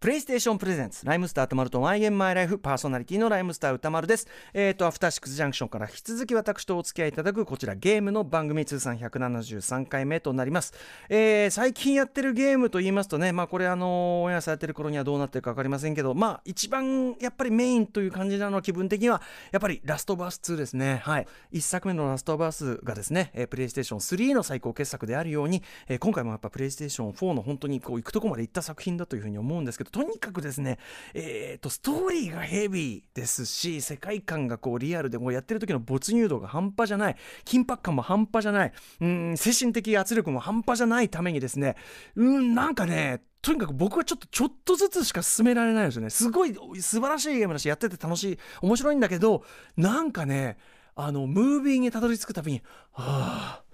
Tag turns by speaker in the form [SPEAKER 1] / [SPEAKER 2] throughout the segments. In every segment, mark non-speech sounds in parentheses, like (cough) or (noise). [SPEAKER 1] プレイステーションプレゼンツ、ライムスターとまると y m y l i f e パーソナリティのライムスター歌丸です。えっ、と、アフターシックスジャンクションから引き続き私とお付き合いいただくこちらゲームの番組通算173回目となります。えー最近やってるゲームと言いますとね、まあこれあのーオンエアされてる頃にはどうなってるかわかりませんけど、まあ一番やっぱりメインという感じなのは気分的には、やっぱりラストバース2ですね。はい。一作目のラストバースがですね、えープレイステーション3の最高傑作であるように、えー今回もやっぱプレイステーション4の本当にこう行くとこまで行った作品だというふうに思うんですけど、とにかくですね、えーと、ストーリーがヘビーですし、世界観がこうリアルで、もうやってる時の没入度が半端じゃない、緊迫感も半端じゃない、うん、精神的圧力も半端じゃないためにですね、うん、なんかね、とにかく僕はちょっとちょっとずつしか進められないんですよね。すごい素晴らしいゲームだし、やってて楽しい、面白いんだけど、なんかね、あの、ムービーにたどり着くたびに、はぁ、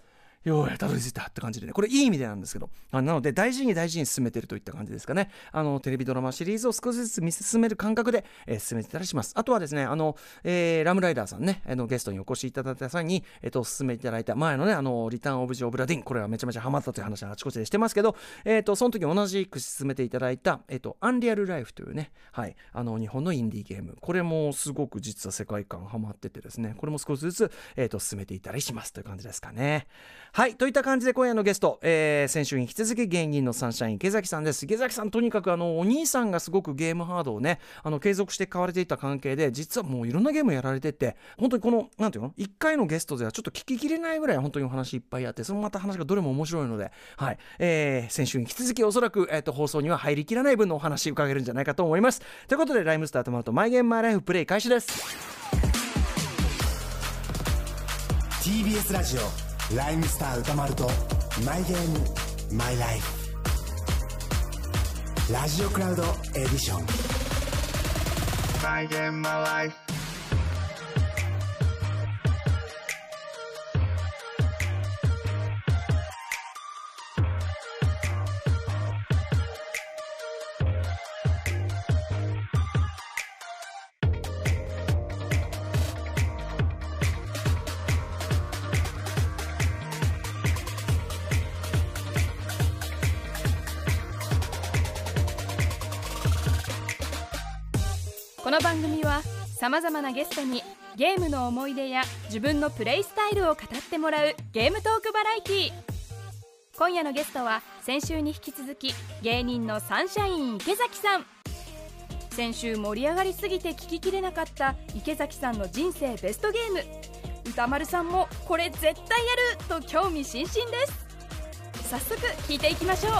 [SPEAKER 1] ようやたどり着いたって感じでね、これいい意味でなんですけど、あなので大事に大事に進めてるといった感じですかね。あの、テレビドラマシリーズを少しずつ見進める感覚で、えー進めてたりします。あとはですね、あの、えーラムライダーさんね、あのゲストにお越しいただいた際に、えっ、と、進めていただいた前のね、あの、リターンオブジオブラディン、これはめちゃめちゃハマったという話はあちこちでしてますけど、えっ、と、その時同じく進めていただいた、えっ、と、アンリアルライフというね、はい、あの、日本のインディーゲーム、これもすごく実は世界観ハマっててですね、これも少しずつ、えっ、と、進めていたりしますという感じですかね。はい、といった感じで今夜のゲスト、えー先週に引き続き芸人のサンシャイン池崎さんです。池崎さん、とにかくあの、お兄さんがすごくゲームハードをね、あの、継続して買われていた関係で、実はもういろんなゲームやられてて、本当にこの、なんていうの一回のゲストではちょっと聞ききれないぐらい本当にお話いっぱいあって、そのまた話がどれも面白いので、はい、えー先週に引き続きおそらく、えっ、と、放送には入りきらない分のお話伺えるんじゃないかと思います。ということで、ライムスターとまると、マイゲームマイライフプレイ開始です。
[SPEAKER 2] TBS ラジオライムスター歌丸とマイゲームマイライフラジオクラウドエディション
[SPEAKER 3] my game, my life.
[SPEAKER 4] この番組はさまざまなゲストにゲームの思い出や自分のプレイスタイルを語ってもらうゲームトークバラエティー今夜のゲストは先週に引き続き芸人のサンシャイン池崎さん先週盛り上がりすぎて聞ききれなかった池崎さんの人生ベストゲーム歌丸さんもこれ絶対やると興味津々です早速聞いていきましょう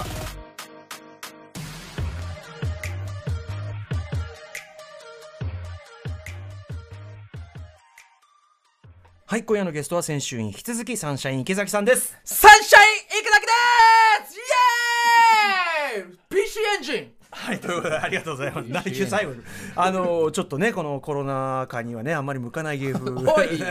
[SPEAKER 1] はい、今夜のゲストは先週に引き続きサンシャイン池崎さんです。
[SPEAKER 5] サンシャイン池崎ですイエーイ !PC エンジン
[SPEAKER 1] はい、ということで、ありがとうございます。何最後に。あの、ちょっとね、このコロナ禍にはね、あんまり向かない芸風。
[SPEAKER 5] お (laughs) い
[SPEAKER 1] ね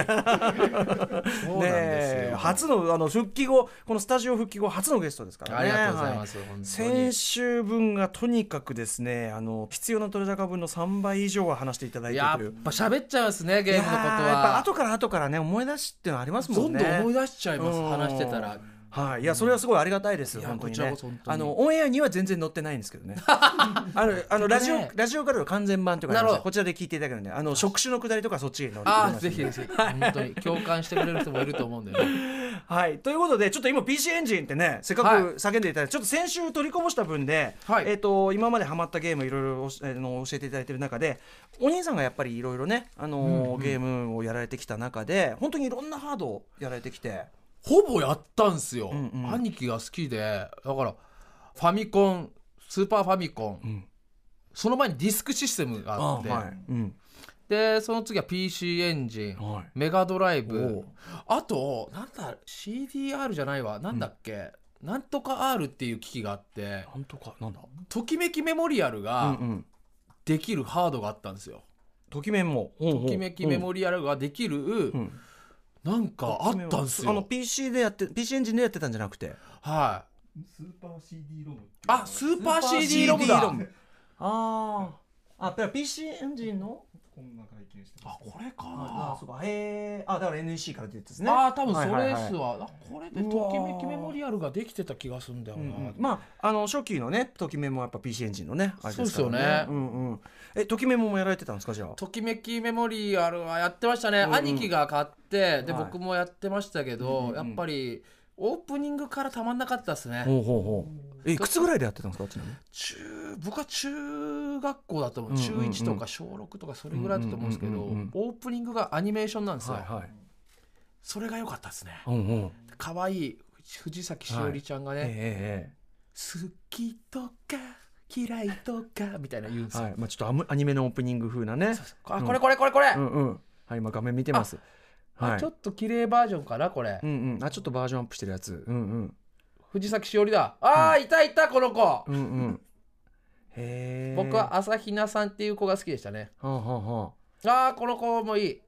[SPEAKER 1] え初の、あの、復帰後、このスタジオ復帰後、初のゲストですからね。
[SPEAKER 5] ありがとうございます
[SPEAKER 1] は
[SPEAKER 5] 本当に
[SPEAKER 1] 先週分がとにかくですね、あの、必要な取れ高分の3倍以上は話していただいて
[SPEAKER 5] や
[SPEAKER 1] という
[SPEAKER 5] っ。ぱ喋っちゃうんですね、ゲームのこと
[SPEAKER 1] いやーやっぱ
[SPEAKER 5] は。
[SPEAKER 1] 後から後からね、思い出しっていうのはありますも
[SPEAKER 5] ど
[SPEAKER 1] ん
[SPEAKER 5] ん
[SPEAKER 1] ね。
[SPEAKER 5] どん思い出しちゃいます、
[SPEAKER 1] うん
[SPEAKER 5] 話してたら。
[SPEAKER 1] はい、いやそれはすごいありがたいです、
[SPEAKER 5] いや
[SPEAKER 1] 本当に
[SPEAKER 5] こちら
[SPEAKER 1] ね
[SPEAKER 5] こそ本当に
[SPEAKER 1] あのオンエアには全然載ってないんですけど
[SPEAKER 5] (laughs)
[SPEAKER 1] ねあのあのラジオ、
[SPEAKER 5] ね
[SPEAKER 1] ラジオからの完全版とかあります
[SPEAKER 5] なるほど
[SPEAKER 1] こちらで聞いていただけるんであの職種のくだりとかそっちに載って
[SPEAKER 5] あ
[SPEAKER 1] ま
[SPEAKER 5] あ、
[SPEAKER 1] す
[SPEAKER 5] ぜひぜひ。本当に共感してくれる人もいると思うんだよね。
[SPEAKER 1] はい、ということでちょっと今 PC エンジンってねせっか
[SPEAKER 5] はい
[SPEAKER 1] く叫んでいただいて、ちょっと先週取りこぼした分で、
[SPEAKER 5] はい
[SPEAKER 1] えっと今までハマったゲームいろいろおしあの教えていただいてる中でお兄さんがやっぱりいろいろね、あのーゲームをやられてきた中で本当にいろんなハードをやられてきて。
[SPEAKER 5] ほぼやったんすよ、
[SPEAKER 1] んうん
[SPEAKER 5] 兄貴が好きで、だから、ファミコン、スーパーファミコン、
[SPEAKER 1] ん
[SPEAKER 5] その前にディスクシステムがあって、
[SPEAKER 1] はいうん
[SPEAKER 5] で、その次は PC エンジン、
[SPEAKER 1] はい
[SPEAKER 5] メガドライブ
[SPEAKER 1] お
[SPEAKER 5] あとなんだ CDR じゃないわなんだっけ、なんとか R っていう機器があって
[SPEAKER 1] なんとかなんだ
[SPEAKER 5] ときめきメモリアル
[SPEAKER 1] うんう
[SPEAKER 5] が
[SPEAKER 1] ん
[SPEAKER 5] できるハードがあったんですよ、
[SPEAKER 1] ときめんもと
[SPEAKER 5] ときめきメモリアルができる、
[SPEAKER 1] ん
[SPEAKER 5] なんかあったんです
[SPEAKER 1] あの
[SPEAKER 5] よ
[SPEAKER 1] PC でやって PC エンジンでやってたんじゃなくて
[SPEAKER 5] はいあスーパー CD ロムだ
[SPEAKER 1] CD ロムあーあだから PC エンジンのこんな会見して
[SPEAKER 5] あこれ
[SPEAKER 1] ああ
[SPEAKER 5] か
[SPEAKER 1] そうかへえあだから NEC から出てですね
[SPEAKER 5] ああ多分それっす
[SPEAKER 1] わ
[SPEAKER 5] わ、あこれで「ときめきメモリアル」ができてた気がするんだよ
[SPEAKER 1] う
[SPEAKER 5] な、
[SPEAKER 1] んうんまああの初期のねときめもやっぱ PC エンジンのねあれですから
[SPEAKER 5] そうですよね
[SPEAKER 1] うんうんえときめももやられてたんですかじゃあ
[SPEAKER 5] ときめきメモリアルはやってましたね、
[SPEAKER 1] うんうん
[SPEAKER 5] 兄貴が買ってで、
[SPEAKER 1] はい
[SPEAKER 5] 僕もやってましたけど、
[SPEAKER 1] うんうんうん
[SPEAKER 5] やっぱりオープニングからたまんなかったですね、
[SPEAKER 1] ほうほうほうえいくつぐらいでやってたんですかちなみに
[SPEAKER 5] 中僕は中学校だと思う、
[SPEAKER 1] うんうん
[SPEAKER 5] 中1とか小6とかそれぐらいだったと思うんですけど、
[SPEAKER 1] うんうんうんうん
[SPEAKER 5] オープニングがアニメーションなんですよ、
[SPEAKER 1] はい
[SPEAKER 5] それが良かったですね
[SPEAKER 1] うんうん
[SPEAKER 5] 可愛い藤崎しおりちゃんがね、
[SPEAKER 1] え
[SPEAKER 5] 好きとか嫌いとかみたいな言うんで
[SPEAKER 1] え
[SPEAKER 5] す
[SPEAKER 1] ええ
[SPEAKER 5] よ、
[SPEAKER 1] はいまあちょっとアムアニメのオープニング風なね
[SPEAKER 5] あこれこれこれこれ、
[SPEAKER 1] うんうんはい今画面見てますは
[SPEAKER 5] あ
[SPEAKER 1] い
[SPEAKER 5] ちょっと綺麗バージョンかなこれ、
[SPEAKER 1] うんうんあちょっとバージョンアップしてるやつうんうん
[SPEAKER 5] 藤崎しおりだあー、いたいたこの子、
[SPEAKER 1] うんうんへえ
[SPEAKER 5] 僕は朝比奈さんっていう子が好きでしたね
[SPEAKER 1] はあはあはあ
[SPEAKER 5] ああこの子もいい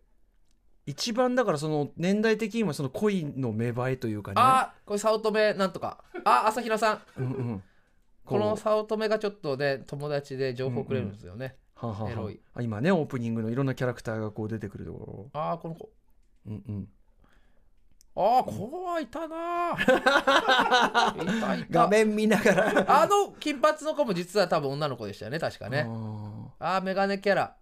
[SPEAKER 1] 一番だからその年代的にもその恋の芽生えというかね
[SPEAKER 5] あーこれ早乙女なんとかあー朝比奈さん
[SPEAKER 1] うんうん
[SPEAKER 5] (laughs) こ
[SPEAKER 1] う
[SPEAKER 5] の早乙女がちょっとね友達で情報くれるんですよね、
[SPEAKER 1] はあはあはあ
[SPEAKER 5] エロい
[SPEAKER 1] あ今ねオープニングのいろんなキャラクターがこう出てくるとこ
[SPEAKER 5] ああこの子
[SPEAKER 1] ろうんうん
[SPEAKER 5] ああ子はいたなー (laughs) いたいた
[SPEAKER 1] 画面見ながら
[SPEAKER 5] あの金髪の子も実は多分女の子でしたよね確か
[SPEAKER 1] ね
[SPEAKER 5] ねああメガネキャラ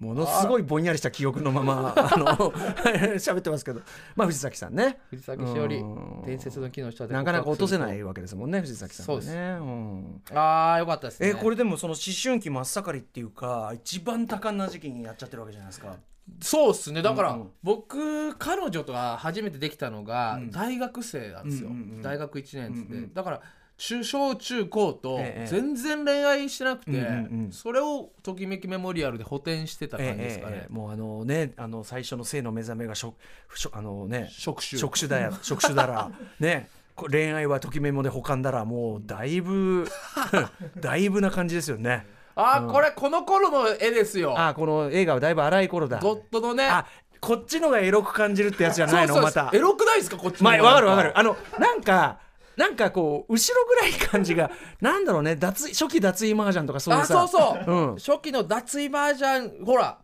[SPEAKER 1] ものすごいぼんやりした記憶のままあの (laughs) 喋ってますけどまあ藤崎さんね
[SPEAKER 5] 藤崎しおり
[SPEAKER 1] うん
[SPEAKER 5] 伝説の木の人で
[SPEAKER 1] なかなか落とせないわけですもんね藤崎さんはね
[SPEAKER 5] そうです
[SPEAKER 1] ん
[SPEAKER 5] ああよかったですね
[SPEAKER 1] えこれでもその思春期真っ盛りっていうか一番多感な時期にやっちゃってるわけじゃないですか
[SPEAKER 5] そうっすねだから、
[SPEAKER 1] うんうん
[SPEAKER 5] 僕彼女とは初めてできたのが
[SPEAKER 1] うん
[SPEAKER 5] 大学生なんですよ、
[SPEAKER 1] うんうんうん
[SPEAKER 5] 大学1年っつって、
[SPEAKER 1] うんうん
[SPEAKER 5] だから中小中高と
[SPEAKER 1] ええ
[SPEAKER 5] 全然恋愛してなくて、
[SPEAKER 1] うんうんうん
[SPEAKER 5] それを「ときめきメモリアル」で補填してた感じですかね、
[SPEAKER 1] ええええもうあのねあの最初の性の目覚めがしょしょあのね
[SPEAKER 5] 職種
[SPEAKER 1] 職種だ (laughs) よ職種だらねこ恋愛はときめもで保管だらもうだいぶ (laughs) だいぶな感じですよね
[SPEAKER 5] あー、これこの頃の絵ですよ
[SPEAKER 1] あこの映画はだいぶ荒い頃だ
[SPEAKER 5] ゴッドのね
[SPEAKER 1] あこっちのがエロく感じるってやつじゃないの
[SPEAKER 5] そうそう
[SPEAKER 1] また
[SPEAKER 5] エロくないですかこっちの
[SPEAKER 1] まあ
[SPEAKER 5] 方が
[SPEAKER 1] わかるわかるあのなんかなんかこう後ろぐらい感じがなんだろうね脱衣初期脱衣麻雀とかそういう
[SPEAKER 5] あ
[SPEAKER 1] さ
[SPEAKER 5] そうそう、
[SPEAKER 1] ん
[SPEAKER 5] 初期の脱衣バージョンほら、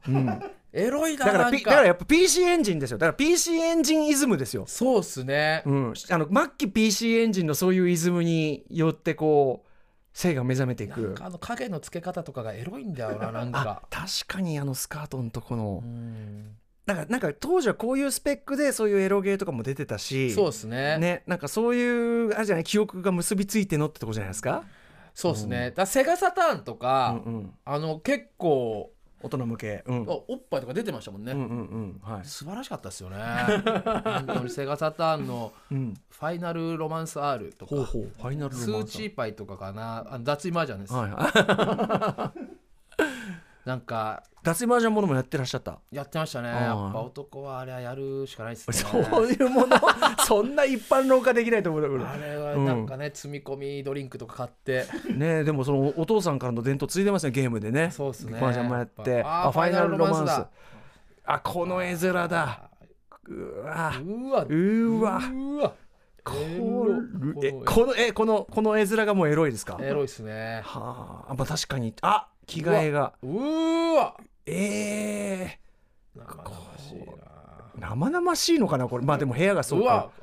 [SPEAKER 5] エロいな
[SPEAKER 1] だから
[SPEAKER 5] なん
[SPEAKER 1] ピ
[SPEAKER 5] か
[SPEAKER 1] だからやっぱ PC エンジンですよだから PC エンジンイズムですよ
[SPEAKER 5] そうっすね、
[SPEAKER 1] うん、あの末期 PC エンジンのそういうイズムによってこう性が目覚めていく
[SPEAKER 5] あの影の付け方とかがエロいん
[SPEAKER 1] (laughs)
[SPEAKER 5] だよななん
[SPEAKER 1] あ
[SPEAKER 5] か
[SPEAKER 1] 確かにあのスカートのとこの
[SPEAKER 5] うん
[SPEAKER 1] だからなんか当時はこういうスペックでそういうエロゲーとかも出てたし
[SPEAKER 5] そうですね
[SPEAKER 1] ねなんかそういうあれじゃない記憶が結びついてのってとこじゃないですか、
[SPEAKER 5] そうですねだからセガサターンと
[SPEAKER 1] うん
[SPEAKER 5] か、
[SPEAKER 1] うん、
[SPEAKER 5] あの結構
[SPEAKER 1] 大人向けうん
[SPEAKER 5] あおっぱいとか出てましたもんね、
[SPEAKER 1] うんうんうんはい、
[SPEAKER 5] 素晴らしかったで
[SPEAKER 1] (laughs)
[SPEAKER 5] すよね本当にセガサターンの
[SPEAKER 1] うん、
[SPEAKER 5] 「ファイナルロマンス R」とか
[SPEAKER 1] ほうほうファイナ
[SPEAKER 5] 「
[SPEAKER 1] ル
[SPEAKER 5] ス
[SPEAKER 1] ロマ
[SPEAKER 5] ー
[SPEAKER 1] ンス
[SPEAKER 5] チーパイ」とかかなあの脱衣麻雀です、
[SPEAKER 1] はい (laughs) あ
[SPEAKER 5] なんか
[SPEAKER 1] 脱衣麻雀ものもやってらっしゃった
[SPEAKER 5] やってましたね
[SPEAKER 1] あー
[SPEAKER 5] やっぱ男はあれはやるしかないですね
[SPEAKER 1] そういう
[SPEAKER 5] (laughs)
[SPEAKER 1] ものそんな一般論化できないと思うけど
[SPEAKER 5] あれはなんかね、積み込みドリンクとか買って
[SPEAKER 1] ねえでもそのお父さんからの伝統継いでますねゲームでね
[SPEAKER 5] そうっすね
[SPEAKER 1] マージャンもやって
[SPEAKER 5] あーファイナルロマンスだ
[SPEAKER 1] あこの絵面だうわ
[SPEAKER 5] うわ
[SPEAKER 1] うーわ
[SPEAKER 5] うわ
[SPEAKER 1] これ
[SPEAKER 5] エロ
[SPEAKER 1] えこのえこのこの絵面がもうエロいですか
[SPEAKER 5] エロいっすね
[SPEAKER 1] はあまあ確かにあ着替えが
[SPEAKER 5] うーわ
[SPEAKER 1] ええ
[SPEAKER 5] 生々しいな
[SPEAKER 1] 生々しいのかなこれまあでも部屋がそう
[SPEAKER 5] うわ
[SPEAKER 1] か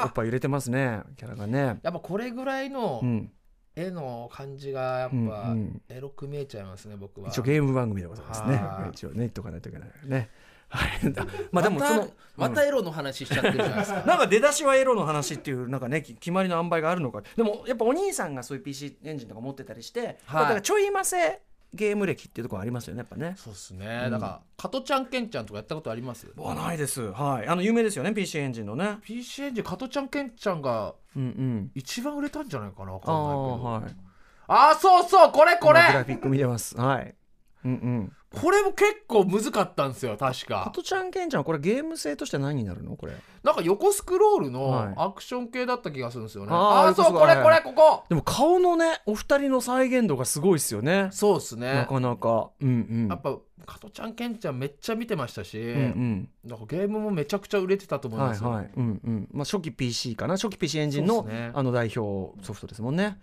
[SPEAKER 1] うんうん、お
[SPEAKER 5] あ
[SPEAKER 1] っぱい揺れてますねキャラがね
[SPEAKER 5] やっぱこれぐらいの
[SPEAKER 1] うん
[SPEAKER 5] 絵の感じがやっ
[SPEAKER 1] う
[SPEAKER 5] ぱ
[SPEAKER 1] んうん
[SPEAKER 5] エロく見えちゃいますね僕は
[SPEAKER 1] 一応ゲーム番組でございますね
[SPEAKER 5] はい
[SPEAKER 1] 一応ね言っとかないといけないね (laughs) はいま
[SPEAKER 5] ま
[SPEAKER 1] あでも
[SPEAKER 5] た
[SPEAKER 1] その
[SPEAKER 5] またエロの話しちゃってるじゃないです
[SPEAKER 1] (laughs)
[SPEAKER 5] か
[SPEAKER 1] なんか出だしはエロの話っていうなんかねき決まりの塩梅があるのかでもやっぱお兄さんがそういう PC エンジンとか持ってたりして、
[SPEAKER 5] はい
[SPEAKER 1] だからちょいませゲーム歴っていうところありますよねやっぱね。
[SPEAKER 5] そうっすねだから加トちゃんケンちゃんとかやったことあります
[SPEAKER 1] わないですはいあの有名ですよね PC エンジンのね。
[SPEAKER 5] PC エンジン加トちゃんケンちゃんが
[SPEAKER 1] うんうん。
[SPEAKER 5] 一番売れたんじゃないかなわか
[SPEAKER 1] あ
[SPEAKER 5] ん
[SPEAKER 1] あ
[SPEAKER 5] ない
[SPEAKER 1] はい。
[SPEAKER 5] けどああそうそうこれこ
[SPEAKER 1] 今グラ
[SPEAKER 5] れ
[SPEAKER 1] フィック見てますはい。うんうん。
[SPEAKER 5] これも結構難かったんですよ確
[SPEAKER 1] あ
[SPEAKER 5] か
[SPEAKER 1] とちゃんけんちゃんはこれゲーム性として何になるのこれ。
[SPEAKER 5] なんか横スクロール
[SPEAKER 1] はい
[SPEAKER 5] のアクション系だった気がするんですよね、
[SPEAKER 1] あー
[SPEAKER 5] ああ
[SPEAKER 1] 横
[SPEAKER 5] そ
[SPEAKER 1] スク
[SPEAKER 5] う
[SPEAKER 1] ロー
[SPEAKER 5] これ
[SPEAKER 1] ル
[SPEAKER 5] これここ
[SPEAKER 1] でも顔のねお二人の再現度がすごいですよね。
[SPEAKER 5] そうっす
[SPEAKER 1] な
[SPEAKER 5] ね
[SPEAKER 1] かなか。うんうん。
[SPEAKER 5] やっぱ加トちゃんケンちゃんめっちゃ見てましたし、
[SPEAKER 1] うんうん。
[SPEAKER 5] なんかゲームもめちゃくちゃ売れてたと思い
[SPEAKER 1] は
[SPEAKER 5] ま
[SPEAKER 1] い
[SPEAKER 5] すよ、
[SPEAKER 1] はい、うんうん、まあ初期 PC かな、初期 PC エンジンの、
[SPEAKER 5] そうっすね
[SPEAKER 1] あの代表ソフトですもんね。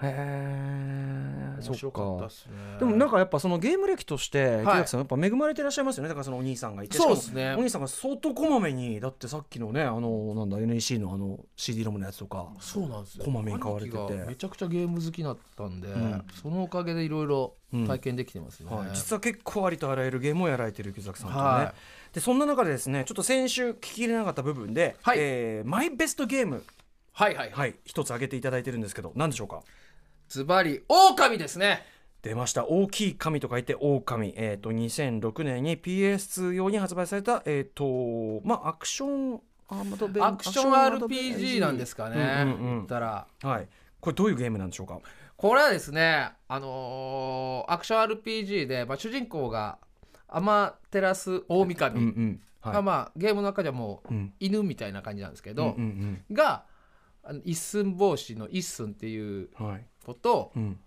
[SPEAKER 1] へえ、
[SPEAKER 5] 面白かったっすね
[SPEAKER 1] でもなん
[SPEAKER 5] か
[SPEAKER 1] かやっぱそのゲーム歴として、
[SPEAKER 5] い
[SPEAKER 1] 池崎さんやっぱ恵まれていらっしゃいますよねだからそのお兄さんがいて
[SPEAKER 5] そうっす
[SPEAKER 1] し
[SPEAKER 5] ね
[SPEAKER 1] かもお兄さんが相当こまめにだってさっきのねあのなんだ NEC のあの CD ロムのやつとか
[SPEAKER 5] そうなんですよ
[SPEAKER 1] こまめに買われてて
[SPEAKER 5] 兄貴がめちゃくちゃゲーム好きだったんで、
[SPEAKER 1] ん
[SPEAKER 5] そのおかげでいろいろ体験できてますね、
[SPEAKER 1] はい、実は結構ありとあらゆるゲームをやられてる池崎さんとね、
[SPEAKER 5] は
[SPEAKER 1] でそんな中でですねちょっと先週聞ききれなかった部分で、
[SPEAKER 5] はい
[SPEAKER 1] えーマイベストゲーム
[SPEAKER 5] はいはいはい
[SPEAKER 1] はい一つ挙げていただいてるんですけど何でしょうか
[SPEAKER 5] ズバリ狼ですね
[SPEAKER 1] 出ました大きい神と書いてオオカミ、えー、と2006年に PS2 用に発売された、えーとまあ、アクションアーマドベ、
[SPEAKER 5] アクション RPG なんですすかね、
[SPEAKER 1] うんうんうん
[SPEAKER 5] 言ったら
[SPEAKER 1] はい、これどういうゲームなんでしょうか、
[SPEAKER 5] これはですねあのーアクション RPG で、まあ、主人公がアマテラス大神
[SPEAKER 1] うんうんはい
[SPEAKER 5] が、まあ、ゲームの中ではもう
[SPEAKER 1] うん
[SPEAKER 5] 犬みたいな感じなんですけ
[SPEAKER 1] うん
[SPEAKER 5] ど、
[SPEAKER 1] うん
[SPEAKER 5] があの一寸法師の一寸っていう
[SPEAKER 1] うんはい
[SPEAKER 5] ことを
[SPEAKER 1] うん、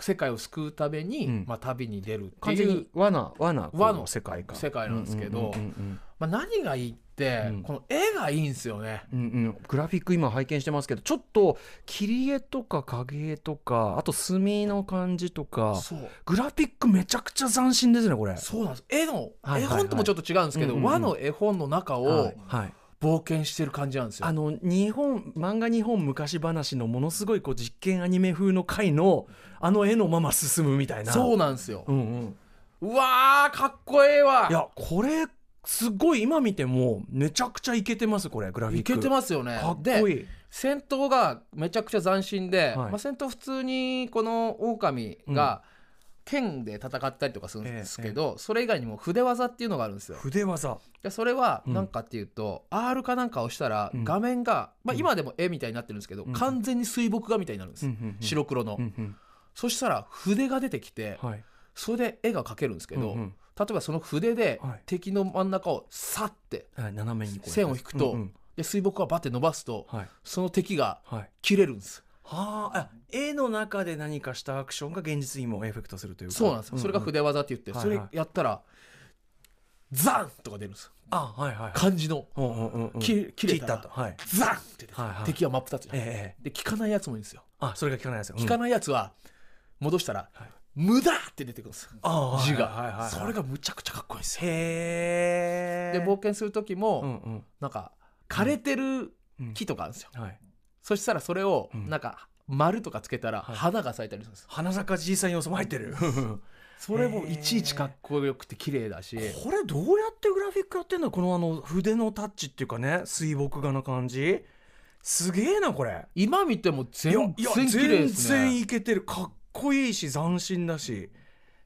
[SPEAKER 5] 世界を救うために、
[SPEAKER 1] うん
[SPEAKER 5] まあ、旅に出るって
[SPEAKER 1] 完
[SPEAKER 5] い
[SPEAKER 1] 全
[SPEAKER 5] う
[SPEAKER 1] に罠罠
[SPEAKER 5] 和
[SPEAKER 1] こ
[SPEAKER 5] の
[SPEAKER 1] う世界観
[SPEAKER 5] 世界なんですけど
[SPEAKER 1] うんうんうんうん
[SPEAKER 5] まあ、何がいいって、
[SPEAKER 1] うん
[SPEAKER 5] この絵がいいんですよね。
[SPEAKER 1] うんうん、グラフィック今拝見してますけどちょっと切り絵とか影絵とかあと墨の感じとか
[SPEAKER 5] そう
[SPEAKER 1] グラフィックめちゃくちゃ斬新ですねこれ。
[SPEAKER 5] そうなんです絵の、
[SPEAKER 1] はいはいはい
[SPEAKER 5] 絵本ともちょっと違うんですけど、
[SPEAKER 1] うんうんうん
[SPEAKER 5] 和の絵本の中
[SPEAKER 1] は
[SPEAKER 5] を
[SPEAKER 1] いはい、
[SPEAKER 5] 冒険してる感じなんですよ。
[SPEAKER 1] あの日本漫画日本昔話のものすごいこう実験アニメ風の回のあの絵のまま進むみたいな
[SPEAKER 5] そう
[SPEAKER 1] う、
[SPEAKER 5] なんですよ。
[SPEAKER 1] うんうん、
[SPEAKER 5] うわーかっこええわ
[SPEAKER 1] いやこれすごい今見てもめちゃくちゃイケてますこれグラフィッ
[SPEAKER 5] い
[SPEAKER 1] ク
[SPEAKER 5] けてますよね。
[SPEAKER 1] かっこい
[SPEAKER 5] で
[SPEAKER 1] い
[SPEAKER 5] 戦闘がめちゃくちゃ斬新で、
[SPEAKER 1] はい
[SPEAKER 5] まあ、戦闘普通にこの狼が剣で戦ったりとかするんですけど、それ以外にも筆技っていうのがあるんですよ。
[SPEAKER 1] 筆技
[SPEAKER 5] でそれは
[SPEAKER 1] うん
[SPEAKER 5] 何かっていうと、R かなんかをしたら
[SPEAKER 1] うん
[SPEAKER 5] 画面が、ま
[SPEAKER 1] う
[SPEAKER 5] あ、
[SPEAKER 1] ん
[SPEAKER 5] 今でも絵みたいになってるんですけど、
[SPEAKER 1] うん
[SPEAKER 5] 完全に水墨画みたいになるんです、白黒の、
[SPEAKER 1] うんうん
[SPEAKER 5] そしたら筆が出てきて、
[SPEAKER 1] はい
[SPEAKER 5] それで絵が描けるんですけど、
[SPEAKER 1] うんうん
[SPEAKER 5] 例えばその筆で
[SPEAKER 1] はい
[SPEAKER 5] 敵の真ん中をさって
[SPEAKER 1] はい斜めにこう
[SPEAKER 5] 線を引くと、
[SPEAKER 1] うんうん
[SPEAKER 5] で水墨画バッて伸ばすと、
[SPEAKER 1] はい
[SPEAKER 5] その敵が
[SPEAKER 1] はい
[SPEAKER 5] 切れるんです
[SPEAKER 1] はああ絵の中で何かしたアクションが現実にもエフェクトするというか
[SPEAKER 5] そうなんですよ、それが
[SPEAKER 1] うん
[SPEAKER 5] 筆技って言って、
[SPEAKER 1] はいはい
[SPEAKER 5] それやったらザンとか出るんですよ
[SPEAKER 1] あはいはい
[SPEAKER 5] 漢字の
[SPEAKER 1] うんうんうんうん
[SPEAKER 5] 切切れたら
[SPEAKER 1] 切ったとはい
[SPEAKER 5] ザンって出て、
[SPEAKER 1] はいはい
[SPEAKER 5] 敵は真っ二つじゃん、
[SPEAKER 1] ええ
[SPEAKER 5] で聞かないやつもいいんですよ
[SPEAKER 1] あそれが効かないですよ
[SPEAKER 5] 聞か
[SPEAKER 1] い
[SPEAKER 5] ないやつは戻したら、
[SPEAKER 1] はい
[SPEAKER 5] 無駄って出てくるんですよ字が、そ
[SPEAKER 1] そ
[SPEAKER 5] れ
[SPEAKER 1] れが
[SPEAKER 5] がむちゃくちゃかっこいいんですよ
[SPEAKER 1] へえ
[SPEAKER 5] で冒険する時も、
[SPEAKER 1] うんうん
[SPEAKER 5] なんか枯れてる
[SPEAKER 1] うん
[SPEAKER 5] 木とかあるんですよ、
[SPEAKER 1] はい
[SPEAKER 5] そしたらそれを
[SPEAKER 1] うん
[SPEAKER 5] なんか丸とかつけたら
[SPEAKER 1] はい
[SPEAKER 5] 花が咲いたりするんですよ、
[SPEAKER 1] 花坂じいさん要素も入って
[SPEAKER 5] (laughs)
[SPEAKER 1] る
[SPEAKER 5] それもいちいちかっこよくて綺麗だし、
[SPEAKER 1] これどうやってグラフィックやってんだこのあの筆のタッチっていうかね水墨画な感じすげえなこれ
[SPEAKER 5] 今見ても
[SPEAKER 1] いや
[SPEAKER 5] 全
[SPEAKER 1] いや
[SPEAKER 5] 然綺麗
[SPEAKER 1] 全
[SPEAKER 5] ですね
[SPEAKER 1] 然いけてるかっこいいし斬新だし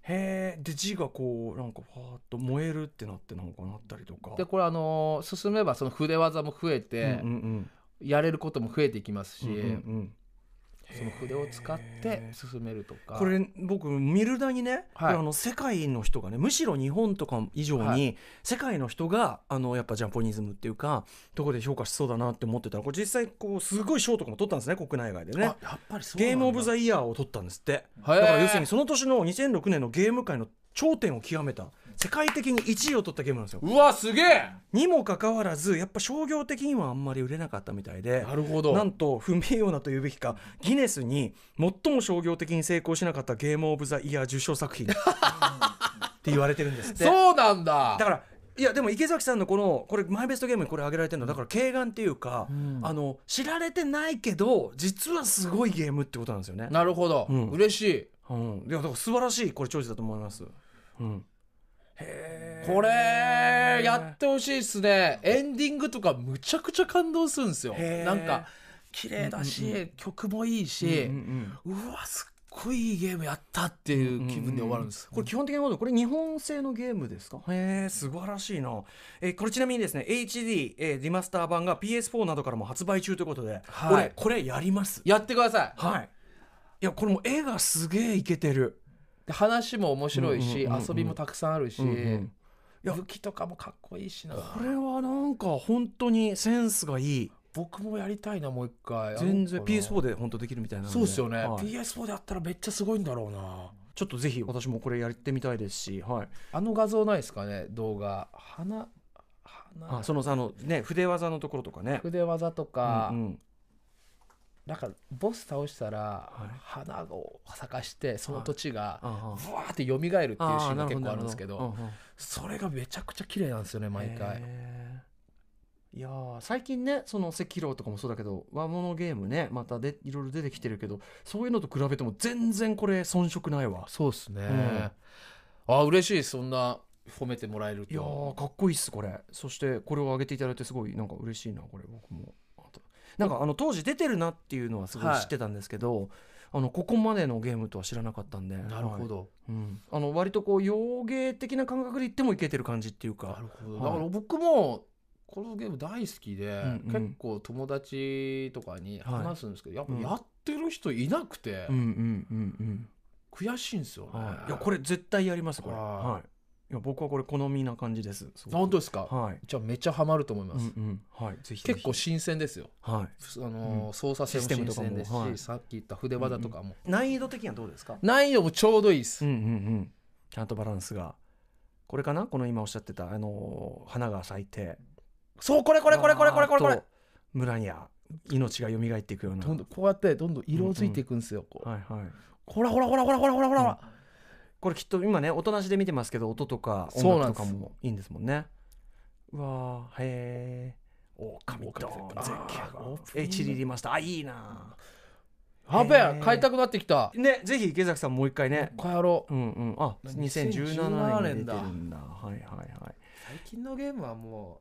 [SPEAKER 1] へえで字がこうなんかパーッと燃えるってなってなんかなったりとか
[SPEAKER 5] でこれあのー進めばその筆技も増えて、
[SPEAKER 1] うんうん
[SPEAKER 5] やれることも増えていきますし、
[SPEAKER 1] うんうんうんうん
[SPEAKER 5] その筆を使って進めるとか
[SPEAKER 1] これ僕見るだにね、
[SPEAKER 5] はい
[SPEAKER 1] これあの世界の人がねむしろ日本とか以上に、
[SPEAKER 5] は
[SPEAKER 1] 世界の人があのやっぱジャポニズムっていうかとこで評価しそうだなって思ってたらこれ実際こうすごい賞とかも取ったんですね国内外で
[SPEAKER 5] あ
[SPEAKER 1] ね。
[SPEAKER 5] やっぱりそうなん
[SPEAKER 1] ゲ
[SPEAKER 5] だ
[SPEAKER 1] ームオブザイヤーを取ったんですってだか
[SPEAKER 5] ー
[SPEAKER 1] ら要するにその年の2006年のゲーム界の頂点を極めた世界的に1位を取ったゲームなんですよ
[SPEAKER 5] うわすげえ
[SPEAKER 1] にもかかわらずやっぱ商業的にはあんまり売れなかったみたいで
[SPEAKER 5] なるほど
[SPEAKER 1] なんと不名誉なというべきかギネスに最も商業的に成功しなかったゲームオブザイヤー受賞作品って言われてるんですって
[SPEAKER 5] そうなんだ
[SPEAKER 1] だからいやでも池崎さんのこのこれマイベストゲームにこれ挙げられてるのだから軽眼っていうか、あの知られてないけど実はすごいゲームってことなんですよね、
[SPEAKER 5] なるほど、
[SPEAKER 1] うん
[SPEAKER 5] 嬉しい
[SPEAKER 1] うん、いやだから素晴らしいこれチョイスだと思います、うん、
[SPEAKER 5] これやってほしいっすねエンディングとかむちゃくちゃ感動するんですよ
[SPEAKER 1] へー
[SPEAKER 5] なんか綺麗だし、曲もいいし、
[SPEAKER 1] うんうん
[SPEAKER 5] うわすっごいいいゲームやったっていう気分で終わるんです、
[SPEAKER 1] これ基本的なことこれ日本製のゲームですかへえ素晴らしいな、えーこれちなみにですね HD、えーリマスター版が PS4 などからも発売中ということで、
[SPEAKER 5] はい
[SPEAKER 1] 俺これやります
[SPEAKER 5] やってください
[SPEAKER 1] はいいやこれもう絵がすげえいけてる
[SPEAKER 5] で話も面白いし、
[SPEAKER 1] うんうんうんうん
[SPEAKER 5] 遊びもたくさんあるし、
[SPEAKER 1] うんうんいや
[SPEAKER 5] 武器とかもかっこいいしな
[SPEAKER 1] これはなんか本当にセンスがいい
[SPEAKER 5] 僕もやりたいなもう一回
[SPEAKER 1] 全然
[SPEAKER 5] やろうか
[SPEAKER 1] PS4
[SPEAKER 5] な
[SPEAKER 1] で本当できるみたいなの
[SPEAKER 5] そうですよね、
[SPEAKER 1] はい
[SPEAKER 5] PS4 でやったらめっちゃすごいんだろうな
[SPEAKER 1] ちょっとぜひ私もこれやってみたいですし、はい、
[SPEAKER 5] あの画像ないですかね動画花花
[SPEAKER 1] あそのさあのね筆技のところとかね
[SPEAKER 5] 筆技とか、
[SPEAKER 1] うんうん
[SPEAKER 5] なんかボス倒したら花を咲かしてその土地が
[SPEAKER 1] あ
[SPEAKER 5] ブワーって蘇るっていうシ
[SPEAKER 1] あ
[SPEAKER 5] ーン
[SPEAKER 1] な
[SPEAKER 5] が
[SPEAKER 1] る
[SPEAKER 5] 結
[SPEAKER 1] ほ
[SPEAKER 5] 構あるんですけ
[SPEAKER 1] なる
[SPEAKER 5] ど
[SPEAKER 1] ほうんうん
[SPEAKER 5] それがめちゃくちゃ綺麗なんですよね毎回
[SPEAKER 1] へーいやー最近ねその赤狼とかもそうだけど和物ゲームねまたでいろいろ出てきてるけどそういうのと比べても全然これ遜色ないわ
[SPEAKER 5] そうです
[SPEAKER 1] ん
[SPEAKER 5] ねあ嬉しいそんな褒めてもらえる
[SPEAKER 1] いや
[SPEAKER 5] と
[SPEAKER 1] ーかっこいいっすこれそしてこれを上げていただいてすごいなんか嬉しいなこれ僕もあとなんかあの当時出てるなっていうのはすごい
[SPEAKER 5] はい
[SPEAKER 1] 知ってたんですけど、あのここまでのゲームとは知らなかったんで
[SPEAKER 5] なるほ
[SPEAKER 1] はい
[SPEAKER 5] ど
[SPEAKER 1] うん、あの割とこう洋芸的な感覚でいってもいけてる感じっていう
[SPEAKER 5] な
[SPEAKER 1] か
[SPEAKER 5] るほど
[SPEAKER 1] はい
[SPEAKER 5] だから僕もこのゲーム大好きで
[SPEAKER 1] んうん
[SPEAKER 5] 結構友達とかに話すんですけどやっぱ
[SPEAKER 1] うん
[SPEAKER 5] やってる人いなくて
[SPEAKER 1] うんうんうんうん
[SPEAKER 5] 悔しいんですよね
[SPEAKER 1] はい、いやこれ絶対やりますこれ、
[SPEAKER 5] はい
[SPEAKER 1] はい、いや僕はこれ好みな感じですすごく
[SPEAKER 5] 本当ですか
[SPEAKER 1] はい、
[SPEAKER 5] じゃあめっちゃハマると思いま
[SPEAKER 1] うん
[SPEAKER 5] す
[SPEAKER 1] うんはい、ぜひぜひ
[SPEAKER 5] 結構新鮮ですよ
[SPEAKER 1] は
[SPEAKER 5] あのー
[SPEAKER 1] うん
[SPEAKER 5] 操作性も新鮮ですし、
[SPEAKER 1] シス
[SPEAKER 5] さっき言った筆技とかも、
[SPEAKER 1] い、難易度的にはどうですか
[SPEAKER 5] 難易度もちょうどいいです、
[SPEAKER 1] うんうんうんちゃんとバランスがこれかなこの今おっしゃってたあのー花が咲いて
[SPEAKER 5] そうこれこれこれこれこれこれこ
[SPEAKER 1] わーっ
[SPEAKER 5] れ
[SPEAKER 1] と村には命が蘇っていくような
[SPEAKER 5] どんどんこうやってどんどん色づいていくんですよ、こう
[SPEAKER 1] はいはい
[SPEAKER 5] ほらほらほらほらほらほらほら、
[SPEAKER 1] これきっと今ね音なしで見てますけど音とか音
[SPEAKER 5] そうな
[SPEAKER 1] 楽
[SPEAKER 5] ん
[SPEAKER 1] と
[SPEAKER 5] です
[SPEAKER 1] かもいいんですもんねうわーへえ狼と
[SPEAKER 5] あー
[SPEAKER 1] 絶景
[SPEAKER 5] オープニン
[SPEAKER 1] え
[SPEAKER 5] グ
[SPEAKER 1] ちりりましたあいいな
[SPEAKER 5] やべ
[SPEAKER 1] へ
[SPEAKER 5] え
[SPEAKER 1] ー
[SPEAKER 5] 買いたくなってきた
[SPEAKER 1] ねぜひ池崎さんもう一回ね
[SPEAKER 5] こうやろう
[SPEAKER 1] うんうんあ2017
[SPEAKER 5] 2017
[SPEAKER 1] 年に
[SPEAKER 5] 年
[SPEAKER 1] 出
[SPEAKER 5] だ
[SPEAKER 1] てるんだはいはいはい
[SPEAKER 5] 最近のゲームはもう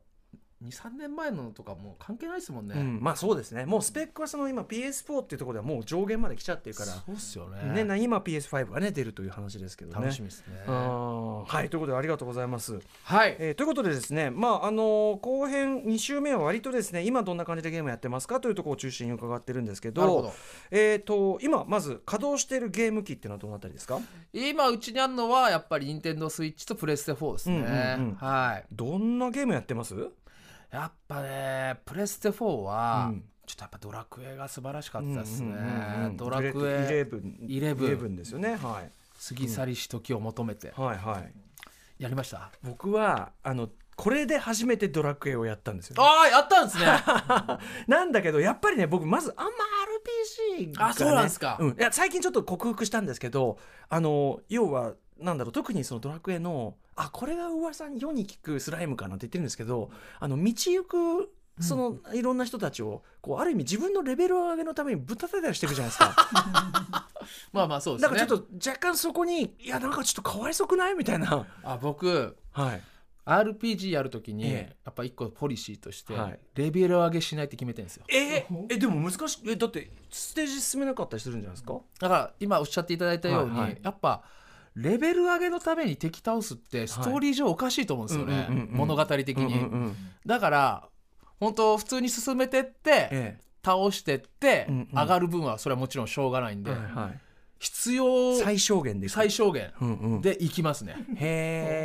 [SPEAKER 5] 23年前のとかもう関係ないですもんね、
[SPEAKER 1] うん、まあそうですねもうスペックはその今 PS4 っていうところではもう上限まで来ちゃってるか
[SPEAKER 5] そうっすよ
[SPEAKER 1] ら、
[SPEAKER 5] ね
[SPEAKER 1] ねな今 PS5 がね出るという話ですけどね。
[SPEAKER 5] 楽しみですね
[SPEAKER 1] あーはいということでありがとうございます。
[SPEAKER 5] はい、
[SPEAKER 1] えーということでですね、まああのー後編2週目は割とですね今どんな感じでゲームやってますかというところを中心に伺ってるんですけど
[SPEAKER 5] なるほど
[SPEAKER 1] えー、と今まず稼働しているゲーム機っていうのはどのあたりですか
[SPEAKER 5] 今うちにあるのはやっぱり任天堂スイッチとプレステ4ですね、
[SPEAKER 1] うんうんうん
[SPEAKER 5] はい
[SPEAKER 1] どんなゲームやってます
[SPEAKER 5] やっぱねプレステ4は、
[SPEAKER 1] うん
[SPEAKER 5] ちょっとやっぱドラクエが素晴らしかったですね、
[SPEAKER 1] うんうんうん
[SPEAKER 5] ドラク
[SPEAKER 1] イレ
[SPEAKER 5] エ
[SPEAKER 1] ブン
[SPEAKER 5] イレブン
[SPEAKER 1] ですよね、はい、
[SPEAKER 5] 過ぎ去りし時を求めて、
[SPEAKER 1] はいはい
[SPEAKER 5] やりました
[SPEAKER 1] 僕はあのこれで初めてドラクエをやったんですよ
[SPEAKER 5] ああやったんですね
[SPEAKER 1] なんだけどやっぱりね僕まずあんま RPG が、ね、
[SPEAKER 5] あそうなんすか
[SPEAKER 1] うん、いや最近ちょっと克服したんですけどあの要はなんだろう特にそのドラクエのあこれが噂に世に聞くスライムかなって言ってるんですけどあの道行くそのいろんな人たちをこうある意味自分のレベル上げのためにぶったたいたりしてるじゃないですか。
[SPEAKER 5] まあまあそうで
[SPEAKER 1] な
[SPEAKER 5] す
[SPEAKER 1] ん
[SPEAKER 5] ね
[SPEAKER 1] かちょっと若干そこにいやなんかちょっとかわいそくないみたいな。
[SPEAKER 5] あ僕
[SPEAKER 1] はい。
[SPEAKER 5] RPG やるときに、
[SPEAKER 1] ええ
[SPEAKER 5] やっぱ一個ポリシーとして、
[SPEAKER 1] はい
[SPEAKER 5] レベル上げしないって決めてるんですよ
[SPEAKER 1] えーえでも難しいえだってステージ進めなかったりするんじゃないですか。
[SPEAKER 5] だから今おっしゃっていただいたように、
[SPEAKER 1] はいはい
[SPEAKER 5] やっぱレベル上げのために敵倒すってストーリー上おかしいと思うんですよね、
[SPEAKER 1] うんうんうんうん
[SPEAKER 5] 物語的に、
[SPEAKER 1] うんうんうん
[SPEAKER 5] だから本当普通に進めてって、
[SPEAKER 1] え
[SPEAKER 5] 倒してって、
[SPEAKER 1] うんうん
[SPEAKER 5] 上がる分はそれはもちろんしょうがないん
[SPEAKER 1] え
[SPEAKER 5] で、
[SPEAKER 1] はいはい
[SPEAKER 5] 必要
[SPEAKER 1] 最小限でいく。
[SPEAKER 5] 最小限
[SPEAKER 1] うんうん。
[SPEAKER 5] でいきますね、
[SPEAKER 1] へ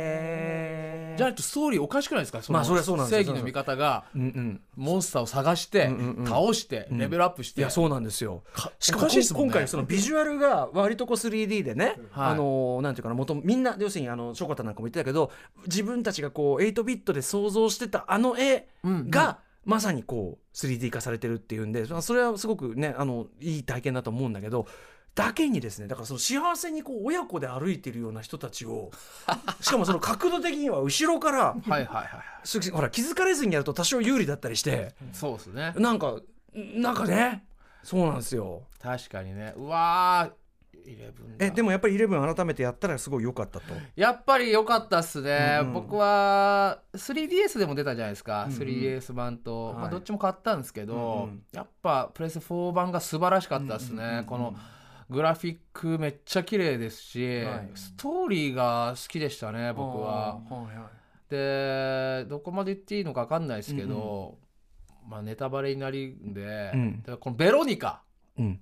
[SPEAKER 1] え。
[SPEAKER 5] じゃないとストーリーおかしくないですかその
[SPEAKER 1] まあそりゃそうなんですよ
[SPEAKER 5] 正義の味方が
[SPEAKER 1] うんうん。
[SPEAKER 5] モンスターを探して、
[SPEAKER 1] うんうんうん
[SPEAKER 5] 倒してレベルアップし
[SPEAKER 1] い
[SPEAKER 5] て、
[SPEAKER 1] やそうなんですよ。しか
[SPEAKER 5] お
[SPEAKER 1] も
[SPEAKER 5] かしいですもんね
[SPEAKER 1] 今回そのビジュアルが割とこう 3D でね、
[SPEAKER 5] はい
[SPEAKER 1] あのーなんていうかな元みんな要するにあのショコタなんかも言ってたけど自分たちがこう8ビットで想像してたあの絵
[SPEAKER 5] うんうん
[SPEAKER 1] が、まさにこう 3D 化されてるっていうんでまあそれはすごくねあのいい体験だと思うんだけど。だけにですねだからその幸せにこう親子で歩いてるような人たち
[SPEAKER 5] (laughs)
[SPEAKER 1] をしかもその角度的には後ろから
[SPEAKER 5] はいはいはい
[SPEAKER 1] すほら気づかれずにやると多少有利だったりして
[SPEAKER 5] そうですね
[SPEAKER 1] なんかなんかねそうなんですよ
[SPEAKER 5] 確かにねうわーイレブンだ
[SPEAKER 1] えでもやっぱりイレブン改めてやったらすごい良かったと
[SPEAKER 5] やっぱり良かったっすね、
[SPEAKER 1] うんうん
[SPEAKER 5] 僕は 3DS でも出たじゃないですか、
[SPEAKER 1] うんうん
[SPEAKER 5] 3DS 版と、ま
[SPEAKER 1] は
[SPEAKER 5] あ、
[SPEAKER 1] い
[SPEAKER 5] どっちも買ったんですけど、
[SPEAKER 1] うんうん
[SPEAKER 5] やっぱプレステ4版が素晴らしかったっす
[SPEAKER 1] う
[SPEAKER 5] ね、
[SPEAKER 1] んうんうんうん
[SPEAKER 5] このグラフィックめっちゃ綺麗ですし、
[SPEAKER 1] はい
[SPEAKER 5] ストーリーが好きでしたね僕は。でどこまで言っていいのか分かんないですけど、まあ、ネタバレになりんで、
[SPEAKER 1] うん
[SPEAKER 5] でこのベロニカ
[SPEAKER 1] うん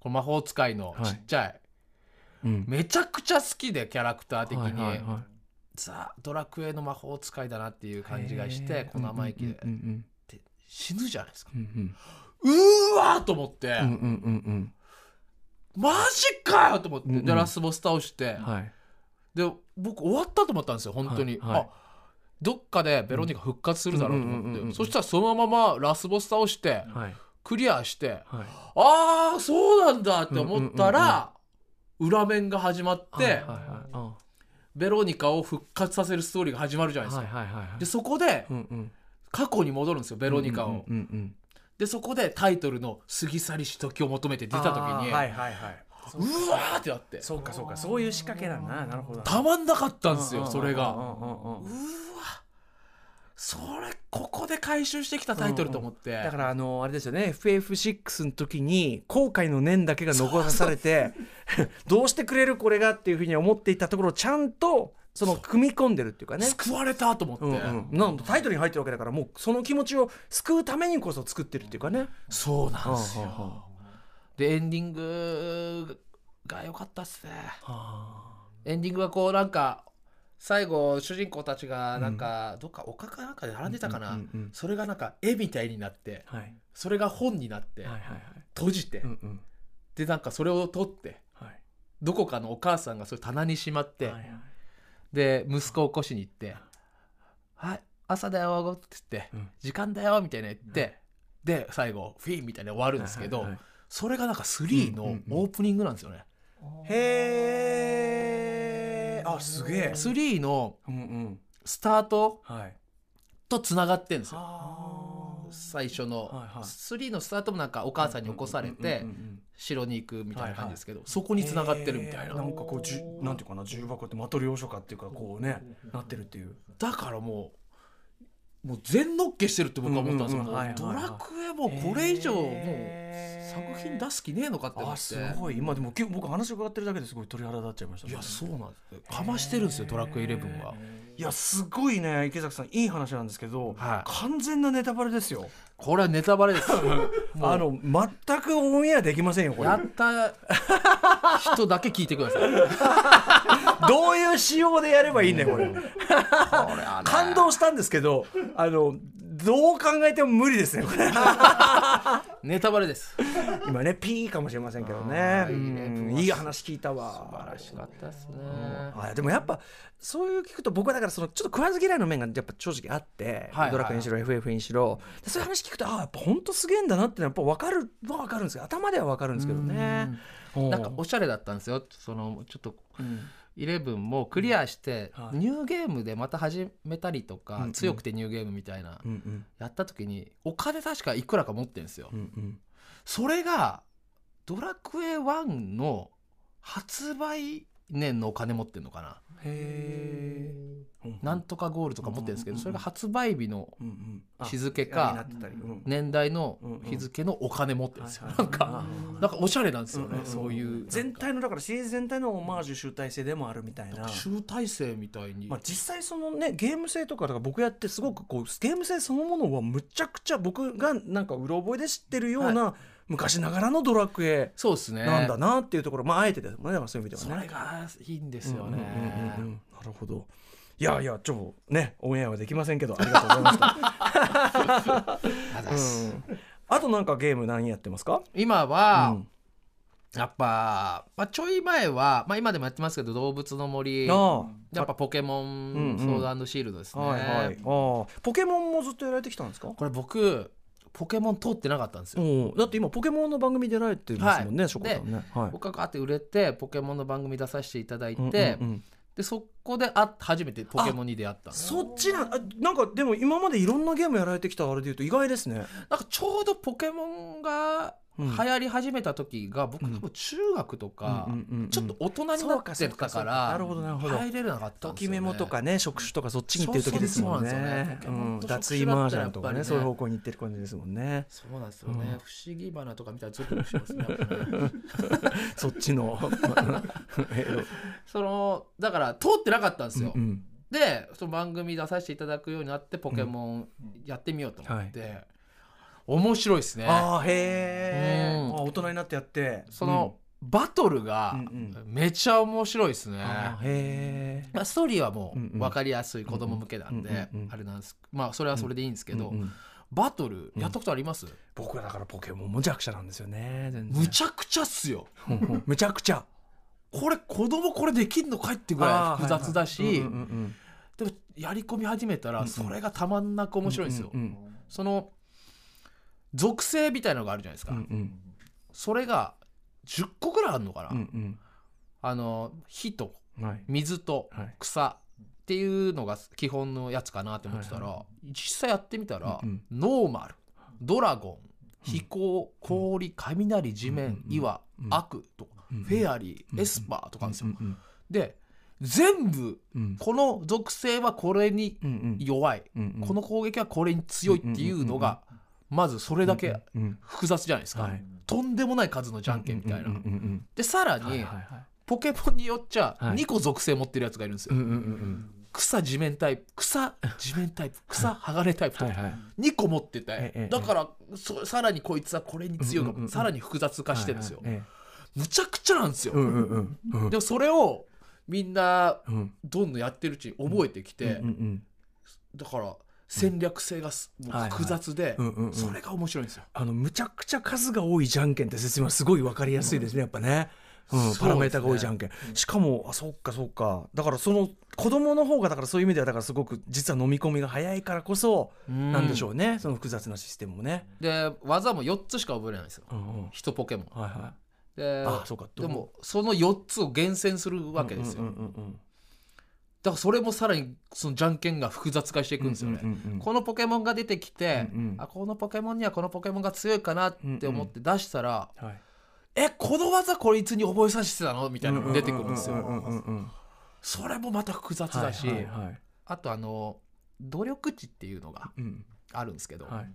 [SPEAKER 5] この魔法使いのちっちゃい、
[SPEAKER 1] うん
[SPEAKER 5] めちゃくちゃ好きでキャラクター的に、
[SPEAKER 1] はいはいは
[SPEAKER 5] ザ・ドラクエの魔法使いだなっていう
[SPEAKER 1] い
[SPEAKER 5] 感じがしてこの生意気で、
[SPEAKER 1] うんうん
[SPEAKER 5] 死ぬじゃないですか
[SPEAKER 1] うんうん
[SPEAKER 5] うーわーと思って、
[SPEAKER 1] うんうんうんうん
[SPEAKER 5] マジかよと思って、
[SPEAKER 1] うんうん
[SPEAKER 5] でラスボス倒して、
[SPEAKER 1] はい
[SPEAKER 5] で僕終わったと思ったんですよ本当に、
[SPEAKER 1] はいはい
[SPEAKER 5] あどっかでベロニカ復活するだろうと思っ
[SPEAKER 1] う
[SPEAKER 5] て、
[SPEAKER 1] んうんうんうんうん
[SPEAKER 5] そしたらそのままラスボス倒して
[SPEAKER 1] はい
[SPEAKER 5] クリアして
[SPEAKER 1] はい
[SPEAKER 5] ああそうなんだって思ったら裏面が始まっ
[SPEAKER 1] はいはい
[SPEAKER 5] て
[SPEAKER 1] はいうん
[SPEAKER 5] ベロニカを復活させるストーリーが始まるじゃないです
[SPEAKER 1] はい
[SPEAKER 5] か。
[SPEAKER 1] はいはいはい
[SPEAKER 5] でそこで
[SPEAKER 1] うんうん
[SPEAKER 5] 過去に戻るんですよベロニカを
[SPEAKER 1] う。んうんうん
[SPEAKER 5] でそこでタイトルの「過ぎ去りし時を求めて」出た時
[SPEAKER 1] あ
[SPEAKER 5] に、
[SPEAKER 1] ーはいはいはいう
[SPEAKER 5] わーってなって
[SPEAKER 1] そうかそうかそういう仕掛けなんだななるほど
[SPEAKER 5] たまんなかったんです
[SPEAKER 1] う
[SPEAKER 5] よ
[SPEAKER 1] ん
[SPEAKER 5] それ
[SPEAKER 1] う
[SPEAKER 5] が
[SPEAKER 1] んうんうんうん
[SPEAKER 5] それここで回収してきたタイトルと思って、
[SPEAKER 1] だからあのあれですよね FF6 の時に後悔の念だけが残されてどうしてくれるこれがっていうふうに思っていたところをちゃんとその組み込んでるっていうかね
[SPEAKER 5] 救われたと思って、
[SPEAKER 1] うんうん、なんタイトルに入ってるわけだからもうその気持ちを救うためにこそ作ってるっていうかね
[SPEAKER 5] そうなんですよ、
[SPEAKER 1] はあはあは
[SPEAKER 5] でエンディングが良かったっすねエンディングはこうなんか最後主人公たちがなんか、どっか丘かなんかで並んでたかな、
[SPEAKER 1] うんうんうん
[SPEAKER 5] それがなんか絵みたいになって
[SPEAKER 1] はい
[SPEAKER 5] それが本になって、
[SPEAKER 1] はいはい
[SPEAKER 5] 閉じて、
[SPEAKER 1] うんうん
[SPEAKER 5] でなんかそれを取って
[SPEAKER 1] はい
[SPEAKER 5] どこかのお母さんがそれ棚にしまって、
[SPEAKER 1] はいはい
[SPEAKER 5] で息子を起こしに行って「はい朝だよ」って言って「
[SPEAKER 1] うん
[SPEAKER 5] 時間だよ」みたいな言って、で最後フィーンみたいな終わるんですけど、
[SPEAKER 1] はいはい
[SPEAKER 5] それがなんか3
[SPEAKER 1] うんう
[SPEAKER 5] の
[SPEAKER 1] んうん
[SPEAKER 5] オープニングなんですよね。
[SPEAKER 1] へえあすげえ
[SPEAKER 5] 3の
[SPEAKER 1] うんうん
[SPEAKER 5] スタート
[SPEAKER 1] はい
[SPEAKER 5] とつながってんですよ
[SPEAKER 1] あ
[SPEAKER 5] 最初の、
[SPEAKER 1] はいはい
[SPEAKER 5] 3のスタートもなんかお母さんに起こされて、城に行くみたいな感じですけど、そこにつながってるみたいな、
[SPEAKER 1] なんかこうじゅなんていうかな重箱ってマトリョーショカっていうかこうねなってるっていう
[SPEAKER 5] だからもうもう全のっけしてるって僕は思ったんですよ、
[SPEAKER 1] うんうんうんはいはい
[SPEAKER 5] も
[SPEAKER 1] は
[SPEAKER 5] う
[SPEAKER 1] い
[SPEAKER 5] ドラクエもうこれ以上もう
[SPEAKER 1] へー
[SPEAKER 5] 作品出す気ねえのかって思
[SPEAKER 1] あ
[SPEAKER 5] って
[SPEAKER 1] すごい今でも結構僕話伺ってるだけですごい鳥肌立っちゃいました
[SPEAKER 5] い
[SPEAKER 1] ね
[SPEAKER 5] やそうなんですよかましてるんですよドラクエイレブンは。
[SPEAKER 1] いやすごいね池崎さんいい話なんですけど、
[SPEAKER 5] はい
[SPEAKER 1] 完全なネタバレですよ
[SPEAKER 5] これはネタバ
[SPEAKER 1] (laughs)
[SPEAKER 5] レですもう
[SPEAKER 1] あの全くオンエアできませんよこれ
[SPEAKER 5] やった人だけ聞いてくださいこ
[SPEAKER 1] どういう仕様でやればいいねこれ
[SPEAKER 5] れはね
[SPEAKER 1] 感動したんですけどあのどう考えても無理ですねこれ
[SPEAKER 5] ネタバレです
[SPEAKER 1] 今ねピーかもしれませんけどね
[SPEAKER 5] あーいいね
[SPEAKER 1] うんいい話聞いたわ
[SPEAKER 5] 素晴らしかったですね
[SPEAKER 1] あでもやっぱそういう聞くと僕はだからそのちょっと食わず嫌いの面がやっぱ正直あって、
[SPEAKER 5] はいはい
[SPEAKER 1] ドラクエにしろ FF にしろでそういう話聞くとああやっぱ本当すげえんだなってのはやっぱ分かるは分かるんですけど頭では分かるんですけどね
[SPEAKER 5] なんか
[SPEAKER 1] お
[SPEAKER 5] おしゃれだったんですよそのちょっと
[SPEAKER 1] うん
[SPEAKER 5] イレブンもクリアして、
[SPEAKER 1] うんはい
[SPEAKER 5] ニューゲームでまた始めたりとか、
[SPEAKER 1] うん
[SPEAKER 5] 強くてニューゲームみたいな、
[SPEAKER 1] うんうん
[SPEAKER 5] やった時にお金確かいくらか持ってるんですよ、
[SPEAKER 1] うんうん
[SPEAKER 5] それがドラクエ1の発売年のお金持ってるのかな、
[SPEAKER 1] へえ
[SPEAKER 5] なんとかゴールとか持ってるんですけど、
[SPEAKER 1] うんうんうん
[SPEAKER 5] それが発売日の
[SPEAKER 1] うんうんあ
[SPEAKER 5] 日付
[SPEAKER 1] あにな
[SPEAKER 5] か
[SPEAKER 1] ってたりうん
[SPEAKER 5] 年代の
[SPEAKER 1] うんうん
[SPEAKER 5] 日付のお金持ってるんですよ、
[SPEAKER 1] はいはい
[SPEAKER 5] なんか、
[SPEAKER 1] あ
[SPEAKER 5] なんかおしゃれなんですよね、
[SPEAKER 1] うんうんうん
[SPEAKER 5] そういう
[SPEAKER 1] 全体のだからシリーズ全体のオマージュ集大成でもあるみたいな
[SPEAKER 5] 集大成みたいに、
[SPEAKER 1] まあ、実際そのねゲーム性とかだから僕やってすごくこうゲーム性そのものはむちゃくちゃ僕がなんかうろ覚えで知ってるような、昔ながらのドラクエ
[SPEAKER 5] そうですね
[SPEAKER 1] なんだなっていうところ、まああえてですもんねだからそういう意味
[SPEAKER 5] そ
[SPEAKER 1] では
[SPEAKER 5] れ
[SPEAKER 1] ね。
[SPEAKER 5] がいいんです
[SPEAKER 1] う
[SPEAKER 5] よ
[SPEAKER 1] んうんうんうんう
[SPEAKER 5] ね
[SPEAKER 1] んなるほどいやいやちょっとねオンエアはできませんけどありがとうございました、
[SPEAKER 5] あざっす
[SPEAKER 1] うんあとなんかゲーム何やってますか
[SPEAKER 5] 今は、
[SPEAKER 1] うん
[SPEAKER 5] やっぱ、まあ、ちょい前は、まあ、今でもやってますけど「動物の森」
[SPEAKER 1] あ
[SPEAKER 5] やっぱポケモ
[SPEAKER 1] うんう
[SPEAKER 5] ン
[SPEAKER 1] ん
[SPEAKER 5] ソードシールドです
[SPEAKER 1] あ
[SPEAKER 5] ね、
[SPEAKER 1] はいはいああポケモンもずっとやられてきたんですか
[SPEAKER 5] これ僕ポケモン通ってなかったんですよ、
[SPEAKER 1] おだって今ポケモンの番組出られてますもんね、
[SPEAKER 5] はい
[SPEAKER 1] しょこたんねはい
[SPEAKER 5] 僕がガーって売れてポケモンの番組出させていただいて、
[SPEAKER 1] うんうんうん
[SPEAKER 5] でそこであ初めてポケモンに出会ったんです
[SPEAKER 1] そっちなんあなんかでも今までいろんなゲームやられてきたあれでいうと意外ですね。
[SPEAKER 5] なんかちょうどポケモンが
[SPEAKER 1] う
[SPEAKER 5] 流
[SPEAKER 1] ん
[SPEAKER 5] 行り始めた時が、僕多分中学とか、
[SPEAKER 1] うんうんうんうん
[SPEAKER 5] ちょっと大人になってた
[SPEAKER 1] そうかそ
[SPEAKER 5] か
[SPEAKER 1] うからなるほどなるほど
[SPEAKER 5] 入れるなかった
[SPEAKER 1] と
[SPEAKER 5] んです
[SPEAKER 1] き
[SPEAKER 5] よ、ね、
[SPEAKER 1] メモとかね触手とかそっちに行ってる時ですもん
[SPEAKER 5] そうそうそうなん
[SPEAKER 1] ね
[SPEAKER 5] です。
[SPEAKER 1] う
[SPEAKER 5] よね
[SPEAKER 1] ん
[SPEAKER 5] ポケモンと
[SPEAKER 1] 脱衣マージャンとか
[SPEAKER 5] 触手だったらやっぱり
[SPEAKER 1] ね
[SPEAKER 5] ね
[SPEAKER 1] そういう方向に行ってる感じですもん (laughs) ね。
[SPEAKER 5] そうなんですよね、不思議花とか見たらゾクゾクしますね (laughs) やっぱね
[SPEAKER 1] そっち (laughs) の。
[SPEAKER 5] そのだから通ってなかったんですよ、
[SPEAKER 1] うん
[SPEAKER 5] でその番組出させていただくようになってポケモンやってみようと思って、面白いですね
[SPEAKER 1] ああへえ。
[SPEAKER 5] うん
[SPEAKER 1] あ大人になってやって。
[SPEAKER 5] その、バトル
[SPEAKER 1] う
[SPEAKER 5] が
[SPEAKER 1] んう
[SPEAKER 5] めちゃ面白いですね、
[SPEAKER 1] うんあーへえ。
[SPEAKER 5] まあ、ストーリーはも
[SPEAKER 1] うんう
[SPEAKER 5] うん分かりやすい子供向けなんで、
[SPEAKER 1] うんうんうん
[SPEAKER 5] あれなんですまあそれはそれでいいんですけど、
[SPEAKER 1] うんうん
[SPEAKER 5] バトルやったことあります、
[SPEAKER 1] 僕はだからポケモンも弱者なんですよね。全
[SPEAKER 5] む
[SPEAKER 1] 然
[SPEAKER 5] ちゃくちゃっすよ
[SPEAKER 1] うんうんむちゃくちゃ。
[SPEAKER 5] これ子供これできんのかいってぐらい複雑だし、
[SPEAKER 1] あーはいはいうんうんうん
[SPEAKER 5] でもやり込み始めたらそれがたまんなく面白いんですよ、
[SPEAKER 1] うんうん
[SPEAKER 5] その属性みたいなのがあるじゃないですか、
[SPEAKER 1] うんうん
[SPEAKER 5] それが10個ぐらいあるのかな、
[SPEAKER 1] うん
[SPEAKER 5] あの火と
[SPEAKER 1] うんはい
[SPEAKER 5] 水と
[SPEAKER 1] はい
[SPEAKER 5] 草っていうのが基本のやつかなって思ってたら、
[SPEAKER 1] はい
[SPEAKER 5] 実際やってみたら、
[SPEAKER 1] うん
[SPEAKER 5] ノーマルドラゴン飛行氷雷地面、
[SPEAKER 1] うん
[SPEAKER 5] 岩、
[SPEAKER 1] うん
[SPEAKER 5] 悪とか、
[SPEAKER 1] うん
[SPEAKER 5] フェアリー、
[SPEAKER 1] うん
[SPEAKER 5] エスパーとかあるんですよ、
[SPEAKER 1] うん
[SPEAKER 5] で全部
[SPEAKER 1] うんうん
[SPEAKER 5] この属性はこれに
[SPEAKER 1] うんうん
[SPEAKER 5] 弱い、
[SPEAKER 1] うんうん
[SPEAKER 5] この攻撃はこれに強いっていうのが、まずそれだけ
[SPEAKER 1] うんうん
[SPEAKER 5] 複雑じゃないですか、
[SPEAKER 1] はい
[SPEAKER 5] とんでもない数のじゃんけんみたいな、
[SPEAKER 1] うんうんうん
[SPEAKER 5] でさら
[SPEAKER 1] うんはい
[SPEAKER 5] に
[SPEAKER 1] はいはい
[SPEAKER 5] ポケモンによっちゃ
[SPEAKER 1] はい
[SPEAKER 5] 2個属性持ってるやつがいるんですよ、
[SPEAKER 1] うんうんうん
[SPEAKER 5] 草地面タイプ草地面
[SPEAKER 1] (laughs)
[SPEAKER 5] タイプ草鋼タイプ
[SPEAKER 1] う
[SPEAKER 5] と
[SPEAKER 1] ん
[SPEAKER 5] か
[SPEAKER 1] はいはい
[SPEAKER 5] 2個持ってて、
[SPEAKER 1] ええ
[SPEAKER 5] だからそさらにこいつはこれに強いの、
[SPEAKER 1] うんうんうん
[SPEAKER 5] さらに複雑化してるんですよ、
[SPEAKER 1] はいはいえ
[SPEAKER 5] むちゃくちゃなんですよ、
[SPEAKER 1] えうんうんうんうん
[SPEAKER 5] でもそれをみんな
[SPEAKER 1] うん
[SPEAKER 5] どんどんやってるうちに覚えてきて、
[SPEAKER 1] うんうん
[SPEAKER 5] だから戦略性がすもう複雑で、
[SPEAKER 1] うんうんうん
[SPEAKER 5] それが面白いんですよ。
[SPEAKER 1] あのむちゃくちゃ数が多いじゃんけんって説明はすごい分かりやすいですね、やっぱね。うん
[SPEAKER 5] そうです
[SPEAKER 1] パ
[SPEAKER 5] ね
[SPEAKER 1] ラメータが多いじゃんけん、しかもあそっかそっかだからその子供の方がだからそういう意味ではだからすごく実は飲み込みが早いからこそ
[SPEAKER 5] うん
[SPEAKER 1] なんでしょうね、その複雑なシステムもね、
[SPEAKER 5] で技も4つしか覚えれないんですよ
[SPEAKER 1] うんうん、
[SPEAKER 5] 1ポケモン。
[SPEAKER 1] はいは
[SPEAKER 5] で
[SPEAKER 1] あそうか
[SPEAKER 5] でもその4つを厳選する
[SPEAKER 1] い
[SPEAKER 5] わけですよ。
[SPEAKER 1] うんうんうん
[SPEAKER 5] だからそれもさらにそのじゃんけんが複雑化していくんですよね。
[SPEAKER 1] うんうんうん
[SPEAKER 5] このポケモンが出てきて、
[SPEAKER 1] うんうん
[SPEAKER 5] あこのポケモンにはこのポケモンが強いかなって思って出したら、
[SPEAKER 1] うんはい
[SPEAKER 5] えこの技こいつに覚えさせてたのみたいなのが出てくるんです
[SPEAKER 1] うううん
[SPEAKER 5] よ。
[SPEAKER 1] うん
[SPEAKER 5] それもまた複雑だし、
[SPEAKER 1] はいはいはい
[SPEAKER 5] あとあの努力値っていうのが
[SPEAKER 1] うん
[SPEAKER 5] あるんですけど、
[SPEAKER 1] はい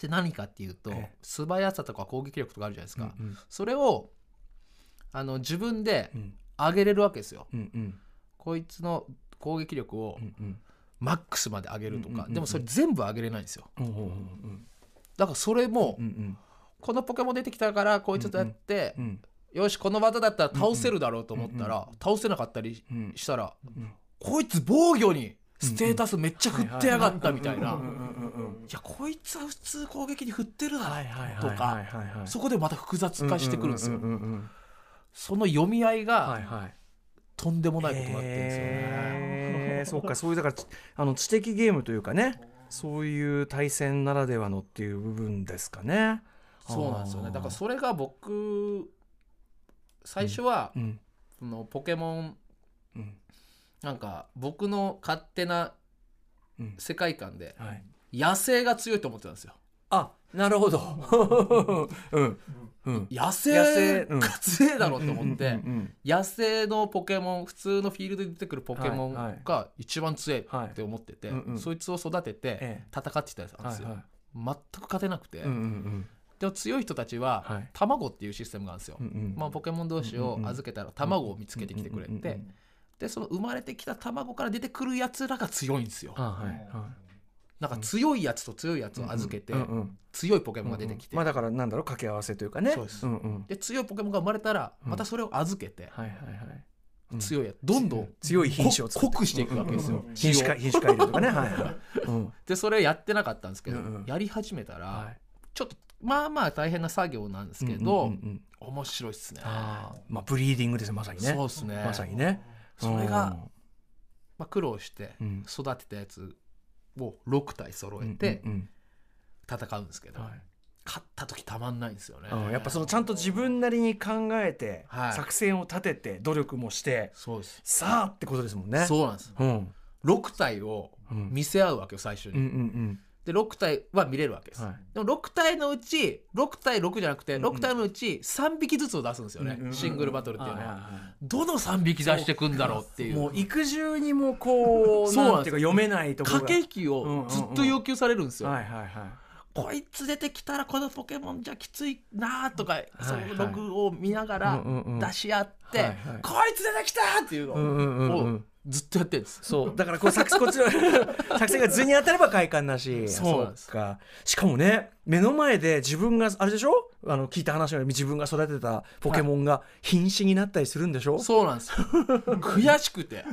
[SPEAKER 5] で何かっていうと
[SPEAKER 1] ええ
[SPEAKER 5] 素早さとか攻撃力とかあるじゃないです
[SPEAKER 1] う
[SPEAKER 5] か、
[SPEAKER 1] ん
[SPEAKER 5] それをあの自分で
[SPEAKER 1] うん
[SPEAKER 5] 上げれるわけですよ、
[SPEAKER 1] うんうん
[SPEAKER 5] こいつの攻撃力を
[SPEAKER 1] うんうん
[SPEAKER 5] マックスまで上げると
[SPEAKER 1] うんうんう
[SPEAKER 5] か、
[SPEAKER 1] んうん
[SPEAKER 5] でもそれ全部上げれないんですよ
[SPEAKER 1] うんうんうん
[SPEAKER 5] だからそれも、
[SPEAKER 1] うんうん
[SPEAKER 5] このポケモン出てきたからこいつとやって
[SPEAKER 1] う、ん
[SPEAKER 5] よしこの技だったら倒せるだろうと思ったら、倒せなかったり
[SPEAKER 1] うん
[SPEAKER 5] したら、
[SPEAKER 1] ん
[SPEAKER 5] こいつ防御にステータスめっちゃ振ってやがったみたいな。
[SPEAKER 1] うんうんうん
[SPEAKER 5] いやこいつは普通攻撃に振ってるだろ、
[SPEAKER 1] はいはいはい
[SPEAKER 5] とか
[SPEAKER 1] はいはいはい
[SPEAKER 5] そこでまた複雑化してくるんですよ、
[SPEAKER 1] うううんうん
[SPEAKER 5] その読み合い
[SPEAKER 1] はい
[SPEAKER 5] が
[SPEAKER 1] はい。
[SPEAKER 5] とんでもないことになってるんですよね、
[SPEAKER 1] へーそうかそういうだからちあの知的ゲームというかねそういう対戦ならではのっていう部分ですかね。
[SPEAKER 5] そうなんですよね
[SPEAKER 1] あー
[SPEAKER 5] だからそれが僕最初は、
[SPEAKER 1] うん
[SPEAKER 5] そのポケモン
[SPEAKER 1] うん
[SPEAKER 5] なんか僕の勝手な
[SPEAKER 1] うん
[SPEAKER 5] 世界観で
[SPEAKER 1] はい。
[SPEAKER 5] 野生が強いと思ってたんですよ
[SPEAKER 1] あなるほど。うんうん。
[SPEAKER 5] 野
[SPEAKER 1] 野生
[SPEAKER 5] 生
[SPEAKER 1] うん
[SPEAKER 5] が強いだろうと思っ
[SPEAKER 1] うんう
[SPEAKER 5] て
[SPEAKER 1] んうん
[SPEAKER 5] 野生のポケモン普通のフィールドで出てくるポケモ
[SPEAKER 1] はいはい
[SPEAKER 5] ンが一番強いって思ってて、
[SPEAKER 1] はいうんうん
[SPEAKER 5] そいつを育てて
[SPEAKER 1] ええ
[SPEAKER 5] 戦ってたんですよ、
[SPEAKER 1] はいはい。
[SPEAKER 5] 全く勝てなくて、
[SPEAKER 1] うんうんうん
[SPEAKER 5] でも強い人たちは、
[SPEAKER 1] はい
[SPEAKER 5] 卵っていうシステムがあるんですよ、
[SPEAKER 1] うんうん。
[SPEAKER 5] まあ、ポケモン同士を預けたら卵を見つけてきてくれ
[SPEAKER 1] うんうんうんう
[SPEAKER 5] て
[SPEAKER 1] ん
[SPEAKER 5] でその生まれてきた卵から出てくるやつらが強いんですよ
[SPEAKER 1] あはいはい。
[SPEAKER 5] なんか強いやつと強いやつを預けて
[SPEAKER 1] うんうん
[SPEAKER 5] 強いポケモンが出てきて
[SPEAKER 1] まあだからなんだろう掛け合わせというかね。
[SPEAKER 5] そうです
[SPEAKER 1] うんうん。
[SPEAKER 5] で強いポケモンが生まれたら
[SPEAKER 1] うん
[SPEAKER 5] またそれを預けて
[SPEAKER 1] はいはいはい。うん
[SPEAKER 5] 強いやつどんどん
[SPEAKER 1] 強い品種を作っ
[SPEAKER 5] 濃
[SPEAKER 1] て
[SPEAKER 5] くしていくわけですよ
[SPEAKER 1] 品種改品種改良と
[SPEAKER 5] (laughs)
[SPEAKER 1] かね。はいはい。うん
[SPEAKER 5] でそれをやってなかったんですけど
[SPEAKER 1] うんうん
[SPEAKER 5] やり始めた
[SPEAKER 1] は
[SPEAKER 5] ら
[SPEAKER 1] い。
[SPEAKER 5] ちょっとまあまあ大変な作業なんですけ
[SPEAKER 1] うんう
[SPEAKER 5] ど
[SPEAKER 1] んうんうん
[SPEAKER 5] 面白いっすね
[SPEAKER 1] ああまあブリーディングですよまさにね
[SPEAKER 5] そうっすね
[SPEAKER 1] まさにね
[SPEAKER 5] それがまあ苦労して
[SPEAKER 1] うん
[SPEAKER 5] 育てたやつを6体揃
[SPEAKER 1] うん
[SPEAKER 5] えて
[SPEAKER 1] うんうん
[SPEAKER 5] 戦うんですけど
[SPEAKER 1] はい
[SPEAKER 5] 勝った時たまんないんですよね
[SPEAKER 1] うんやっぱそのちゃんと自分なりに考えて、
[SPEAKER 5] はい
[SPEAKER 1] 作戦を立てて努力もして
[SPEAKER 5] そうです
[SPEAKER 1] さあってことですもんね
[SPEAKER 5] そうなんです
[SPEAKER 1] うん、うん
[SPEAKER 5] 6体を見せ合うわけよ最初
[SPEAKER 1] うんう
[SPEAKER 5] に
[SPEAKER 1] ん
[SPEAKER 5] で6体は見れるわけです
[SPEAKER 1] はい
[SPEAKER 5] でも6体のうち6対6じゃなくて
[SPEAKER 1] んうん
[SPEAKER 5] 6体のうち3匹ずつを出すんですよね、
[SPEAKER 1] うんうん
[SPEAKER 5] シングルバトルっていうのは、
[SPEAKER 1] は
[SPEAKER 5] どの3匹出してくんだろうってい
[SPEAKER 1] いうもう育児にもこう
[SPEAKER 5] そう
[SPEAKER 1] な
[SPEAKER 5] なんん
[SPEAKER 1] て
[SPEAKER 5] で
[SPEAKER 1] い
[SPEAKER 5] す
[SPEAKER 1] うか読めないところ
[SPEAKER 5] 駆
[SPEAKER 1] が
[SPEAKER 5] け引きをずっと要求されるんですよ、
[SPEAKER 1] はいはいはい
[SPEAKER 5] こいつ出てきたらこのポケモンじゃきついなとか、
[SPEAKER 1] はい
[SPEAKER 5] そのログを見ながら
[SPEAKER 1] うんうんうん
[SPEAKER 5] 出し合って、
[SPEAKER 1] はいはい
[SPEAKER 5] こいつ出てきたっていうの
[SPEAKER 1] うんうんうんう
[SPEAKER 5] を
[SPEAKER 1] ん
[SPEAKER 5] ずっとやってるんです、
[SPEAKER 1] そうだからこう作こっちの (laughs) 作戦が図に当たれば快感だし
[SPEAKER 5] そうなんです
[SPEAKER 1] かしかもね目の前で自分があれでしょあの聞いた話のように自分が育てたポケモンが瀕死になったりするんでしょ、
[SPEAKER 5] そうなんですよ悔しくて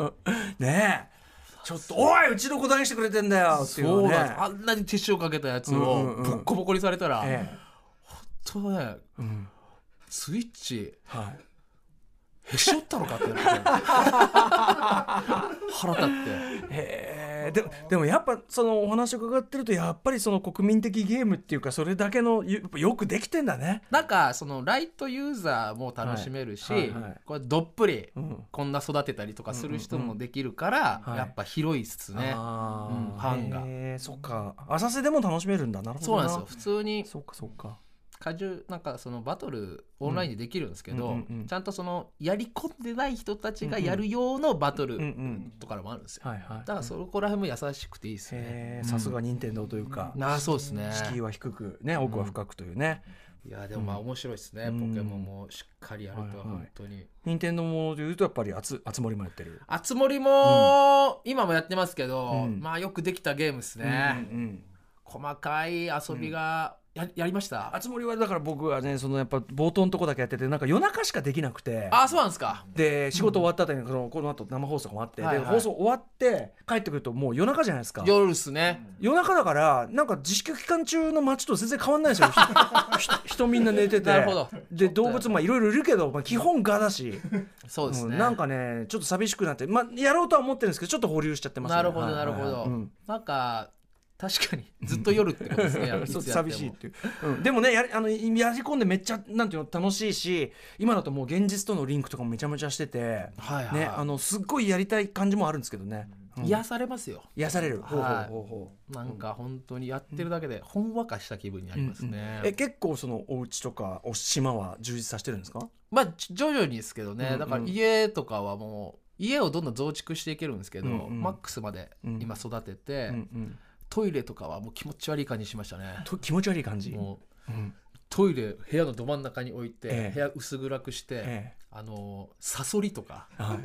[SPEAKER 1] (laughs) ねえちょっと「おいうちの子何してくれてんだよ」ってい
[SPEAKER 5] そう
[SPEAKER 1] う
[SPEAKER 5] なんで
[SPEAKER 1] ね
[SPEAKER 5] すあんなに手塩かけたや
[SPEAKER 1] う
[SPEAKER 5] つ
[SPEAKER 1] ん
[SPEAKER 5] を
[SPEAKER 1] うんうん
[SPEAKER 5] ボッコボコにされたら、
[SPEAKER 1] え
[SPEAKER 5] 本当ね
[SPEAKER 1] えうん
[SPEAKER 5] スイッチ
[SPEAKER 1] はい (laughs)
[SPEAKER 5] へし折ったのかってなって腹立って
[SPEAKER 1] へえでもでもやっぱそのお話を伺ってるとやっぱりその国民的ゲームっていうかそれだけのやっぱよくできてんだね。
[SPEAKER 5] なんかそのライトユーザーも楽しめるし、
[SPEAKER 1] はいはいはい
[SPEAKER 5] これどっぷり
[SPEAKER 1] うん
[SPEAKER 5] こんな育てたりとかする人もできるから、
[SPEAKER 1] うんうんうんはい
[SPEAKER 5] やっぱ広いっすね、
[SPEAKER 1] あ
[SPEAKER 5] うんファンが
[SPEAKER 1] が。そっか浅瀬でも楽しめるんだなるほ
[SPEAKER 5] そう
[SPEAKER 1] ど
[SPEAKER 5] な
[SPEAKER 1] な。
[SPEAKER 5] んですよ普通に
[SPEAKER 1] そっかそっか。
[SPEAKER 5] 果汁なんかそのバトルオンラインでできるんですけど、
[SPEAKER 1] うんうんうんうん
[SPEAKER 5] ちゃんとそのやり込んでない人たちがやる用のバト
[SPEAKER 1] うんう
[SPEAKER 5] ル
[SPEAKER 1] ん。
[SPEAKER 5] とかもあるんですよ、
[SPEAKER 1] はいはい。
[SPEAKER 5] だからそこら辺も優しくていいです
[SPEAKER 1] へ
[SPEAKER 5] ね
[SPEAKER 1] ーさすが任天堂というか、
[SPEAKER 5] なあそうですね
[SPEAKER 1] 敷居は低くね奥は深くというね。
[SPEAKER 5] いやでもまあ面白いですね、
[SPEAKER 1] うん
[SPEAKER 5] ポケモンもしっかりやるとは
[SPEAKER 1] はいはい
[SPEAKER 5] 本当に、
[SPEAKER 1] 任天堂もでいうとやっぱりあつ熱盛もやってる。
[SPEAKER 5] あつ森も今もやってますけど、
[SPEAKER 1] うん
[SPEAKER 5] まあよくできたゲームですね、
[SPEAKER 1] うんうんうん
[SPEAKER 5] 細かい遊びが、ややりました
[SPEAKER 1] あつ森はだから僕はねそのやっぱ冒頭のとこだけやっててなんか夜中しかできなくて
[SPEAKER 5] あそうなんですか
[SPEAKER 1] で仕事終わった後にそのこの後生放送もあって、
[SPEAKER 5] はいはい
[SPEAKER 1] で放送終わって帰ってくるともう夜中じゃないですか
[SPEAKER 5] 夜っすね、
[SPEAKER 1] 夜中だからなんか自粛期間中の街と全然変わんないで
[SPEAKER 5] (laughs)
[SPEAKER 1] すよひひ人みんな寝てて
[SPEAKER 5] なるほど
[SPEAKER 1] で動物もいろいろいるけど、まあ、基本ガだし、
[SPEAKER 5] そうですね、
[SPEAKER 1] うんなんかねちょっと寂しくなって、まあ、やろうとは思ってるんですけどちょっと保留しちゃってますね
[SPEAKER 5] なるほど
[SPEAKER 1] はい
[SPEAKER 5] なるほど、
[SPEAKER 1] はいうん
[SPEAKER 5] なんか確かにずっと夜ってことですね
[SPEAKER 1] (laughs) そう
[SPEAKER 5] つやっても
[SPEAKER 1] 寂しいっていう、うんでもねやりあのやり込んでめっちゃなんていうの楽しいし今だともう現実とのリンクとかもめちゃめちゃしてて、
[SPEAKER 5] はいはい、
[SPEAKER 1] ね、あのすっごいやりたい感じもあるんですけどね、うん
[SPEAKER 5] 癒されますよ
[SPEAKER 1] 癒される、ほう
[SPEAKER 5] はい
[SPEAKER 1] ほうほうほう
[SPEAKER 5] なんか本当にやってるだけでほんわかした気分になりますね、
[SPEAKER 1] え結構そのお家とかお島は充実させてるんですか
[SPEAKER 5] まあじ徐々にですけどね、
[SPEAKER 1] うんうん
[SPEAKER 5] だから家とかはもう家をどんどん増築していけるんですけど、
[SPEAKER 1] うんうん
[SPEAKER 5] マックスまで今育てて、
[SPEAKER 1] うんうん
[SPEAKER 5] トイレとかはもう気持ち悪い感じしましたね
[SPEAKER 1] と気持ち悪い感じ、
[SPEAKER 5] もう、
[SPEAKER 1] うん
[SPEAKER 5] トイレ部屋のど真ん中に置いて、
[SPEAKER 1] ええ
[SPEAKER 5] 部屋薄暗くして、
[SPEAKER 1] ええ
[SPEAKER 5] あのサソリとか
[SPEAKER 1] はい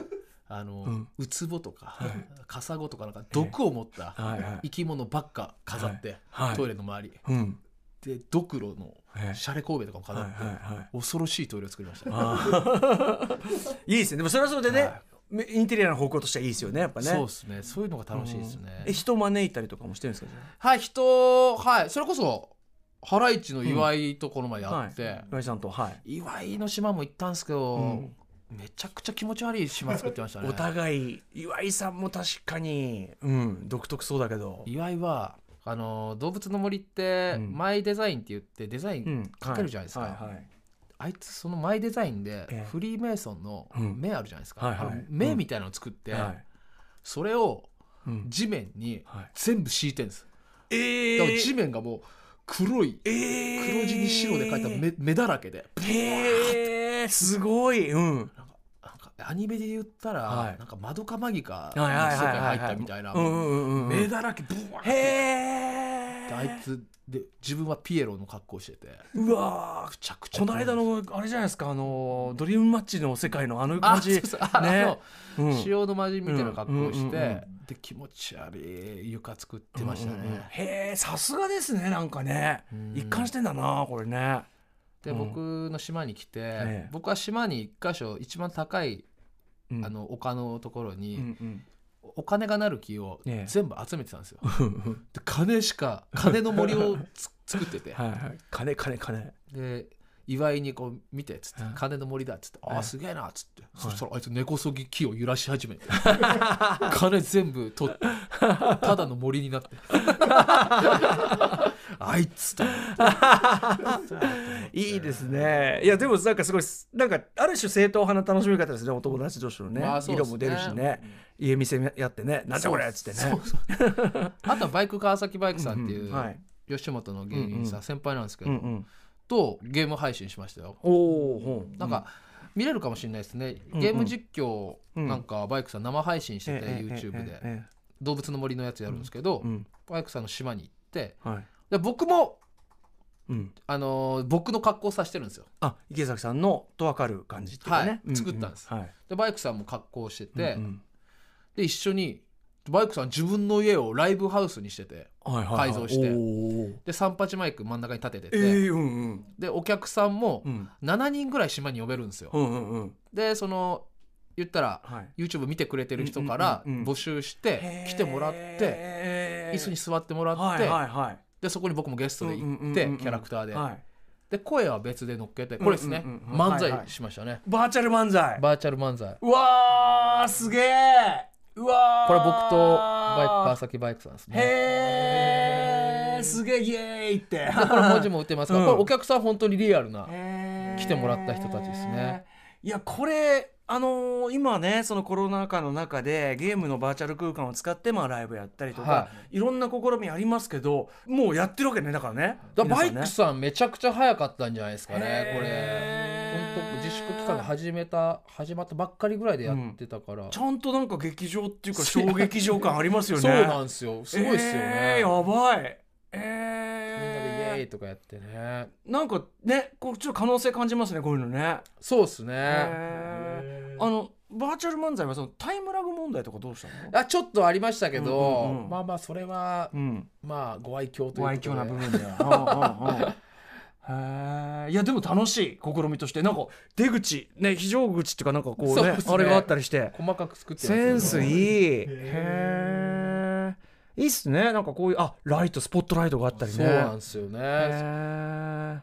[SPEAKER 5] あの、
[SPEAKER 1] うん
[SPEAKER 5] ウツボとか、カサゴとかなんか毒を持った
[SPEAKER 1] はいはい
[SPEAKER 5] (laughs) 生き物ばっか飾って、
[SPEAKER 1] はいはい
[SPEAKER 5] トイレの周り
[SPEAKER 1] うん
[SPEAKER 5] でドクロの
[SPEAKER 1] ええ
[SPEAKER 5] シャレ神戸とかも飾
[SPEAKER 1] はいは
[SPEAKER 5] って、
[SPEAKER 1] いはい
[SPEAKER 5] 恐ろしいトイレを作りました、ね
[SPEAKER 1] あー (laughs) いいですねでもそれはそれでね、
[SPEAKER 5] は
[SPEAKER 1] インテリアの方向としてはいいですよねやっぱね
[SPEAKER 5] そうですねそういうのが楽しいですね、
[SPEAKER 1] え人招いたりとかもしてるんですか
[SPEAKER 5] はい人はいそれこそハライチの岩井とこの前やって、
[SPEAKER 1] 岩井さんとはい
[SPEAKER 5] 岩井の島も行ったんですけど、
[SPEAKER 1] うん
[SPEAKER 5] めちゃくちゃ気持ち悪い島作ってましたね
[SPEAKER 1] お互い岩井さんも確かにうん独特そうだけど
[SPEAKER 5] 岩井はあの動物の森って、
[SPEAKER 1] うん
[SPEAKER 5] マイデザインって言ってデザイ
[SPEAKER 1] うん
[SPEAKER 5] ンかけるじゃないですか、
[SPEAKER 1] はいはいはい
[SPEAKER 5] あいつそのマイデザインで
[SPEAKER 1] ええ
[SPEAKER 5] フリーメイソンの
[SPEAKER 1] うん
[SPEAKER 5] 目あるじゃないですか、
[SPEAKER 1] はいはい
[SPEAKER 5] あの目みたいなの作って、
[SPEAKER 1] はい
[SPEAKER 5] それを
[SPEAKER 1] うん
[SPEAKER 5] 地面に
[SPEAKER 1] はい
[SPEAKER 5] 全部敷いてるんです、
[SPEAKER 1] え
[SPEAKER 5] だから地面がもう黒い黒
[SPEAKER 1] 黒
[SPEAKER 5] 地に白で描いた目,、目だらけで
[SPEAKER 1] えーすごいうん
[SPEAKER 5] なんかアニメで言ったら、
[SPEAKER 1] はい
[SPEAKER 5] なんかマドカマギカの
[SPEAKER 1] はいはい
[SPEAKER 5] 世
[SPEAKER 1] はい
[SPEAKER 5] 界
[SPEAKER 1] はい
[SPEAKER 5] 入ったみたいな、
[SPEAKER 1] うんうんうんうん
[SPEAKER 5] 目だらけブワー
[SPEAKER 1] へ
[SPEAKER 5] って
[SPEAKER 1] え
[SPEAKER 5] あいつで自分はピエロの格好してて
[SPEAKER 1] うわー
[SPEAKER 5] くちゃくちゃ
[SPEAKER 1] この間のあれじゃないですかあのドリームマッチの世界のあの感
[SPEAKER 5] あ
[SPEAKER 1] じ
[SPEAKER 5] そうそうあ
[SPEAKER 1] ね
[SPEAKER 5] の、
[SPEAKER 1] うん
[SPEAKER 5] 潮の魔人みたいな格好をし
[SPEAKER 1] うんうん
[SPEAKER 5] て、
[SPEAKER 1] うんうん
[SPEAKER 5] で気持ち悪い床作ってましたね、
[SPEAKER 1] うんうんうんへえさすがですねなんかね一貫してんだなこれね
[SPEAKER 5] で僕の島に来て、
[SPEAKER 1] え
[SPEAKER 5] 僕は島に一箇所一番高い
[SPEAKER 1] うん
[SPEAKER 5] あの丘のところに、
[SPEAKER 1] うんうん
[SPEAKER 5] お金がなる木を
[SPEAKER 1] ええ
[SPEAKER 5] 全部集めてた
[SPEAKER 1] (laughs)
[SPEAKER 5] んですよ、で金しか金の森をつ作ってて
[SPEAKER 1] (laughs) はいはい金金金
[SPEAKER 5] で岩井にこう見てっつって
[SPEAKER 1] うん
[SPEAKER 5] 「金の森だ」っつって
[SPEAKER 1] う
[SPEAKER 5] 「あ
[SPEAKER 1] ん
[SPEAKER 5] あすげえな」っつってそしたらあいつ根こそぎ木を揺らし始
[SPEAKER 1] (laughs)
[SPEAKER 5] めて金全部取ってただの森
[SPEAKER 1] (laughs)
[SPEAKER 5] になってあいつだ
[SPEAKER 1] いいですねいやでもなんかすごいなんかある種正統派な楽しみ方ですねお友達同士のね,、
[SPEAKER 5] まあそうです
[SPEAKER 1] 色も
[SPEAKER 5] ね
[SPEAKER 1] 出るしね家見せやってねなんじゃこれっつってね
[SPEAKER 5] そうそうあとはバイク川崎バイクさんってい
[SPEAKER 1] うんはいう
[SPEAKER 5] 吉本の芸人
[SPEAKER 1] うんう
[SPEAKER 5] さ
[SPEAKER 1] ん
[SPEAKER 5] 先輩なんですけ
[SPEAKER 1] うんう
[SPEAKER 5] ど
[SPEAKER 1] ん
[SPEAKER 5] とゲーム配信しましたよ
[SPEAKER 1] おおほう
[SPEAKER 5] なんか見れるかもしれないですね
[SPEAKER 1] ん
[SPEAKER 5] ゲーム実況
[SPEAKER 1] うん
[SPEAKER 5] なんかバイクさん生配信し
[SPEAKER 1] え
[SPEAKER 5] てて
[SPEAKER 1] えええ
[SPEAKER 5] YouTube
[SPEAKER 1] え
[SPEAKER 5] で
[SPEAKER 1] え
[SPEAKER 5] 動物の森のやつやるんですけど
[SPEAKER 1] えうん
[SPEAKER 5] バイクさんの島に行って
[SPEAKER 1] はい
[SPEAKER 5] で僕も
[SPEAKER 1] うん
[SPEAKER 5] あのー僕の格好をさしてるんですよ
[SPEAKER 1] あ池崎さんのと分かる感じっていうかね、
[SPEAKER 5] はい
[SPEAKER 1] うんうん
[SPEAKER 5] 作ったんです
[SPEAKER 1] はい
[SPEAKER 5] でバイクさんも格好をしてて、
[SPEAKER 1] うん
[SPEAKER 5] で一緒にバイクさん自分の家をライブハウスにしてて
[SPEAKER 1] うんはいはいはい
[SPEAKER 5] 改造して
[SPEAKER 1] おー
[SPEAKER 5] で三八マイク真ん中に立ててて、
[SPEAKER 1] ええうんうん
[SPEAKER 5] でお客さんも
[SPEAKER 1] うん
[SPEAKER 5] 7人ぐらい島に呼べるんですよ、
[SPEAKER 1] うんうんうん
[SPEAKER 5] でその言ったら、
[SPEAKER 1] はい
[SPEAKER 5] YouTube 見てくれてる人から
[SPEAKER 1] うんうんうんうん
[SPEAKER 5] 募集して来てもらって
[SPEAKER 1] て
[SPEAKER 5] 椅子に座ってもらって、
[SPEAKER 1] はいはいはい
[SPEAKER 5] でそこに僕もゲストで行って、
[SPEAKER 1] うんうんうんうん
[SPEAKER 5] キャラクターで、
[SPEAKER 1] はい
[SPEAKER 5] で声は別で乗っけてこれですね、
[SPEAKER 1] うんうんうんうん
[SPEAKER 5] 漫
[SPEAKER 1] はいはい
[SPEAKER 5] 才しましたね、
[SPEAKER 1] バーチャル漫才
[SPEAKER 5] バーチャル漫才
[SPEAKER 1] うわーすげえうわー
[SPEAKER 5] これ僕とバイク川
[SPEAKER 1] はあ
[SPEAKER 5] 崎バイクさんですね
[SPEAKER 1] へえすげえイエーイ
[SPEAKER 5] (laughs)
[SPEAKER 1] って
[SPEAKER 5] でこれ文字も打ってますが、
[SPEAKER 1] うん
[SPEAKER 5] これお客さん本当にリアルな
[SPEAKER 1] 来
[SPEAKER 5] 来てもらった人たちですね。
[SPEAKER 1] いやこれあのー今ねそのコロナ禍の中でゲームのバーチャル空間を使って、まあ、ライブやったりとか、、
[SPEAKER 5] はい
[SPEAKER 1] ろんな試みありますけどもうやってるわけねだからね。
[SPEAKER 5] だからバイ
[SPEAKER 1] 皆
[SPEAKER 5] ク
[SPEAKER 1] さ
[SPEAKER 5] さんめちゃくちゃ早かったんじゃないですかねこ
[SPEAKER 1] へー
[SPEAKER 5] れ本当自粛期間が始めた始まったばっかりぐらいでやってたから、
[SPEAKER 1] んねちゃんとなんか劇場っていうか小劇場感ありますよね。
[SPEAKER 5] そうなんですよすごいっすよね、
[SPEAKER 1] えーやばい。え
[SPEAKER 5] みんなでイエー
[SPEAKER 1] ー
[SPEAKER 5] イとかやってね
[SPEAKER 1] なんかねこうちょっと可能性感じますねこういうのね。
[SPEAKER 5] そうっすね、
[SPEAKER 1] えーあのバーチャル漫才はそのタイムラグ問題とかどうしたの？
[SPEAKER 5] あちょっとありましたけど、
[SPEAKER 1] うんうんうん
[SPEAKER 5] まあまあそれは、
[SPEAKER 1] うん。
[SPEAKER 5] まあご愛嬌ということで
[SPEAKER 1] ご愛嬌な部分 (laughs) では。うんうんうんへえいやでも楽しい試みとしてなんか出口ね非常口っていうかなんかこうね
[SPEAKER 5] そうですね
[SPEAKER 1] あれがあったりして
[SPEAKER 5] 細かく作ってます
[SPEAKER 1] セ
[SPEAKER 5] よね
[SPEAKER 1] ンスいいへえいいっすねなんかこういうあライトスポットライトがあったりね
[SPEAKER 5] そうなんですよ
[SPEAKER 1] へ
[SPEAKER 5] ね
[SPEAKER 1] え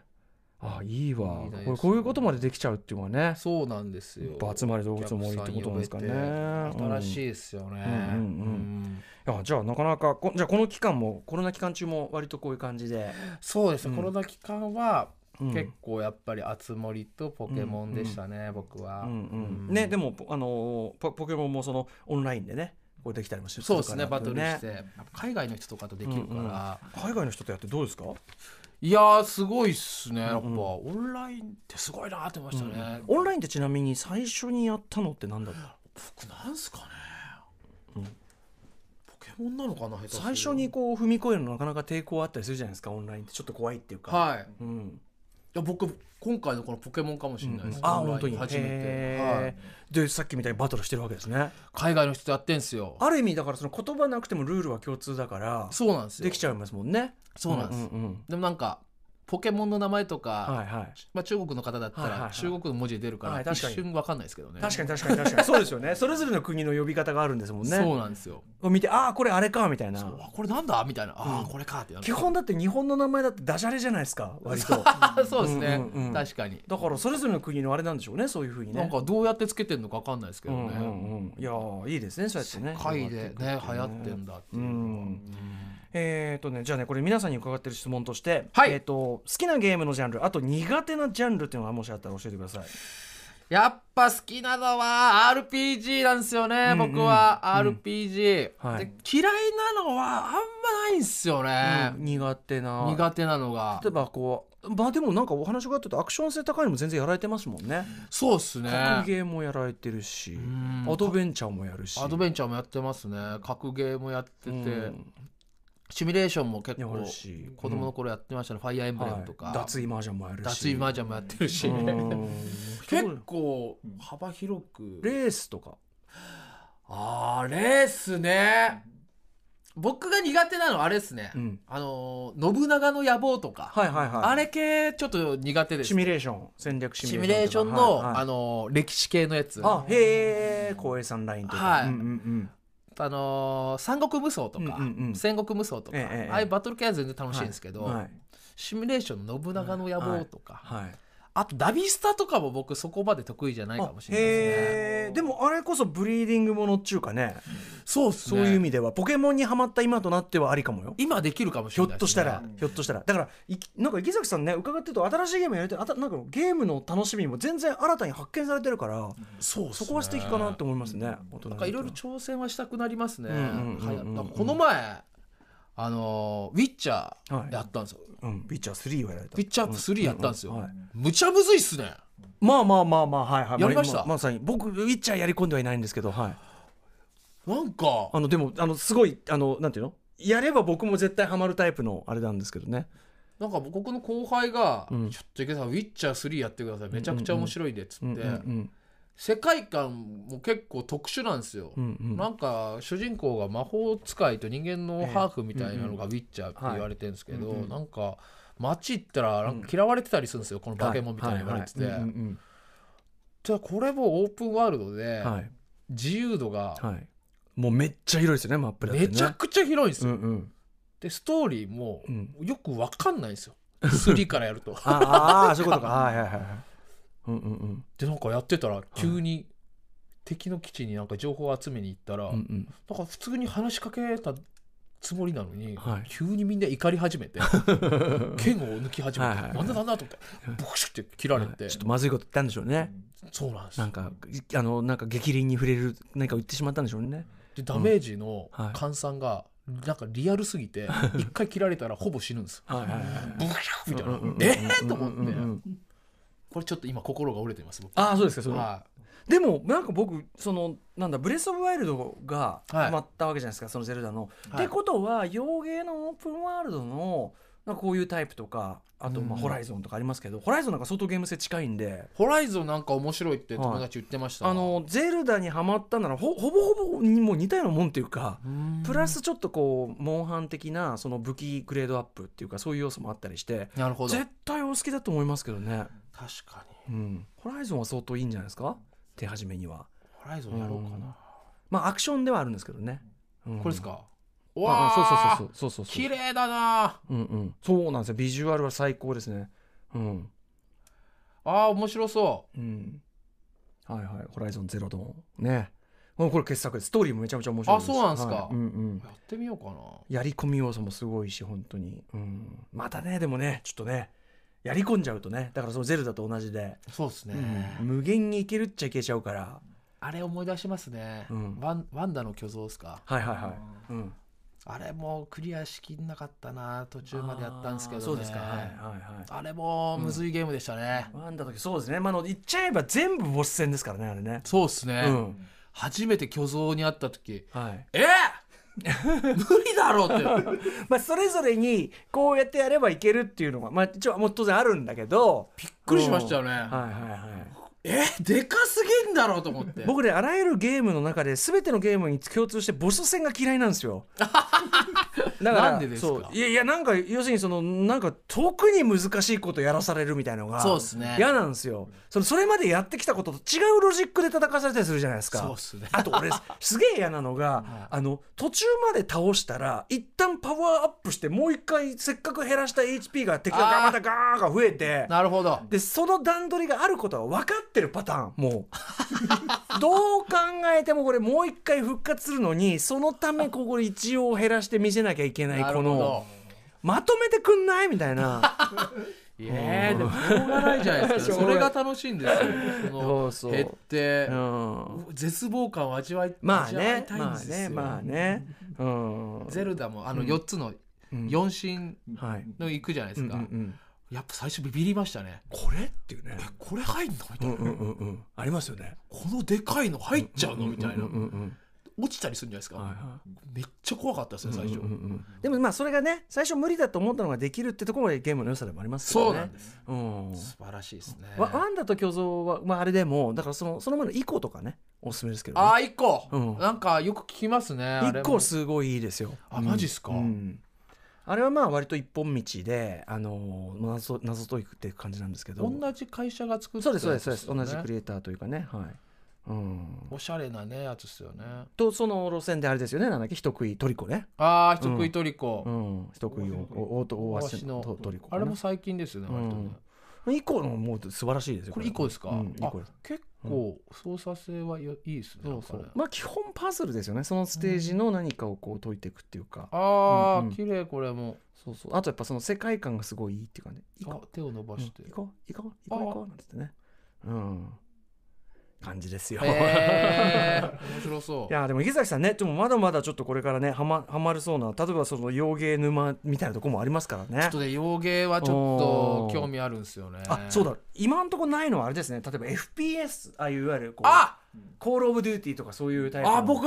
[SPEAKER 1] あいいわ
[SPEAKER 5] いいですね
[SPEAKER 1] これこういうことまでできちゃうっていうのはね
[SPEAKER 5] そうなんですよ
[SPEAKER 1] やっぱ集まり動物の森ってことなんですかね
[SPEAKER 5] お客さん呼べて
[SPEAKER 1] うん
[SPEAKER 5] 新しいですよね、
[SPEAKER 1] うんうんうんいやじゃあなかなかこじゃあこの期間もコロナ期間中も割とこういう感じで、
[SPEAKER 5] そうですね、
[SPEAKER 1] うん
[SPEAKER 5] コロナ期間は
[SPEAKER 1] うん
[SPEAKER 5] 結構やっぱり「あつ森」と「ポケモン」でしたね、僕は、
[SPEAKER 1] うんう
[SPEAKER 5] う
[SPEAKER 1] ん、
[SPEAKER 5] ん
[SPEAKER 1] ねでもポあのーポポケモンもそのオンラインでねこれできたりもして
[SPEAKER 5] そうですね
[SPEAKER 1] るから
[SPEAKER 5] バトルして、
[SPEAKER 1] ね
[SPEAKER 5] やっぱ海外の人とかとできるから、
[SPEAKER 1] うんうん海外の人とやってどうですか、
[SPEAKER 5] いやーすごいっすねやっぱ、
[SPEAKER 1] うんうん
[SPEAKER 5] オンラインってすごいなーって思いましたね、
[SPEAKER 1] オンラインってちなみに最初にやったのって何だった
[SPEAKER 5] 僕なんすかね、ポケモンなのかな下手すると
[SPEAKER 1] 最初にこう踏み越えるのなかなか抵抗あったりするじゃないですかオンラインってちょっと怖いっていうか、
[SPEAKER 5] はいい
[SPEAKER 1] うん、
[SPEAKER 5] や僕今回のこのポケモンかもしれないです、
[SPEAKER 1] あ
[SPEAKER 5] オンライン
[SPEAKER 1] 本当に
[SPEAKER 5] 初めて、
[SPEAKER 1] へー
[SPEAKER 5] はい、
[SPEAKER 1] でさっきみたいにバトルしてるわけですね
[SPEAKER 5] 海外の人とやってんすよ
[SPEAKER 1] ある意味だからその言葉なくてもルールは共通だから
[SPEAKER 5] そうなんですよ
[SPEAKER 1] できちゃいますもんね
[SPEAKER 5] そうなんです、
[SPEAKER 1] うんうん
[SPEAKER 5] でもなんかポケモンの名前とか、
[SPEAKER 1] うんはいはい
[SPEAKER 5] まあ、中国の方だった
[SPEAKER 1] はいはいは
[SPEAKER 5] ら
[SPEAKER 1] い
[SPEAKER 5] 中国の文字出るから
[SPEAKER 1] はい
[SPEAKER 5] 一
[SPEAKER 1] 確かに
[SPEAKER 5] 瞬わかんないですけどね。
[SPEAKER 1] 確かに確かに
[SPEAKER 5] (laughs)
[SPEAKER 1] 確かにそうですよねそれぞれの国の呼び方があるんですもんね
[SPEAKER 5] そうなんですよ。
[SPEAKER 1] を見てああこれあれかみたいな
[SPEAKER 5] あこれなんだみたいな。ああこれかってなる
[SPEAKER 1] 基本だって日本の名前だってダジャレじゃないですか割と
[SPEAKER 5] (laughs) そうですね、
[SPEAKER 1] うんうんうん
[SPEAKER 5] 確かに。
[SPEAKER 1] だからそれぞれの国のあれなんでしょうねそういうふうにね
[SPEAKER 5] なんかどうやってつけてるのかわかんないですけ
[SPEAKER 1] う
[SPEAKER 5] ど
[SPEAKER 1] ん
[SPEAKER 5] ね。
[SPEAKER 1] うんうんいやーいいですねそうやってね
[SPEAKER 5] 世界でね流行
[SPEAKER 1] う
[SPEAKER 5] ってんだっていううのが。
[SPEAKER 1] んえーとね、じゃあねこれ皆さんに伺ってる質問として、
[SPEAKER 5] はい
[SPEAKER 1] えー、と好きなゲームのジャンルあと苦手なジャンルっていうのがもしあったら教えてください
[SPEAKER 5] やっぱ好きなのは RPG なんですよね、
[SPEAKER 1] うんうん
[SPEAKER 5] 僕は RPG、
[SPEAKER 1] はい
[SPEAKER 5] で嫌いなのはあんまないんですよね、
[SPEAKER 1] うん苦手な
[SPEAKER 5] 苦手なのが
[SPEAKER 1] 例えばこうまあでもなんかお話があってたアクション性高いのも全然やられてますもんね
[SPEAKER 5] そうっすね
[SPEAKER 1] 格ゲーもやられてるし、
[SPEAKER 5] ん
[SPEAKER 1] アドベンチャーもやるし
[SPEAKER 5] アドベンチャーもやってますね格ゲーもやってて、
[SPEAKER 1] うん
[SPEAKER 5] シミュレーションも結
[SPEAKER 1] や
[SPEAKER 5] 構
[SPEAKER 1] るし
[SPEAKER 5] 子供の頃やってましたね、ファイアーエンブレムとか、
[SPEAKER 1] はい、脱衣麻雀もやるし
[SPEAKER 5] 脱衣マージャンもやってるし、 (laughs)
[SPEAKER 1] うん
[SPEAKER 5] 結構幅広く
[SPEAKER 1] レースとか
[SPEAKER 5] あーレースね僕が苦手なのはあれですね、
[SPEAKER 1] うん
[SPEAKER 5] あのー信長の野望とか、
[SPEAKER 1] はいはいはい
[SPEAKER 5] あれ系ちょっと苦手です
[SPEAKER 1] シミュレーション戦略シ
[SPEAKER 5] シミ
[SPEAKER 1] ミュ
[SPEAKER 5] ュ
[SPEAKER 1] レー
[SPEAKER 5] レー
[SPEAKER 1] シ
[SPEAKER 5] シ
[SPEAKER 1] ョ
[SPEAKER 5] ョ
[SPEAKER 1] ン
[SPEAKER 5] ン
[SPEAKER 1] とか
[SPEAKER 5] の、
[SPEAKER 1] はいはい
[SPEAKER 5] あのー歴史系のやつあ
[SPEAKER 1] あへえ光栄さんラインとか、
[SPEAKER 5] はい
[SPEAKER 1] うんうん
[SPEAKER 5] のー三国無双とか、
[SPEAKER 1] うんうんうん
[SPEAKER 5] 戦国無双とか、
[SPEAKER 1] ええええ
[SPEAKER 5] ああいうバトル系は全然
[SPEAKER 1] うん
[SPEAKER 5] 楽しいんですけど、
[SPEAKER 1] はいはい
[SPEAKER 5] シミュレーションの信長の野望とか、
[SPEAKER 1] はい
[SPEAKER 5] あとダビスタとかも僕そこまで得意じゃないかもしれないですね。
[SPEAKER 1] へえでもあれこそブリーディングものっちゅうかね
[SPEAKER 5] そうっす
[SPEAKER 1] そう
[SPEAKER 5] ね
[SPEAKER 1] いう意味ではポケモンにはまった今となってはありかもよ
[SPEAKER 5] 今できるかもし
[SPEAKER 1] ひょっ
[SPEAKER 5] れないですね
[SPEAKER 1] としたら、ひょっとしたらだからいきなんか池崎さんね伺ってると新しいゲームやれてるあたなんかゲームの楽しみも全然新たに発見されてるから、
[SPEAKER 5] そうっ
[SPEAKER 1] そ
[SPEAKER 5] すね
[SPEAKER 1] こは素敵かなと思いますね大人にな
[SPEAKER 5] な
[SPEAKER 1] っ
[SPEAKER 5] ん
[SPEAKER 1] て
[SPEAKER 5] か
[SPEAKER 1] はい
[SPEAKER 5] ろいろ挑戦はしたくなりますね。
[SPEAKER 1] うんうんうんうん
[SPEAKER 5] はいなんかこの前あのーウィッチャ
[SPEAKER 1] はい
[SPEAKER 5] ーやったんですよ。
[SPEAKER 1] うん、ピッチャー3をやられた
[SPEAKER 5] ウィッチャー3やったんですよ。
[SPEAKER 1] うんうんはい
[SPEAKER 5] むちゃむずいっすね。
[SPEAKER 1] まあまあまあまあはいはい
[SPEAKER 5] やりました
[SPEAKER 1] あまさに僕ウィッチャーやり込んではいないんですけどはい
[SPEAKER 5] なんか
[SPEAKER 1] あのでもあのすごいあのなんていうのやれば僕も絶対ハマるタイプのあれなんですけどね
[SPEAKER 5] なんか僕の後輩が「
[SPEAKER 1] ん
[SPEAKER 5] ちょっと池さんウィッチャー3やってくださいめちゃくちゃ面白いで」っつって、
[SPEAKER 1] うんうんうん
[SPEAKER 5] 世界観も結構特殊なんですよ。
[SPEAKER 1] うんうん
[SPEAKER 5] なんか主人公が魔法使いと人間のハーフみたいなのがウィッチャーって言われてるんですけど、なんか街行ったらなんか嫌われてたりするんですよ、このバケモンみたいに言われてて。
[SPEAKER 1] はいはいはいうん
[SPEAKER 5] じゃあこれもオープンワールドで
[SPEAKER 1] うんはい
[SPEAKER 5] 自由度が
[SPEAKER 1] はいもうめっちゃ広いですよねマップだってね
[SPEAKER 5] めちゃくちゃ広いんです
[SPEAKER 1] う
[SPEAKER 5] よ。
[SPEAKER 1] んうん
[SPEAKER 5] でストーリーも
[SPEAKER 1] ん
[SPEAKER 5] よくわかんないんですよ3からやると。 (laughs)
[SPEAKER 1] あ (laughs) ああそういうことかはいはいはいはいうんうんうん
[SPEAKER 5] でなんかやってたら急に敵の基地になんか情報を集めに行った
[SPEAKER 1] う
[SPEAKER 5] ら、
[SPEAKER 1] んうん
[SPEAKER 5] なんか普通に話しかけたつもりなのに、
[SPEAKER 1] はい
[SPEAKER 5] 急にみんな怒り始め
[SPEAKER 1] (laughs)
[SPEAKER 5] て剣を抜き始めて、
[SPEAKER 1] はいはいはい
[SPEAKER 5] なんだなんだと思ってボクシュって切られて、
[SPEAKER 1] ちょっとまずいこと言ったんでしょうね。
[SPEAKER 5] そうなんです
[SPEAKER 1] なんか、いあの、なんか激凛に触れる、何か言ってしまったんでしょうね。
[SPEAKER 5] でダメージの
[SPEAKER 1] はい
[SPEAKER 5] 換算がなんかリアルすぎ
[SPEAKER 1] (laughs)
[SPEAKER 5] て一回切られたらほぼ死ぬんですよ。
[SPEAKER 1] はいはいはい。
[SPEAKER 5] ブワーみたいな、
[SPEAKER 1] うんうんうん
[SPEAKER 5] えーと思って、
[SPEAKER 1] うんうんうん
[SPEAKER 5] これちょっと今心が折れてます僕
[SPEAKER 1] ああ、そうですか、それは。
[SPEAKER 5] は
[SPEAKER 1] でもなんか僕そのなんだブレス・オブ・ワイルドが
[SPEAKER 5] はい
[SPEAKER 1] ハマったわけじゃないですか、そのゼルダの。
[SPEAKER 5] はい
[SPEAKER 1] ってことは洋芸のオープンワールドのなんかこういうタイプとかあとまあ
[SPEAKER 5] うん
[SPEAKER 1] ホライゾンとかありますけど、ホライゾンなんか相当ゲーム性近いんで
[SPEAKER 5] い。ホライゾンなんか面白いって友達言ってました、
[SPEAKER 1] あのゼルダにハマったならほほぼほぼにもう似たようなもんっていうか。
[SPEAKER 5] うん
[SPEAKER 1] プラスちょっとこうモンハン的なその武器グレードアップっていうかそういう要素もあったりして
[SPEAKER 5] なるほど
[SPEAKER 1] 絶
[SPEAKER 5] 確
[SPEAKER 1] 対お好きだと思いますけどね、
[SPEAKER 5] かに
[SPEAKER 1] うん、ホライゾンは相当いいんじゃないですか手始めには
[SPEAKER 5] ホライゾンやろうか
[SPEAKER 1] うん
[SPEAKER 5] な、
[SPEAKER 1] まあアクションではあるんですけどね、うん
[SPEAKER 5] これですか、うわ
[SPEAKER 1] ああ
[SPEAKER 5] あ
[SPEAKER 1] そうそうそうそうそうそう
[SPEAKER 5] 綺麗だな
[SPEAKER 1] うんうんそうなんですよビジュアルは最高ですねうん
[SPEAKER 5] あー面白そ
[SPEAKER 1] うんはいはい「ホライゾンゼロドン」ねもうこれ傑作ですストーリーもめちゃめちゃ面白いです
[SPEAKER 5] あそうなんですか
[SPEAKER 1] はいうんうん
[SPEAKER 5] うやってみようかな
[SPEAKER 1] やり込み要素もすごいし本当にうんまたねでもねちょっとねやり込んじゃうとねだからそのゼルダと同じで、
[SPEAKER 5] そうですね、
[SPEAKER 1] 無限にいけるっちゃいけちゃうから
[SPEAKER 5] あれ思い出しますね、
[SPEAKER 1] うん
[SPEAKER 5] ワンワンダの巨像ですか
[SPEAKER 1] はいはいはい、うん、
[SPEAKER 5] あれもクリアしきんなかったな途中までやったんですけど、ね、
[SPEAKER 1] そうですかはいはいはい
[SPEAKER 5] あれもむずいゲームでしたね、
[SPEAKER 1] ワンダの時そうですねまああの言っちゃえば全部ボス戦ですからねあれね
[SPEAKER 5] そうですね、
[SPEAKER 1] うん
[SPEAKER 5] 初めて巨像に会った時
[SPEAKER 1] はい
[SPEAKER 5] え (laughs) 無理だろうって
[SPEAKER 1] まあ、それぞれにこうやってやればいけるっていうのが、まあ、一応もう当然あるんだけどびっ
[SPEAKER 5] くりしましたよね
[SPEAKER 1] はいはいはい、
[SPEAKER 5] えでかすぎんだろうと思って
[SPEAKER 1] 僕ねあらゆるゲームの中で全てのゲームに共通してボス戦が嫌いなんです
[SPEAKER 5] (laughs)
[SPEAKER 1] よだから
[SPEAKER 5] なんでですか
[SPEAKER 1] そういやいやなんか要するにそのなんか特に難しいことやらされるみたいのが
[SPEAKER 5] そうっすね
[SPEAKER 1] 嫌なんですよそのそれまでやってきたことと違うロジックで戦わされたりするじゃないですか
[SPEAKER 5] そうっすね
[SPEAKER 1] あと俺すげえ嫌なの
[SPEAKER 5] (laughs)
[SPEAKER 1] が、あの途中まで倒したら一旦パワーアップしてもう一回せっかく減らした HP が敵がガまたガーが増えて
[SPEAKER 5] なるほど
[SPEAKER 1] でその段取りがあることは分かってるパターンもう (laughs) どう考えてもこれもう一回復活するのにそのためここで一応減らして見せなきゃいけない
[SPEAKER 5] なる
[SPEAKER 1] こ
[SPEAKER 5] ほ
[SPEAKER 1] の
[SPEAKER 5] ど
[SPEAKER 1] まとめてくんないみたいな
[SPEAKER 5] (laughs) いやーでもしょうがないじゃないです
[SPEAKER 1] (laughs)
[SPEAKER 5] か
[SPEAKER 1] しょう
[SPEAKER 5] そ
[SPEAKER 1] が
[SPEAKER 5] れ
[SPEAKER 1] な
[SPEAKER 5] が
[SPEAKER 1] い
[SPEAKER 5] 楽しいんですよその
[SPEAKER 1] (laughs) そうそう
[SPEAKER 5] 減って、
[SPEAKER 1] うん
[SPEAKER 5] 絶望感を味わい
[SPEAKER 1] まあ
[SPEAKER 5] 味わい
[SPEAKER 1] ね
[SPEAKER 5] たいん
[SPEAKER 1] ま
[SPEAKER 5] で
[SPEAKER 1] あ
[SPEAKER 5] す
[SPEAKER 1] ね
[SPEAKER 5] よ
[SPEAKER 1] まあねうん
[SPEAKER 5] ゼルダもあの4つの4進
[SPEAKER 1] はい
[SPEAKER 5] の行くじゃないで
[SPEAKER 1] うん
[SPEAKER 5] す
[SPEAKER 1] うん
[SPEAKER 5] か、
[SPEAKER 1] うん
[SPEAKER 5] やっぱ最初ビビりましたね
[SPEAKER 1] これっていうね
[SPEAKER 5] えこれ入んのみたいな、
[SPEAKER 1] うんうんうんありますよね
[SPEAKER 5] このでかいの入っちゃうのみたいな、
[SPEAKER 1] うんうん
[SPEAKER 5] 落ちたりするんじゃないですか、
[SPEAKER 1] はいはい
[SPEAKER 5] めっちゃ怖かったですね最初、
[SPEAKER 1] でもまあそれがね最初無理だと思ったのができるってところまでゲームの良さでもありますけ
[SPEAKER 5] そ
[SPEAKER 1] ど
[SPEAKER 5] う
[SPEAKER 1] ね
[SPEAKER 5] なんです、
[SPEAKER 1] うん
[SPEAKER 5] 素晴らしいですね
[SPEAKER 1] わワンダと巨像は、まあ、あれでもだからそのその前のイコとかねおすすめですけど、
[SPEAKER 5] あ
[SPEAKER 1] ね、
[SPEAKER 5] あ一個、
[SPEAKER 1] うん
[SPEAKER 5] なんかよく聞きますねあれ
[SPEAKER 1] イ
[SPEAKER 5] も
[SPEAKER 1] コすごいいいですよ
[SPEAKER 5] あマジっすか、
[SPEAKER 1] うんあれはまあ割と一本道で、あのー謎謎解いていく感じなんですけど
[SPEAKER 5] 同じ会社が作って
[SPEAKER 1] そうですそうですそうです、同じク
[SPEAKER 5] ク
[SPEAKER 1] リエイターというかねはい、うん、
[SPEAKER 5] おしゃれなねやつですよね
[SPEAKER 1] とその路線であれですよねなんだっけ人食いトリコね
[SPEAKER 5] ああ人食いトリコ、
[SPEAKER 1] うん人食いをおおと大足のトトリコか
[SPEAKER 5] あ
[SPEAKER 1] な
[SPEAKER 5] れも最近ですよね、割とね
[SPEAKER 1] イコのもう素晴らしいですよ
[SPEAKER 5] これ1個ですか、
[SPEAKER 1] うん、イ
[SPEAKER 5] あ
[SPEAKER 1] コです
[SPEAKER 5] 結構操作性はいいですね
[SPEAKER 1] そうそう
[SPEAKER 5] なんかね
[SPEAKER 1] まあ基本パズルですよねそのステージの何かをこう解いていくっていうか、
[SPEAKER 5] あ
[SPEAKER 1] うんうん
[SPEAKER 5] ー綺麗これも
[SPEAKER 1] そうそうあとやっぱその世界観がすごいいいっていう感じイ
[SPEAKER 5] あ
[SPEAKER 1] コ
[SPEAKER 5] 手を伸ば
[SPEAKER 1] うん
[SPEAKER 5] して、
[SPEAKER 1] イコイコイコイコなんつってねうん感じですよ、
[SPEAKER 5] へー面白そ
[SPEAKER 1] (laughs)
[SPEAKER 5] う
[SPEAKER 1] いやでも池崎さんねでもまだまだちょっとこれからねはまはまるそうな例えばその洋芸沼みたいなとこもありますからね
[SPEAKER 5] ちょっとね洋芸はちょっと興味あるんですよね
[SPEAKER 1] あそうだ今んとこないのはあれですね例えば FPS ああいういわゆるこう
[SPEAKER 5] あ
[SPEAKER 1] コール・オブ・デューティーとかそういうタイプの
[SPEAKER 5] あ僕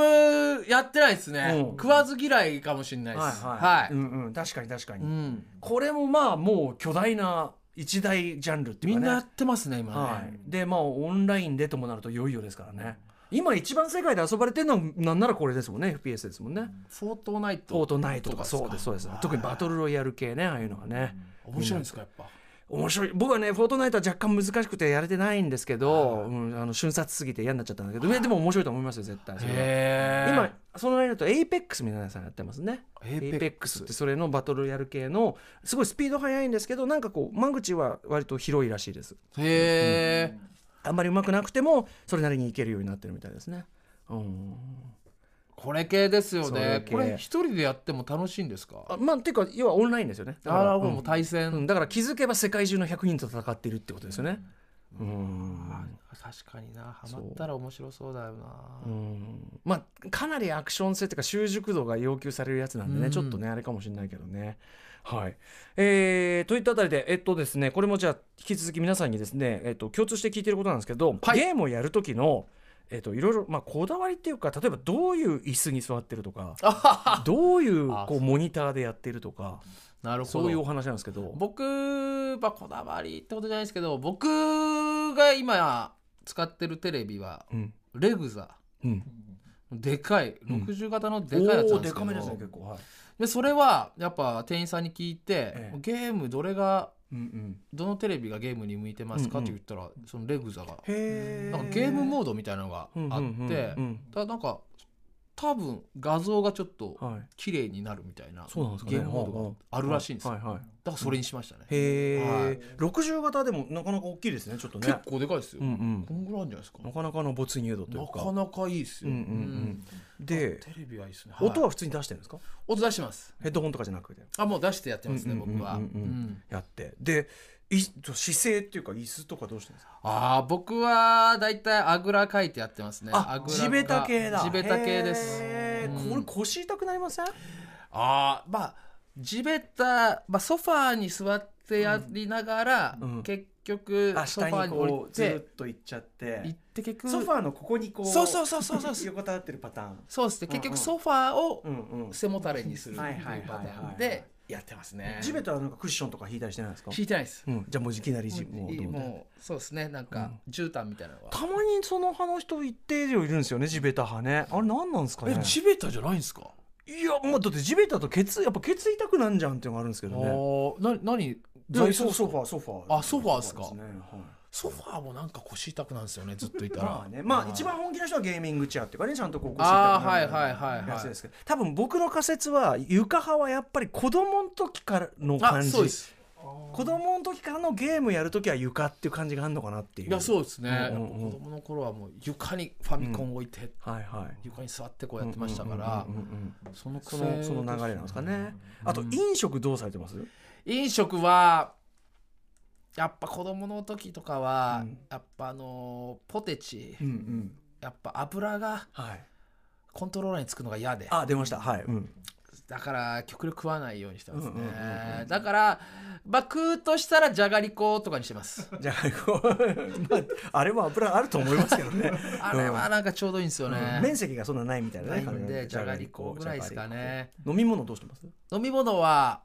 [SPEAKER 5] やってないですね、
[SPEAKER 1] うん
[SPEAKER 5] 食わず嫌いかもしれないです
[SPEAKER 1] は
[SPEAKER 5] はいい、
[SPEAKER 1] はい、うんうん、確かに確かに、
[SPEAKER 5] うん
[SPEAKER 1] これもまあもう巨大な一大ジャンルっていう
[SPEAKER 5] み
[SPEAKER 1] か
[SPEAKER 5] ん
[SPEAKER 1] ね
[SPEAKER 5] なやってますね今ね、
[SPEAKER 1] はい、でまあオンラインでともなるといよいよですからね今一番世界で遊ばれてるのはなんならこれですもんね FPS ですもんね、
[SPEAKER 5] フォートナイト
[SPEAKER 1] フォートナイトとかそうですそうです特にバトルロイヤル系ねああいうのがね、
[SPEAKER 5] 面白いんですかやっぱ
[SPEAKER 1] 面白い僕はね「フォートナイト」は若干難しくてやれてないんですけど、うん、あの瞬殺すぎて嫌になっちゃったんだけど、ねでも面白いと思いますよ絶対それは
[SPEAKER 5] へえ
[SPEAKER 1] 今その間だと APEX みたいなさんやってますね
[SPEAKER 5] Apex
[SPEAKER 1] APEX ってそれのバトルやる系のすごいスピード速いんですけどなんかこう間口は割と広いらしいです
[SPEAKER 5] へえ、
[SPEAKER 1] あんまりうまくなくてもそれなりにいけるようになってるみたいですね。うん、
[SPEAKER 5] これ系ですよ
[SPEAKER 1] それ
[SPEAKER 5] ね
[SPEAKER 1] 系
[SPEAKER 5] これ一人でやっても楽しいんですか
[SPEAKER 1] あまあていうか要はオンラインですよね。だ
[SPEAKER 5] あ
[SPEAKER 1] からら
[SPEAKER 5] もうもう対
[SPEAKER 1] うんう
[SPEAKER 5] 戦
[SPEAKER 1] んだから気づけば世界中の100人と戦っているってことですよね。うん
[SPEAKER 5] 確かになハ
[SPEAKER 1] そ
[SPEAKER 5] マ
[SPEAKER 1] う
[SPEAKER 5] ったら面白そうだよ
[SPEAKER 1] う
[SPEAKER 5] なん
[SPEAKER 1] まあかなりアクション性というか習熟度が要求されるやつなんでね、
[SPEAKER 5] うん
[SPEAKER 1] ちょっとねあれかもしれないけどね。はいえー、といったあたりで、えっとですね、これもじゃあ引き続き皆さんにですね、えっと、共通して聞いてることなんですけど、
[SPEAKER 5] はい
[SPEAKER 1] ゲームをやる時の、えっと、いろいろ、まあ、こだわりっていうか例えばどういう椅子に座ってると
[SPEAKER 5] (laughs)
[SPEAKER 1] かどういう
[SPEAKER 5] あ
[SPEAKER 1] こうモニターでやってるとか
[SPEAKER 5] なる
[SPEAKER 1] そういうお話なんですけど。
[SPEAKER 5] 僕まあこだわりってことじゃないですけど僕が今使ってるテレビは
[SPEAKER 1] うん
[SPEAKER 5] レグザ
[SPEAKER 1] うん、
[SPEAKER 5] でかい60型ので
[SPEAKER 1] お
[SPEAKER 5] かいやつな
[SPEAKER 1] ー
[SPEAKER 5] んですけど、
[SPEAKER 1] めですね結構はい、
[SPEAKER 5] でそれはやっぱ店員さんに聞いて、
[SPEAKER 1] ええ
[SPEAKER 5] ゲームどれが
[SPEAKER 1] うんうん、
[SPEAKER 5] どのテレビがゲームに向いてますか
[SPEAKER 1] う
[SPEAKER 5] っ
[SPEAKER 1] んう
[SPEAKER 5] て
[SPEAKER 1] ん
[SPEAKER 5] 言ったら、そのレグザが
[SPEAKER 1] へ
[SPEAKER 5] なんかゲームモードみたいなのがあって、
[SPEAKER 1] うん
[SPEAKER 5] ただなんか多分画像がちょっと
[SPEAKER 1] うんうんはい、
[SPEAKER 5] 綺麗になるみたいな
[SPEAKER 1] そうなんですかね
[SPEAKER 5] ゲームモードがあるらしいんですよ、
[SPEAKER 1] はいはいはい
[SPEAKER 5] だからそれにしましたね、
[SPEAKER 1] へえ、
[SPEAKER 5] はい
[SPEAKER 1] 60型でもなかなか大きいですねちょっとね
[SPEAKER 5] 結構でかいですよ、
[SPEAKER 1] うん
[SPEAKER 5] こんぐらいあるんじゃないですか
[SPEAKER 1] うん、なかなかの没入度とい
[SPEAKER 5] な
[SPEAKER 1] うか
[SPEAKER 5] かなかいいですよ、
[SPEAKER 1] うんうんうん
[SPEAKER 5] で
[SPEAKER 1] で
[SPEAKER 5] テレビはいいですね、
[SPEAKER 1] 音
[SPEAKER 5] は
[SPEAKER 1] は普通に出してるんですか
[SPEAKER 5] い音出してます
[SPEAKER 1] ヘッドホンとかじゃなくて
[SPEAKER 5] あもう出してやってますね、
[SPEAKER 1] うんうんうんうん
[SPEAKER 5] 僕は、
[SPEAKER 1] うんやってでい姿勢っていうか椅子とかどうしてるんですか
[SPEAKER 5] ああ僕はだいたいあぐらかいてやってますねあぐらか
[SPEAKER 1] 地べた系だ
[SPEAKER 5] 地べた系です
[SPEAKER 1] へー
[SPEAKER 5] うん
[SPEAKER 1] これ腰痛くなりません
[SPEAKER 5] ああまあ地べた、まあ、ソファーに座ってやりながら、
[SPEAKER 1] うん
[SPEAKER 5] 結局
[SPEAKER 1] あ
[SPEAKER 5] ソフ
[SPEAKER 1] 下に
[SPEAKER 5] ァーに
[SPEAKER 1] こ
[SPEAKER 5] 降
[SPEAKER 1] う
[SPEAKER 5] り
[SPEAKER 1] ず
[SPEAKER 5] て
[SPEAKER 1] っと行っちゃっ
[SPEAKER 5] 行ってて結局
[SPEAKER 1] ソファーのここにこう
[SPEAKER 5] そうそうそうそうそう
[SPEAKER 1] 横たわってるパターン
[SPEAKER 5] そうですね結
[SPEAKER 1] うんうん
[SPEAKER 5] 局ソファーを
[SPEAKER 1] うんうん
[SPEAKER 5] 背もたれにするって
[SPEAKER 1] はいいう
[SPEAKER 5] パ
[SPEAKER 1] はいはい
[SPEAKER 5] タ
[SPEAKER 1] はい
[SPEAKER 5] ーンでやってますね
[SPEAKER 1] 地べたはなんかクッションとか引いたりしてないですか
[SPEAKER 5] 引いてないです
[SPEAKER 1] うん、じゃあもういきなりじ
[SPEAKER 5] も
[SPEAKER 1] も
[SPEAKER 5] う
[SPEAKER 1] うどんどん
[SPEAKER 5] もうそうですねなんか絨毯みたいなのは、
[SPEAKER 1] たまにその派の人一定量いるんですよね地べた派ねあれ何なんですかね
[SPEAKER 5] べたじゃないんですか
[SPEAKER 1] いやもうだって地べたとケツやっぱケツ痛くなんじゃんっていうのがあるんですけどね
[SPEAKER 5] おな何
[SPEAKER 1] 座椅
[SPEAKER 5] 座
[SPEAKER 1] 子
[SPEAKER 5] 椅子
[SPEAKER 1] ソファーソファー
[SPEAKER 5] あソファーっすか
[SPEAKER 1] ねはい
[SPEAKER 5] ソファーもなんか腰痛くなんですよねずっといたら
[SPEAKER 1] まあねまあ一番本気な人はゲーミングチェアっていうかねちゃんとこう腰
[SPEAKER 5] あ
[SPEAKER 1] 痛く
[SPEAKER 5] ー
[SPEAKER 1] なるよう
[SPEAKER 5] はいはいはい
[SPEAKER 1] な
[SPEAKER 5] はい
[SPEAKER 1] やつですけど多分僕の仮説は床派はやっぱり子供の時からの
[SPEAKER 5] あ
[SPEAKER 1] 感じ
[SPEAKER 5] そうです
[SPEAKER 1] 子供の時からのゲームやる時は床っていう感じがあるのかなっていう
[SPEAKER 5] いやそうですね、
[SPEAKER 1] うんうんうん
[SPEAKER 5] やっぱ子供の頃はもう床にファミコン置いて、
[SPEAKER 1] はいはい
[SPEAKER 5] 床に座ってこうやってましたから、
[SPEAKER 1] うんうんうんうん
[SPEAKER 5] その
[SPEAKER 1] そのその流れなんですかね。あと飲食どうされてます？
[SPEAKER 5] 飲食はやっぱ子供の時とかは、
[SPEAKER 1] うん
[SPEAKER 5] やっぱあのーポテチ、
[SPEAKER 1] うんうん。
[SPEAKER 5] やっぱ油が
[SPEAKER 1] はい。
[SPEAKER 5] コントローラーにつくのが嫌で
[SPEAKER 1] あ出ました。はい。うん。
[SPEAKER 5] だから極力食わないようにしてますね、
[SPEAKER 1] うんうんうんうん
[SPEAKER 5] だからまあ食うとしたらじゃがりことかにしてます
[SPEAKER 1] じゃあこうまああれは油あると思いますけど (laughs) ね。
[SPEAKER 5] あれはなんかちょうどいいんですよね、
[SPEAKER 1] うん面積がそんなないみたいな
[SPEAKER 5] な
[SPEAKER 1] ね。
[SPEAKER 5] いんでじゃがりこ
[SPEAKER 1] こ
[SPEAKER 5] ぐらいですか。ね
[SPEAKER 1] じゃがりこ飲み物どうしてます？
[SPEAKER 5] 飲み物は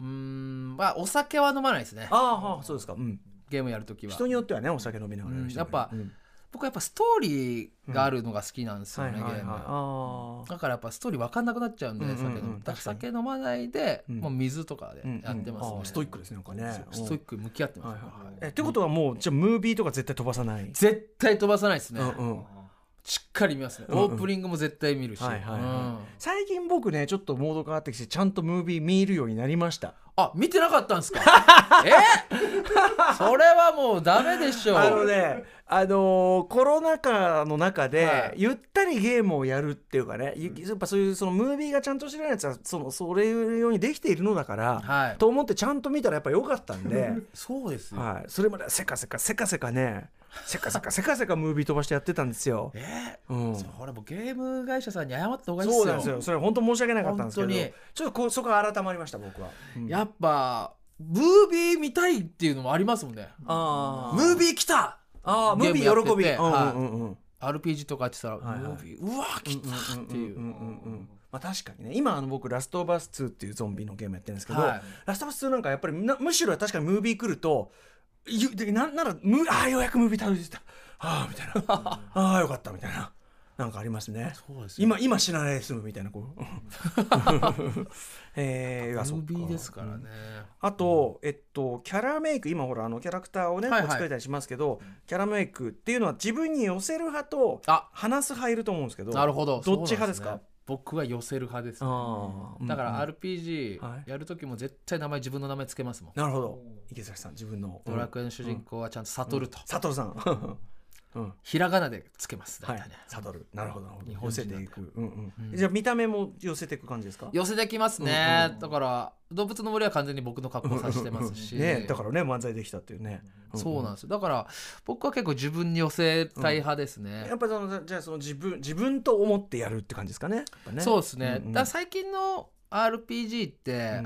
[SPEAKER 5] うーんまあお酒は飲まないですね
[SPEAKER 1] ああそうですか。うん。
[SPEAKER 5] ゲームやるときは
[SPEAKER 1] 人によってはねお酒飲みながらる人もいる
[SPEAKER 5] うんやっぱ
[SPEAKER 1] うん
[SPEAKER 5] 僕はやっぱストーリーがあるのが好きなんですよ
[SPEAKER 1] はい
[SPEAKER 5] ね、
[SPEAKER 1] はいはい
[SPEAKER 5] ゲーム、
[SPEAKER 1] ああ。
[SPEAKER 5] だからやっぱストーリー分かんなくなっちゃうんで、
[SPEAKER 1] うんうんうん
[SPEAKER 5] 酒飲むだか
[SPEAKER 1] 確
[SPEAKER 5] ら
[SPEAKER 1] かに
[SPEAKER 5] 酒飲まないで、
[SPEAKER 1] うん
[SPEAKER 5] もう水とかで
[SPEAKER 1] うんうん
[SPEAKER 5] やってますね、
[SPEAKER 1] あーストイックですねなんかね
[SPEAKER 5] そうストイックに向き合って
[SPEAKER 1] はい
[SPEAKER 5] ます、
[SPEAKER 1] はいはい
[SPEAKER 5] はい
[SPEAKER 1] えってことはもうじゃあムービーとか絶対飛ばさない。
[SPEAKER 5] 絶対飛ばさないです
[SPEAKER 1] う
[SPEAKER 5] ね、
[SPEAKER 1] んうん。
[SPEAKER 5] しっかり見ますね、
[SPEAKER 1] うんうん
[SPEAKER 5] オープニングも絶対見るし、
[SPEAKER 1] はいはいはい
[SPEAKER 5] うん
[SPEAKER 1] 最近僕ねちょっとモード変わってきてちゃんとムービー見るようになりました
[SPEAKER 5] あ見てなかったんですかえそれはもうダメでしょ
[SPEAKER 1] あのねあのーコロナ禍の中で、
[SPEAKER 5] はい
[SPEAKER 1] ゆったりゲームをやるっていうかねゆやっぱそういうそのムービーがちゃんとしてるやつはそのそれようにできているのだから、
[SPEAKER 5] はい
[SPEAKER 1] と思ってちゃんと見たらやっぱ良かったんで、
[SPEAKER 5] (laughs) そうですよ、
[SPEAKER 1] はい、それまではせかせかせかせかねせかせかせかせかムービー飛ばしてやってたんですよ。
[SPEAKER 5] え
[SPEAKER 1] うん
[SPEAKER 5] ー、それもうゲーム会社さんに謝った方がいいっ
[SPEAKER 1] そ
[SPEAKER 5] すよ
[SPEAKER 1] うなんですよそれ本当申し訳なかったんですけど
[SPEAKER 5] 本当に
[SPEAKER 1] ちょっとこうそこは改まりました僕は。うん
[SPEAKER 5] やっぱムービー見たいっていうのもありますもんね
[SPEAKER 1] あ
[SPEAKER 5] ムー
[SPEAKER 1] ー
[SPEAKER 5] ビー来た
[SPEAKER 1] あームービ
[SPEAKER 5] ゲーム
[SPEAKER 1] ー喜び。
[SPEAKER 5] やってて
[SPEAKER 1] うん
[SPEAKER 5] はい
[SPEAKER 1] うんうんうん
[SPEAKER 5] RPG とかやってたら、
[SPEAKER 1] はいはい
[SPEAKER 5] ムービーうわ来たっていう,、
[SPEAKER 1] んんうんうんまあ、確かにね今あの僕「ラストオブアス2」っていうゾンビのゲームやってるんですけど、
[SPEAKER 5] はい
[SPEAKER 1] ラストオブアス2なんかやっぱりなむしろ確かにムービー来るとゆでなんならムーああようやくムービーたどり着いたああみたいなああよかったみたいななんかありますね
[SPEAKER 5] そうですよ
[SPEAKER 1] 今今死なないで済むみたいなこう (laughs) えー、いやそっ
[SPEAKER 5] ムービーですからね、
[SPEAKER 1] あと、えっと、キャラメイク今ほらあのキャラクターをね、
[SPEAKER 5] はいは
[SPEAKER 1] こ
[SPEAKER 5] い
[SPEAKER 1] う作れたりしますけどキャラメイクっていうのは自分に寄せる派と
[SPEAKER 5] あ
[SPEAKER 1] 話す派いると思うんですけど
[SPEAKER 5] なるほど
[SPEAKER 1] どっち派ですか
[SPEAKER 5] そうなんですね僕は寄せる派です、ね、
[SPEAKER 1] あー
[SPEAKER 5] だか
[SPEAKER 1] うん
[SPEAKER 5] ら
[SPEAKER 1] うん
[SPEAKER 5] RPG
[SPEAKER 1] はい
[SPEAKER 5] やる時も絶対名前自分の名前つけますもん、
[SPEAKER 1] なるほど池崎さん自分の
[SPEAKER 5] ドラクエの主人公はちゃんと悟ると、
[SPEAKER 1] サトルさ
[SPEAKER 5] (laughs)
[SPEAKER 1] んうん
[SPEAKER 5] ひらがなでつけます
[SPEAKER 1] は
[SPEAKER 5] 大
[SPEAKER 1] い
[SPEAKER 5] 体ね、
[SPEAKER 1] サドルなるほどなるほど
[SPEAKER 5] 日
[SPEAKER 1] 寄
[SPEAKER 5] 本
[SPEAKER 1] せ
[SPEAKER 5] 人
[SPEAKER 1] て
[SPEAKER 5] なんだ
[SPEAKER 1] いく、うんうん
[SPEAKER 5] うん
[SPEAKER 1] じゃあ見た目も寄せていく感じですか
[SPEAKER 5] 寄せてきますね、だから動物の森は完全に僕の格好させてますし
[SPEAKER 1] ねだからね漫才できたっていうね、
[SPEAKER 5] そうなん
[SPEAKER 1] ん
[SPEAKER 5] ですよだから僕は結構自分に寄せたい派ですね
[SPEAKER 1] や、っぱりそのじゃあその自分自分と思ってやるって感じですかねやっぱね
[SPEAKER 5] そうですね、
[SPEAKER 1] うんうん
[SPEAKER 5] だから最近の RPG って、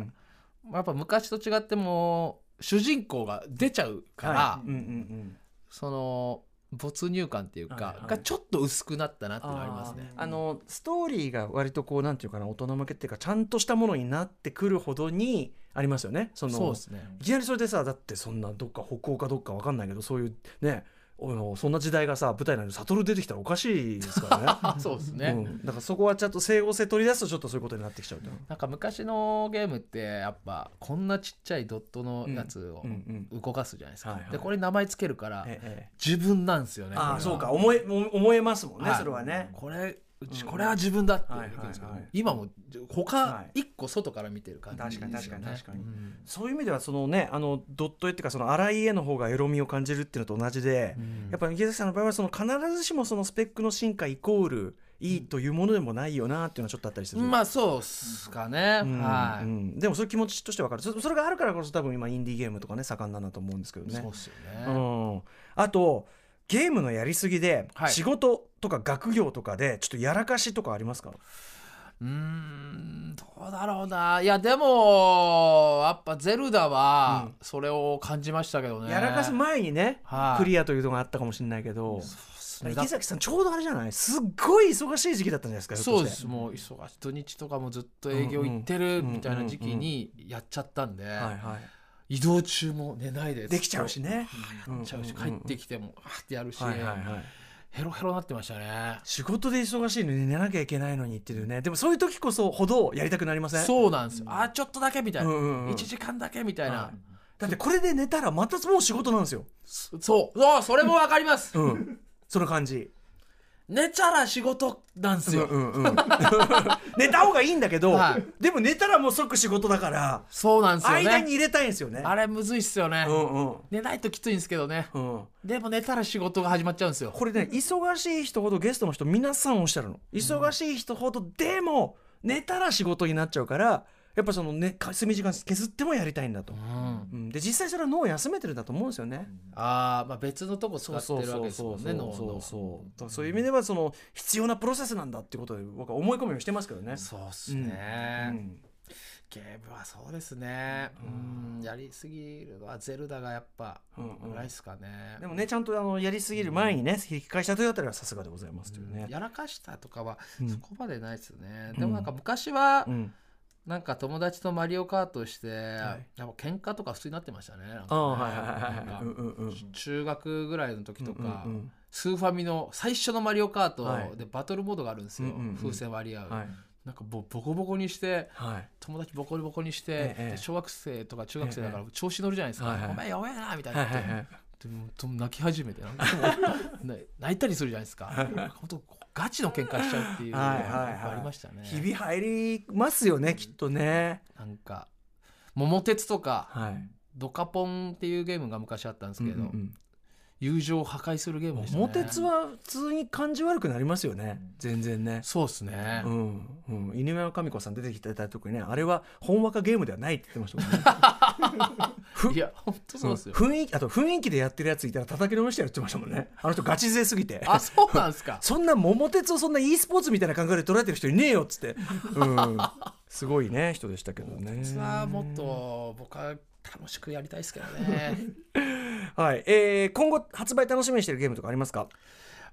[SPEAKER 5] やっぱ昔と違ってもう主人公が出ちゃうから、
[SPEAKER 1] はいうんうんうん
[SPEAKER 5] その没入感っていうか、
[SPEAKER 1] はいはい
[SPEAKER 5] がちょっと薄くなったなっていうのはあります
[SPEAKER 1] ー
[SPEAKER 5] ね
[SPEAKER 1] あのストーリーが割とこうなんていうかな大人向けっていうかちゃんとしたものになってくるほどにありますよ (laughs) ねその
[SPEAKER 5] そうですね
[SPEAKER 1] いきなりそれでさだってそんなどっか北欧かどっかわかんないけどそういうねあのそんな時代がさ舞台なのに悟出てきたらおかしいですからね
[SPEAKER 5] あ (laughs) そうです (laughs) ね、
[SPEAKER 1] うん、だからそこはちゃんと整合性取り出すとちょっとそういうことになってきちゃうと、
[SPEAKER 5] なんか昔のゲームってやっぱこんなちっちゃいドットのやつを
[SPEAKER 1] うんうん
[SPEAKER 5] 動かすじゃないですか、
[SPEAKER 1] はいはい
[SPEAKER 5] でこれ名前つけるから
[SPEAKER 1] ええ
[SPEAKER 5] 自分なんですよね
[SPEAKER 1] ああそう
[SPEAKER 5] これ
[SPEAKER 1] か
[SPEAKER 5] は
[SPEAKER 1] 思え思えますもんね、
[SPEAKER 5] はい
[SPEAKER 1] それはね、
[SPEAKER 5] これうちこれは自分だって
[SPEAKER 1] うん
[SPEAKER 5] できるんですけど、
[SPEAKER 1] はいはいはい
[SPEAKER 5] 今も
[SPEAKER 1] は
[SPEAKER 5] 他
[SPEAKER 1] い
[SPEAKER 5] 一個外から見てる感じ
[SPEAKER 1] 確かに
[SPEAKER 5] ですよね
[SPEAKER 1] 確かに確かに
[SPEAKER 5] うん
[SPEAKER 1] そういう意味ではそのねあのドット絵っていうかその荒い絵の方がエロみを感じるっていうのと同じで、やっぱり池崎さんの場合はその必ずしもそのスペックの進化イコールいいというものでもないよなっていうのはちょっとあったりする、
[SPEAKER 5] まあそうっすかね、
[SPEAKER 1] うん
[SPEAKER 5] はい、
[SPEAKER 1] うんでもそういう気持ちとしてわかるそそれがあるからこそ多分今インディーゲームとかね盛んなんだと思うんですけどね
[SPEAKER 5] そうっすよね、
[SPEAKER 1] うん、あとゲームのやりすぎで、
[SPEAKER 5] はい
[SPEAKER 1] 仕事とか学業とかでちょっとやらかしとかありますか
[SPEAKER 5] うーんどうだろうないやでもやっぱ「ゼルダ」はそれを感じましたけどね、
[SPEAKER 1] やらかす前にね、
[SPEAKER 5] はい
[SPEAKER 1] クリアというのがあったかもしれないけど、
[SPEAKER 5] すね
[SPEAKER 1] 池崎さんちょうどあれじゃないすっごい忙しい時期だったんじゃないですかひょっ
[SPEAKER 5] そう
[SPEAKER 1] と
[SPEAKER 5] で
[SPEAKER 1] して
[SPEAKER 5] すもう忙しい土日とかもずっと営業行ってるみたいな時期にやっちゃったんで、
[SPEAKER 1] はいは
[SPEAKER 5] 移動中も寝ないで
[SPEAKER 1] い、できちゃうし
[SPEAKER 5] ね
[SPEAKER 1] ね、
[SPEAKER 5] やっちゃうし
[SPEAKER 1] うんうんうん
[SPEAKER 5] 帰ってきてもあってやるし、
[SPEAKER 1] はいはいはい
[SPEAKER 5] ヘロヘロなってましたね
[SPEAKER 1] 仕事で忙しいのに寝なきゃいけないのにっていうねでもそういう時こそほどやりたくなりません
[SPEAKER 5] そうなんですよあーちょっとだけみたいな、
[SPEAKER 1] う
[SPEAKER 5] 一
[SPEAKER 1] んうんうん
[SPEAKER 5] 1時間だけみたいな、
[SPEAKER 1] はいだってこれで寝たらまたもう仕事なんですよ、
[SPEAKER 5] そそうそうそれもわかります、
[SPEAKER 1] うん、その感じ
[SPEAKER 5] 寝ちゃら仕事なんですよ、
[SPEAKER 1] うんうんうん (laughs) 寝た方がいいんだけど、
[SPEAKER 5] はい
[SPEAKER 1] でも寝たらもう即仕事だから、
[SPEAKER 5] そうなんですよね
[SPEAKER 1] 間に入れたいんですよね
[SPEAKER 5] あれむずいっすよね、
[SPEAKER 1] うんうん
[SPEAKER 5] 寝ないときついんですけどね
[SPEAKER 1] うん
[SPEAKER 5] でも寝たら仕事が始まっちゃうんですよ
[SPEAKER 1] これね忙しい人ほどゲストの人皆さんおっしゃるの忙しい人ほどでも寝たら仕事になっちゃうからやっぱその、ね、休み時間削ってもやりたいんだと、
[SPEAKER 5] うん
[SPEAKER 1] うん、で実際それは脳を休めてるんだと思うんですよね、
[SPEAKER 5] あー、まあ別のとこ使ってるわけです
[SPEAKER 1] そ
[SPEAKER 5] も
[SPEAKER 1] うんそ
[SPEAKER 5] ね
[SPEAKER 1] う
[SPEAKER 5] 脳の
[SPEAKER 1] そうそうだからそういう意味ではその必要なプロセスなんだっていうことで僕は思い込みをしてますけどね
[SPEAKER 5] そうっす
[SPEAKER 1] うん
[SPEAKER 5] ね、
[SPEAKER 1] うん
[SPEAKER 5] ゲームはそうですねうんやりすぎるのはゼルダがやっぱ
[SPEAKER 1] うんうん
[SPEAKER 5] ぐらいですかね、
[SPEAKER 1] でもねちゃんとあのやりすぎる前にね引き返したというあたりはさすがでございますというね。
[SPEAKER 5] やらかしたとかは
[SPEAKER 1] うん
[SPEAKER 5] そこまでないですね、
[SPEAKER 1] うん
[SPEAKER 5] でもなんか昔は
[SPEAKER 1] うん
[SPEAKER 5] なんか友達とマリオカートして、
[SPEAKER 1] い
[SPEAKER 5] やっぱ喧嘩とか普通になってましたねなん
[SPEAKER 1] あ
[SPEAKER 5] か
[SPEAKER 1] あ
[SPEAKER 5] ね
[SPEAKER 1] はいはいはい
[SPEAKER 5] な
[SPEAKER 1] はい。
[SPEAKER 5] ん
[SPEAKER 1] うん
[SPEAKER 5] か
[SPEAKER 1] うんうん。
[SPEAKER 5] 中学ぐらいの時とか、
[SPEAKER 1] うんうん
[SPEAKER 5] スーファミの最初のマリオカート
[SPEAKER 1] はい
[SPEAKER 5] でバトルモードがあるんですよ、
[SPEAKER 1] うんうんうん
[SPEAKER 5] 風船割り合う、
[SPEAKER 1] うんはい
[SPEAKER 5] なんかもうボコボコにして
[SPEAKER 1] はい。
[SPEAKER 5] 友達ボコボコにして、
[SPEAKER 1] ええ
[SPEAKER 5] で小学生とか中学生だから
[SPEAKER 1] え
[SPEAKER 5] 調子乗るじゃないですか、
[SPEAKER 1] はいはい
[SPEAKER 5] お前やおやなみたいな
[SPEAKER 1] は
[SPEAKER 5] こ
[SPEAKER 1] い
[SPEAKER 5] と、
[SPEAKER 1] はいはい。
[SPEAKER 5] でもと泣き始めてなんかもうね泣いたりするじゃないですか本当ガチの喧嘩しちゃうっていうのが
[SPEAKER 1] はいはいはい
[SPEAKER 5] やっぱありましたね、
[SPEAKER 1] 日々入りますよねきっとね。
[SPEAKER 5] なんか桃鉄とか
[SPEAKER 1] はい。
[SPEAKER 5] ドカポンっていうゲームが昔あったんです
[SPEAKER 1] うん
[SPEAKER 5] け
[SPEAKER 1] う
[SPEAKER 5] ど、
[SPEAKER 1] んうん
[SPEAKER 5] 友情を破壊するゲームでしたね
[SPEAKER 1] 桃鉄は普通に感じ悪くなりますよね全然ね。
[SPEAKER 5] そうですね、
[SPEAKER 1] うんうん、犬山神子さん出てきてた時にねあれは本若ゲームではないって言ってましたもんねふ
[SPEAKER 5] いや本当 (laughs) そうですよ、
[SPEAKER 1] 雰囲気あと雰囲気でやってるやついたら叩きのめしてやるって言ってましたもん
[SPEAKER 5] (laughs)
[SPEAKER 1] ねあの人ガチ勢すぎて
[SPEAKER 5] あそうなんですか
[SPEAKER 1] そんな桃鉄をそんな e スポーツみたいな考えで捉えてる人いねえよっつって、うん、すごいね人でしたけどね。
[SPEAKER 5] はもっと僕は楽しくやりたいですけどね
[SPEAKER 1] はいえー、今後発売楽しみにしてるゲームとかありますか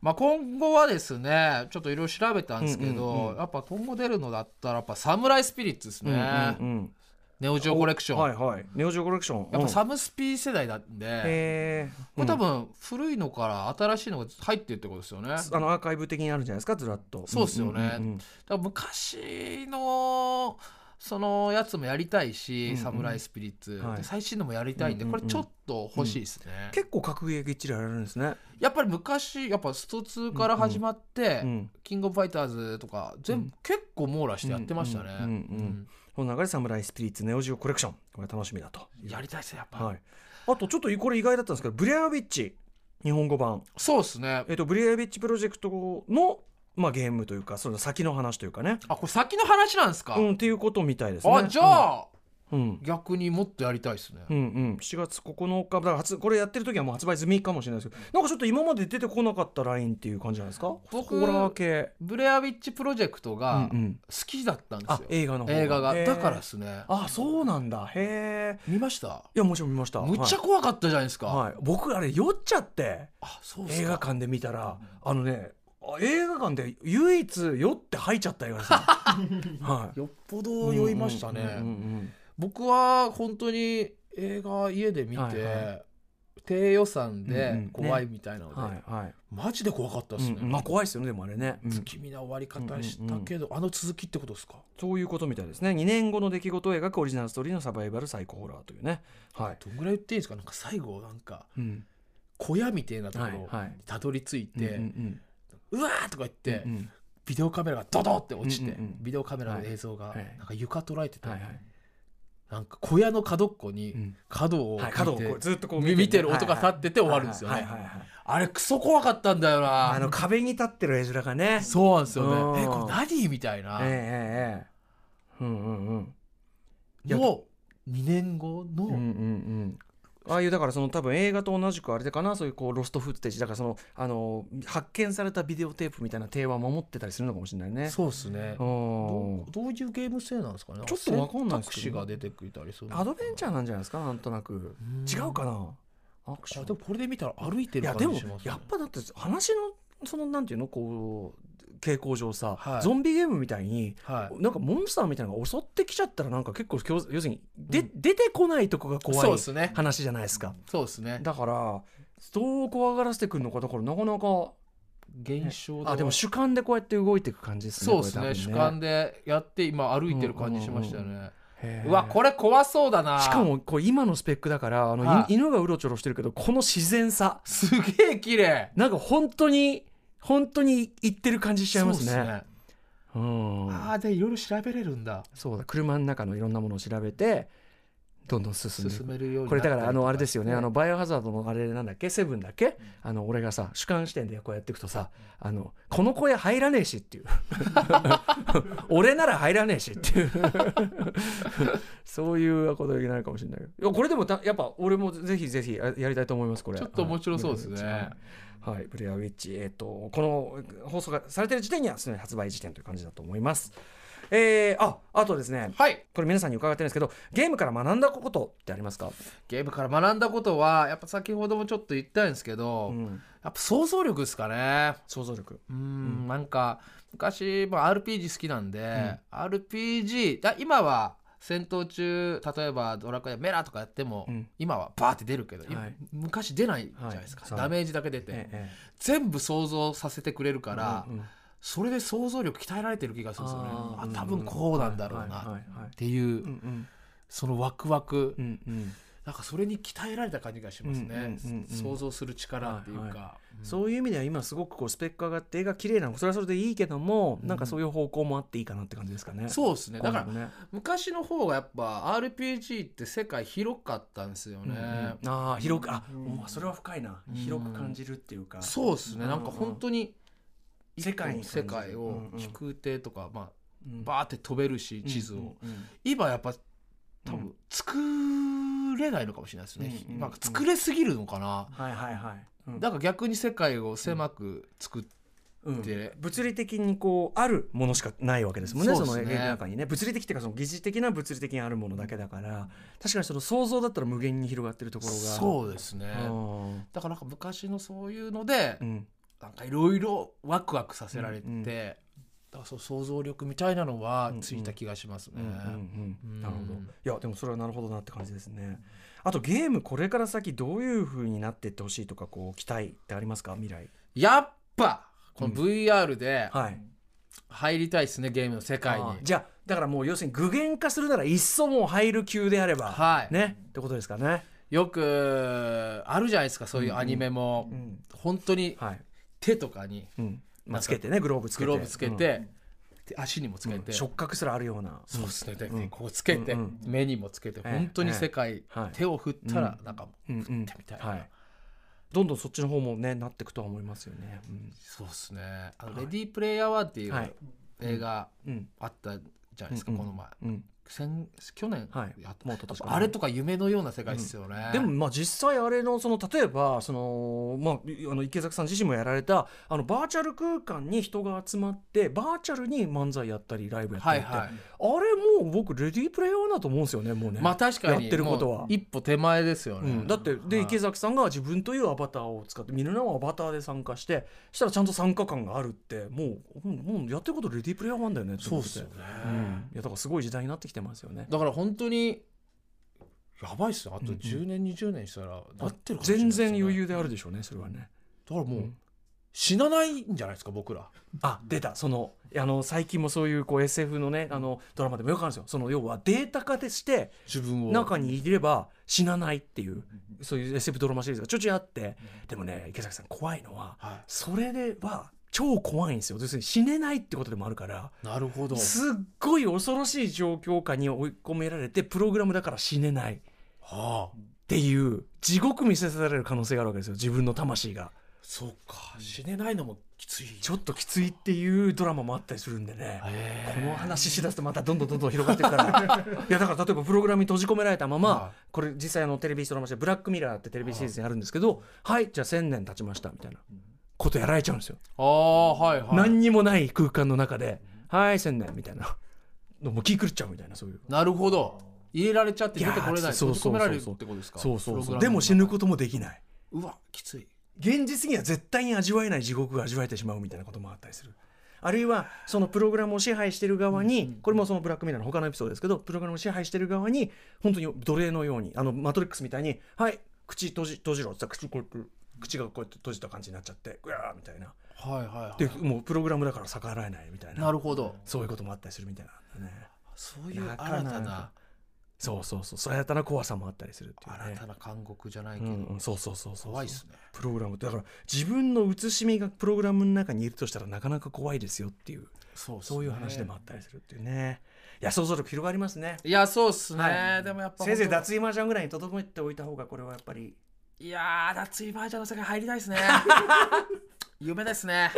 [SPEAKER 5] まあ今後はですねちょっといろいろ調べたんですけど、
[SPEAKER 1] うんうん
[SPEAKER 5] やっぱ今後出るのだったらやっぱ「サムライスピリッツ」ですね、
[SPEAKER 1] うんうん
[SPEAKER 5] ネオジオコレクシ
[SPEAKER 1] う
[SPEAKER 5] ョ
[SPEAKER 1] ん、
[SPEAKER 5] ン、
[SPEAKER 1] はいはいネオジオコレクション
[SPEAKER 5] やっぱ
[SPEAKER 1] うん
[SPEAKER 5] サムスピ世代なんで、
[SPEAKER 1] えー
[SPEAKER 5] これ多分古いのから新しいのが入ってるってことですよね、
[SPEAKER 1] うんあのアーカイブ的にあるんじゃないですかずらっと
[SPEAKER 5] そうっすよね
[SPEAKER 1] んんん
[SPEAKER 5] だから昔のそのやつもやりたい
[SPEAKER 1] う
[SPEAKER 5] し、
[SPEAKER 1] んうん
[SPEAKER 5] サムライスピリッツ、
[SPEAKER 1] はい
[SPEAKER 5] で最新のもやりたいんで、
[SPEAKER 1] うんうんうん
[SPEAKER 5] これちょっと欲しいですね、
[SPEAKER 1] 結構格ゲーぎっちりやられるんですね。
[SPEAKER 5] やっぱり昔やっぱスト2から始まって、
[SPEAKER 1] うん
[SPEAKER 5] キングオブファイターズとか全部、
[SPEAKER 1] うん
[SPEAKER 5] 結構網羅してやってましたね、
[SPEAKER 1] うんうんうんこの中で「サムライスピリッツネオジオコレクション」これ楽しみだと。
[SPEAKER 5] うんやりたいっすねやっぱ、
[SPEAKER 1] はい、あとちょっとこれ意外だったんですけど「ブレアウィッチ」日本語版、
[SPEAKER 5] そうですね
[SPEAKER 1] えっとブレアウィッチプロジェクトの、まあ、ゲームというかその先の話というかね。
[SPEAKER 5] あこれ先の話なんですか、
[SPEAKER 1] うん、っていうことみたいですね。
[SPEAKER 5] あじゃあ、
[SPEAKER 1] うん、うん
[SPEAKER 5] 逆にもっとやりたいですね、
[SPEAKER 1] うんうん、7月9日だから発これやってる時はもう発売済みかもしれないですけどなんかちょっと今まで出てこなかったラインっていう感じなんですか
[SPEAKER 5] 僕
[SPEAKER 1] ホラー系
[SPEAKER 5] ブレアウィッチプロジェクト
[SPEAKER 1] うん
[SPEAKER 5] が
[SPEAKER 1] う
[SPEAKER 5] 好
[SPEAKER 1] ん
[SPEAKER 5] きだったんですよ
[SPEAKER 1] あ、映画の方
[SPEAKER 5] 映画が、
[SPEAKER 1] へー
[SPEAKER 5] だからですね
[SPEAKER 1] あそうなんだへえ
[SPEAKER 5] 見ました
[SPEAKER 1] いやもちろん見ました
[SPEAKER 5] むっちゃ怖かったじゃないですか、
[SPEAKER 1] はい、はい、僕あれ酔っちゃって
[SPEAKER 5] あそうっすか
[SPEAKER 1] 映画館で見たらあのねあ映画館で唯一酔って吐いちゃった映画ですね
[SPEAKER 5] (laughs)
[SPEAKER 1] はい
[SPEAKER 5] よっぽど酔いましたね、
[SPEAKER 1] うんうんうん
[SPEAKER 5] 僕は本当に映画家で見て、
[SPEAKER 1] はいは
[SPEAKER 5] 低予算
[SPEAKER 1] うんうん
[SPEAKER 5] で
[SPEAKER 1] ね
[SPEAKER 5] 怖いみたいなの
[SPEAKER 1] うん
[SPEAKER 5] で、
[SPEAKER 1] はいはい、
[SPEAKER 5] マジで怖かったですね、
[SPEAKER 1] うんうんまあ怖いですよねでもあれね、うん
[SPEAKER 5] 不気味な終わり方したけど、あの続きってことですか
[SPEAKER 1] そういうことみたいですね2年後の出来事を描くオリジナルストーリーのサバイバルサイコホラーというねはい、
[SPEAKER 5] どんぐらい言っていいんですかなんか最後なんか
[SPEAKER 1] うん、
[SPEAKER 5] 小屋みたいなところ
[SPEAKER 1] はいはい
[SPEAKER 5] にたどり着いて、
[SPEAKER 1] うんうん
[SPEAKER 5] うわーとか言って、
[SPEAKER 1] うんうん
[SPEAKER 5] ビデオカメラがドドンって落ちて、
[SPEAKER 1] うんうんうん
[SPEAKER 5] ビデオカメラの映像が
[SPEAKER 1] はいはい
[SPEAKER 5] なんか床捉えてて、
[SPEAKER 1] はいはい
[SPEAKER 5] なんか小屋の角っこに
[SPEAKER 1] うん
[SPEAKER 5] 角を見
[SPEAKER 1] はい、
[SPEAKER 5] て、
[SPEAKER 1] 角をこうずっとこう
[SPEAKER 5] 見見てる音が立ってて終わるんですよ
[SPEAKER 1] はい
[SPEAKER 5] ね
[SPEAKER 1] はいはいはい
[SPEAKER 5] あれクソ怖かったんだよな
[SPEAKER 1] あの壁に立ってる絵面がね
[SPEAKER 5] (laughs) そうなんですよ
[SPEAKER 1] うん
[SPEAKER 5] ねえこれ何みたいな、
[SPEAKER 1] ええええええうんうんうんえ
[SPEAKER 5] もう2年後の、
[SPEAKER 1] うんうんうんああいうだからその多分映画と同じくあれかなそういうこうロストフッテージだからそのあの発見されたビデオテープみたいな手は守ってたりするのかもしれないね
[SPEAKER 5] そうですね
[SPEAKER 1] う
[SPEAKER 5] ど
[SPEAKER 1] ん
[SPEAKER 5] うどういうゲーム性なんですかね
[SPEAKER 1] ちょっとわかんない
[SPEAKER 5] で
[SPEAKER 1] ですすけど
[SPEAKER 5] けどタクシーが出てくれたりする
[SPEAKER 1] アドベンチャーなんじゃないですかなんとなく
[SPEAKER 5] うん
[SPEAKER 1] 違うかなアクショ
[SPEAKER 5] あ
[SPEAKER 1] ン
[SPEAKER 5] でもこれで見たら歩いて
[SPEAKER 1] い
[SPEAKER 5] る
[SPEAKER 1] や
[SPEAKER 5] 感
[SPEAKER 1] でも
[SPEAKER 5] じします、ね、
[SPEAKER 1] やっぱだって話のそのなんていうのこう傾向上さ、
[SPEAKER 5] はい
[SPEAKER 1] ゾンビゲームみたいに
[SPEAKER 5] はい
[SPEAKER 1] なんかモンスターみたいなのが襲ってきちゃったらなんか結構強要するにで、出てこないとこが怖
[SPEAKER 5] そう
[SPEAKER 1] い
[SPEAKER 5] ですね
[SPEAKER 1] 話じゃないですか
[SPEAKER 5] そうですね
[SPEAKER 1] だからどう怖がらせてくるのかだからなかなか
[SPEAKER 5] 現象
[SPEAKER 1] あでも主観でこうやって動いていく感じですね
[SPEAKER 5] そうですね主観
[SPEAKER 1] で
[SPEAKER 5] でやって今歩いてる感じしましたよね、うわ
[SPEAKER 1] わ
[SPEAKER 5] これ怖そうだな
[SPEAKER 1] しかもこう今のスペックだからあの、い
[SPEAKER 5] はい
[SPEAKER 1] 犬がうろちょろしてるけどこの自然さ
[SPEAKER 5] すげえ綺麗
[SPEAKER 1] なんか本当に本当にいってる感じしちゃいますね
[SPEAKER 5] そうっね
[SPEAKER 1] うん
[SPEAKER 5] ああでいろいろ調べれるんだ
[SPEAKER 1] そうだ車の中のいろんなものを調べてどんどん進んでいく
[SPEAKER 5] 進めるように
[SPEAKER 1] これだからあのあれですよねあの
[SPEAKER 5] の
[SPEAKER 1] バイオハザードのあれなんだっけセブンだっけあの俺がさ主観視点でこうやっていくとさあのこの小屋入らねえし
[SPEAKER 5] (laughs)
[SPEAKER 1] っていう俺なら入らねえしっていうそういうことになるかもしれないけどいやこれでもたやっぱ俺もぜひぜひややりたいと思いますこれ
[SPEAKER 5] ちょっと面白そうですね
[SPEAKER 1] はいはいブレアウィッチえっ、とこの放送がされてる時点にはすでに発売時点という感じだと思いますえー、ああとですね
[SPEAKER 5] はい
[SPEAKER 1] これ皆さんに伺ってるんですけどゲームから学んだことってありますか、
[SPEAKER 5] ゲームから学んだことはやっぱ先ほどもちょっと言ったんですけど、
[SPEAKER 1] うん
[SPEAKER 5] やっぱ想像力ですかね
[SPEAKER 1] 想像力
[SPEAKER 5] うんなんか昔、まあ、RPG 好きなんで、RPG だ今は戦闘中例えばドラクエメラとかやっても、
[SPEAKER 1] うん
[SPEAKER 5] 今はバーって出るけど、い
[SPEAKER 1] はい
[SPEAKER 5] 昔出ないじゃないですか、
[SPEAKER 1] はいそう
[SPEAKER 5] ダメージだけ出て、
[SPEAKER 1] ええ
[SPEAKER 5] 全部想像させてくれるから、
[SPEAKER 1] うんうん
[SPEAKER 5] それで想像力鍛えられてる気がするんですよね
[SPEAKER 1] あー
[SPEAKER 5] あ多分こうなんだろう
[SPEAKER 1] はいは
[SPEAKER 5] ない
[SPEAKER 1] はいはい
[SPEAKER 5] っていう、
[SPEAKER 1] うん
[SPEAKER 5] そのワクワク、
[SPEAKER 1] うんうんうん
[SPEAKER 5] なんかそれに鍛えられた感じがします
[SPEAKER 1] う
[SPEAKER 5] ね、
[SPEAKER 1] んうんうんうん
[SPEAKER 5] 想像する力っていうか、
[SPEAKER 1] はいはそういう意味では今すごくこうスペック上がって絵が綺麗なのそれはそれでいいけども、なんかそういう方向もあっていいかなって感じですかね。
[SPEAKER 5] そうですねだから
[SPEAKER 1] 今度ね
[SPEAKER 5] 昔の方がやっぱ RPG って世界広かったんですよね、
[SPEAKER 1] うんああ広くあ、もうそれは深いな広く感じるっていうか、
[SPEAKER 5] そうですねなんか本当に
[SPEAKER 1] 世界に感じ
[SPEAKER 5] 世
[SPEAKER 1] る
[SPEAKER 5] 界
[SPEAKER 1] う
[SPEAKER 5] を
[SPEAKER 1] んうん
[SPEAKER 5] 飛空艇とか、まあ、
[SPEAKER 1] うん
[SPEAKER 5] バーって飛べるし地図を、
[SPEAKER 1] うんうん
[SPEAKER 5] 今やっぱ多
[SPEAKER 1] う
[SPEAKER 5] 分作れないのかもしれないですね、
[SPEAKER 1] うんうん
[SPEAKER 5] なんか作れすぎるのかな、
[SPEAKER 1] はいはいはい、うん
[SPEAKER 5] だから逆に世界を狭く作って、
[SPEAKER 1] うん
[SPEAKER 5] で
[SPEAKER 1] 物理的にこうあるものしかないわけですもんね
[SPEAKER 5] そ
[SPEAKER 1] そう
[SPEAKER 5] ですね
[SPEAKER 1] の絵の中にね物理的っていうかその疑似的な物理的にあるものだけだから確かにその想像だったら無限に広がってるところが
[SPEAKER 5] そうですね、
[SPEAKER 1] うん
[SPEAKER 5] だからなんか昔のそういうので、
[SPEAKER 1] うん
[SPEAKER 5] なんかいろいろワクワクさせられて、
[SPEAKER 1] うんうん
[SPEAKER 5] だからそう想像力みたいなのはついた気がします
[SPEAKER 1] う
[SPEAKER 5] ね。
[SPEAKER 1] んうんうん
[SPEAKER 5] うん
[SPEAKER 1] なるほどいやでもそれはなるほどなって感じですねあとゲームこれから先どういうふうになっていってほしいとかこう期待ってありますか未来
[SPEAKER 5] やっぱこの VR で
[SPEAKER 1] はい
[SPEAKER 5] 入りたいですね、ゲームの世界に
[SPEAKER 1] あー。じゃあだからもう要するに具現化するならいっそもう入る級であれば、
[SPEAKER 5] はい
[SPEAKER 1] ねってことですかね。
[SPEAKER 5] よくあるじゃないですかそういうアニメも、本当に
[SPEAKER 1] はい
[SPEAKER 5] 手とかに
[SPEAKER 1] うんまあ、つけてねグローブつけて
[SPEAKER 5] グローブつけて、で足にもつけて、
[SPEAKER 1] うん触覚すらあるような
[SPEAKER 5] そうですねでこうつけて、
[SPEAKER 1] うんう
[SPEAKER 5] 目にもつけて、
[SPEAKER 1] ええ
[SPEAKER 5] 本当に世界、
[SPEAKER 1] はい
[SPEAKER 5] 手を振ったらなんかもう、
[SPEAKER 1] うんうん
[SPEAKER 5] 振ってみたいな、
[SPEAKER 1] はい、どんどんそっちの方もねなっていくとは思いますよね。うん
[SPEAKER 5] そうですねあの、レディープレイヤー1」ってい
[SPEAKER 1] は
[SPEAKER 5] う
[SPEAKER 1] い
[SPEAKER 5] 映画
[SPEAKER 1] うん
[SPEAKER 5] あったじゃないですか、
[SPEAKER 1] うんうん
[SPEAKER 5] この前
[SPEAKER 1] うん
[SPEAKER 5] 先去年
[SPEAKER 1] はい
[SPEAKER 5] やった、
[SPEAKER 1] もう一昨年かな
[SPEAKER 5] あれとか夢のような世界ですよね、
[SPEAKER 1] でもまあ実際あれのその例えばそのまああの池崎さん自身もやられたあのバーチャル空間に人が集まってバーチャルに漫才やったりライブやった
[SPEAKER 5] は
[SPEAKER 1] り
[SPEAKER 5] い
[SPEAKER 1] って、
[SPEAKER 5] は
[SPEAKER 1] あ
[SPEAKER 5] い、
[SPEAKER 1] れもう僕レディープレイヤーだと思うんですよねもうね。
[SPEAKER 5] まあ確かに
[SPEAKER 1] やってることは
[SPEAKER 5] もう一歩手前ですよ
[SPEAKER 1] う
[SPEAKER 5] ね、
[SPEAKER 1] ん、だってで池崎さんが自分というアバターを使ってみんなをアバターで参加してしたらちゃんと参加感があるってもうもうもうやってることレディープレイヤー1だよねって
[SPEAKER 5] そ
[SPEAKER 1] 思
[SPEAKER 5] う
[SPEAKER 1] っ
[SPEAKER 5] で
[SPEAKER 1] て
[SPEAKER 5] すよね、
[SPEAKER 1] うん、いやだからすごい時代になってきてますよね。
[SPEAKER 5] だから本当にやばいっすよあと
[SPEAKER 1] うんうん
[SPEAKER 5] 10年、20年したらなってるかもしれない
[SPEAKER 1] 全
[SPEAKER 5] ですよね
[SPEAKER 1] 然余裕であるでしょうねそれはね。
[SPEAKER 5] だからもう、
[SPEAKER 1] うん
[SPEAKER 5] 死なないんじゃないですか僕ら
[SPEAKER 1] あ出たそのあの最近もそういうこう SF のねあのドラマでもよくあるんですよその要はデータ化でして
[SPEAKER 5] 自分を
[SPEAKER 1] 中にいれば死なないっていうそういう SF ドラマシリーズがちょいちょいあってでもね池崎さん怖いのは
[SPEAKER 5] は
[SPEAKER 1] それでは超怖いんですよ要するに死ねないってことでもあるから
[SPEAKER 5] いなるほど
[SPEAKER 1] すっごい恐ろしい状況下に追い込められてプログラムだから死ねないっ
[SPEAKER 5] はあ
[SPEAKER 1] ていう地獄見せられる可能性があるわけですよ自分の魂が
[SPEAKER 5] そうか死ねないのもきつい
[SPEAKER 1] ちょっときついっていうドラマもあったりするんでね。
[SPEAKER 5] へ
[SPEAKER 1] この話しだすとまたどんどんどんどん広がっていくから
[SPEAKER 5] (laughs)
[SPEAKER 1] いやだから例えばプログラムに閉じ込められたまま、
[SPEAKER 5] は
[SPEAKER 1] これ実際あのテレビドラマで「ブラックミラー」ってテレビシリーズにあるんですけど「はい、じゃあ1,000年経ちました」みたいなことやられちゃうんですよ、
[SPEAKER 5] ああはいはい
[SPEAKER 1] 何にもない空間の中で「はい1,000年」みたいなのもう気狂っちゃうみたいなそういう。
[SPEAKER 5] なるほど入れられちゃって出てこれない
[SPEAKER 1] そうそうそうそう
[SPEAKER 5] 閉じ込められるってことですか
[SPEAKER 1] そうそうそう
[SPEAKER 5] プ
[SPEAKER 1] で
[SPEAKER 5] ログラムの
[SPEAKER 1] も
[SPEAKER 5] 中
[SPEAKER 1] 死ぬこともできない。
[SPEAKER 5] うわきつい
[SPEAKER 1] 現実には絶対に味わえない地獄が味わえてしまうみたいなこともあったりする。あるいはそのプログラムを支配している側にこれもそのブラックミラーの他のエピソードですけどプログラムを支配している側に本当に奴隷のようにあのマトリックスみたいに「はい口閉じ閉じろ」って言ったら口こうやって口がこうやって閉じた感じになっちゃって「うわー」みたいな
[SPEAKER 5] はいはい
[SPEAKER 1] で
[SPEAKER 5] は
[SPEAKER 1] もうプログラムだから逆らえないみたい
[SPEAKER 5] い
[SPEAKER 1] な
[SPEAKER 5] なるほど
[SPEAKER 1] そういうこともあったりするみたいなんだね
[SPEAKER 5] そういう新
[SPEAKER 1] なか
[SPEAKER 5] た
[SPEAKER 1] なか
[SPEAKER 5] な
[SPEAKER 1] そうそうそうそう新たな怖さもあったりするっていう
[SPEAKER 5] 新
[SPEAKER 1] ね
[SPEAKER 5] たな監獄じゃないけ
[SPEAKER 1] う
[SPEAKER 5] ど
[SPEAKER 1] んうんそうそうそうそう
[SPEAKER 5] 怖いっすね
[SPEAKER 1] プログラムってだから自分の写しみがプログラムの中にいるとしたらなかなか怖いですよっていう
[SPEAKER 5] そうっすね
[SPEAKER 1] そういう話でもあったりするっていうねいや想像力広がりますね
[SPEAKER 5] いやそうっすね、
[SPEAKER 1] はい
[SPEAKER 5] でもやっぱ
[SPEAKER 1] せいぜい
[SPEAKER 5] 本
[SPEAKER 1] 脱衣マージャンぐらいにとどめておいた方がこれはやっぱり
[SPEAKER 5] 当いやー脱衣マージャンの世界入りたい
[SPEAKER 1] (laughs)
[SPEAKER 5] ですね夢ですね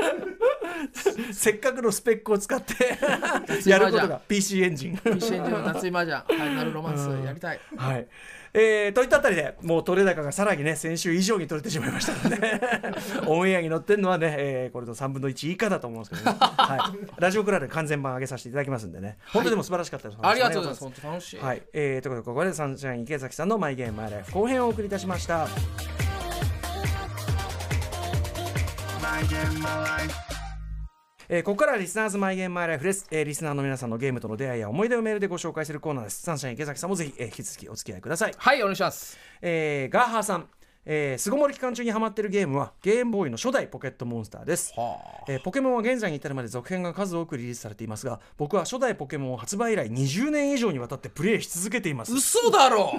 [SPEAKER 1] せっかくのスペックを使って (laughs) やることが PC エンジン
[SPEAKER 5] 一心上の脱衣マージャンファイナルロマンスやりたい
[SPEAKER 1] はい。えー、といったあたりでもう取れ高がさらにね先週以上に取れてしまいましたので (laughs) オンエアに乗ってるのはね、えーこれの3分の1以下だと思うんですけど、ねはい、ラジオクラで完全版上げさせていただきますんでね本当にでも素晴らしかったです、
[SPEAKER 5] ありがとうございます本当楽しい、
[SPEAKER 1] はい、えー、ということでここまでサンシャイン池崎さんの「マイゲームマイライフ」後編をお送りいたしました。
[SPEAKER 3] My game, my life.
[SPEAKER 1] えーここからはリスナーズマイゲームマイライフです、えーリスナーの皆さんのゲームとの出会いや思い出をメールでご紹介するコーナーですサンシャイン池崎さんもぜひ、えー引き続きお付き合いください、
[SPEAKER 5] はいお願いします
[SPEAKER 1] えーガーハーさんえー巣ごもり期間中にハマってるゲームはゲームボーイの初代ポケットモンスターです、えーポケモンは現在に至るまで続編が数多くリリースされていますが僕は初代ポケモンを発売以来20年以上にわたってプレイし続けています
[SPEAKER 5] 嘘だろ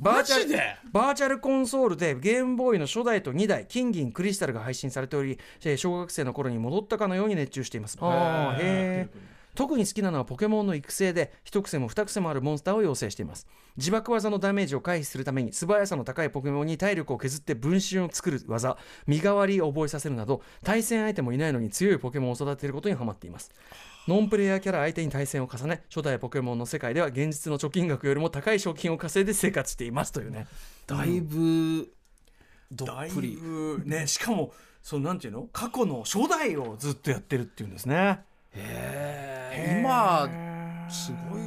[SPEAKER 1] バー
[SPEAKER 5] マ
[SPEAKER 1] チャル
[SPEAKER 5] ジで
[SPEAKER 1] バーチャルコンソールでゲームボーイの初代と2代金銀クリスタルが配信されておりえー小学生の頃に戻ったかのように熱中していますあーへー特に好きなのはポケモンの育成で一癖も二癖もあるモンスターを養成しています自爆技のダメージを回避するために素早さの高いポケモンに体力を削って分身を作る技身代わりを覚えさせるなど対戦相手もいないのに強いポケモンを育てることにハマっていますノンプレイヤーキャラ相手に対戦を重ね初代ポケモンの世界では現実の貯金額よりも高い賞金を稼いで生活していますというね
[SPEAKER 5] だいぶどっ
[SPEAKER 1] だい
[SPEAKER 5] ぷり
[SPEAKER 1] ぶねしかもそのなんていうの過去の初代をずっとやってるっていうんですね
[SPEAKER 5] へー今すごい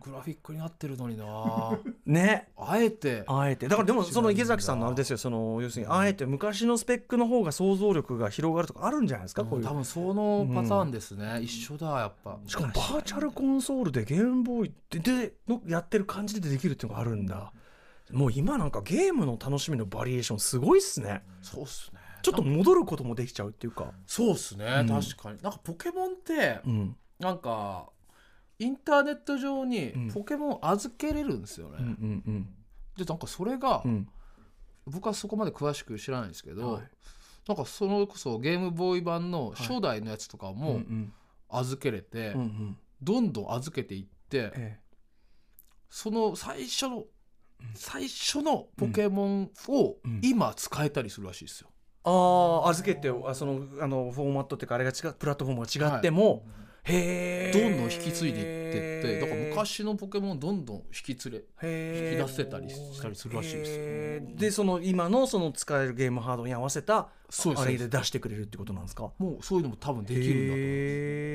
[SPEAKER 5] グラフィックになってるのに
[SPEAKER 1] (laughs)
[SPEAKER 5] な
[SPEAKER 1] ね
[SPEAKER 5] あえて
[SPEAKER 1] あえてだからでもその池崎さんのあれですよその要するにあえて昔のスペックの方が想像力が広がるとかあるんじゃないですかこういう
[SPEAKER 5] 多分そのパターンですね、一緒だやっぱ
[SPEAKER 1] しかもバーチャルコンソールでゲームボーイででのやってる感じでできるっていうのがあるんだもう今なんかゲームの楽しみのバリエーションすごいっすね
[SPEAKER 5] そうっすね
[SPEAKER 1] ちょっと戻ることもできちゃうっていうか
[SPEAKER 5] そうっすね、確かになんかポケモンって、
[SPEAKER 1] うん
[SPEAKER 5] なんかインターネット上
[SPEAKER 1] うん
[SPEAKER 5] にポケモンを預けれるんですよね、
[SPEAKER 1] うんうんうん
[SPEAKER 5] でなんかそれが、
[SPEAKER 1] うん
[SPEAKER 5] 僕はそこまで詳しく知らないんですけど、
[SPEAKER 1] はい
[SPEAKER 5] なんかそれこそゲームボーイ版の初代のやつとか
[SPEAKER 1] うんう
[SPEAKER 5] も
[SPEAKER 1] ん
[SPEAKER 5] 預けれて、
[SPEAKER 1] うんうん
[SPEAKER 5] どんどん預けていって、
[SPEAKER 1] え
[SPEAKER 5] その最初の最初のポケモンを
[SPEAKER 1] うん
[SPEAKER 5] 今使えたりするらしいですよ。
[SPEAKER 1] えああ預けてあそのあのフォーマットっていうかあれが違うプラットフォームが違っても、へえ
[SPEAKER 5] どんどん引き継いでいってってだから昔のポケモンをどんどん引き連れ
[SPEAKER 1] へー
[SPEAKER 5] 引き出せたりしたりするらしいですよ
[SPEAKER 1] へーでその今のその使えるゲームハードに合わせた
[SPEAKER 5] そうです
[SPEAKER 1] あれ
[SPEAKER 5] そ
[SPEAKER 1] で出してくれるってことなんですか
[SPEAKER 5] もうそういうのも多分できるんだと思う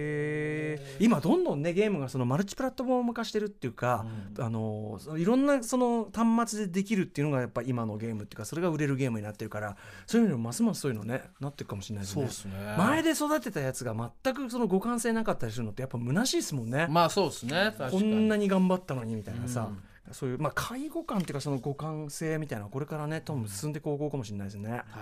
[SPEAKER 1] へー今どんどんねゲームがそのマルチプラットフォーム化してるっていうか、あのそのいろんなその端末でできるっていうのがやっぱ今のゲームっていうかそれが売れるゲームになってるからそういうのもますますそういうのねなっていくかもしれないです
[SPEAKER 5] そう
[SPEAKER 1] ね
[SPEAKER 5] ですね
[SPEAKER 1] 前で育てたやつが全くその互換性なかったりするのってやっぱ虚しいですもんね、
[SPEAKER 5] まあそうですね確かに
[SPEAKER 1] こんなに頑張ったのにみたいなさ、そういうまあ介護感っていうかその互換性みたいなのはこれからね多分進んでいこうかもしれないですね、
[SPEAKER 5] 確か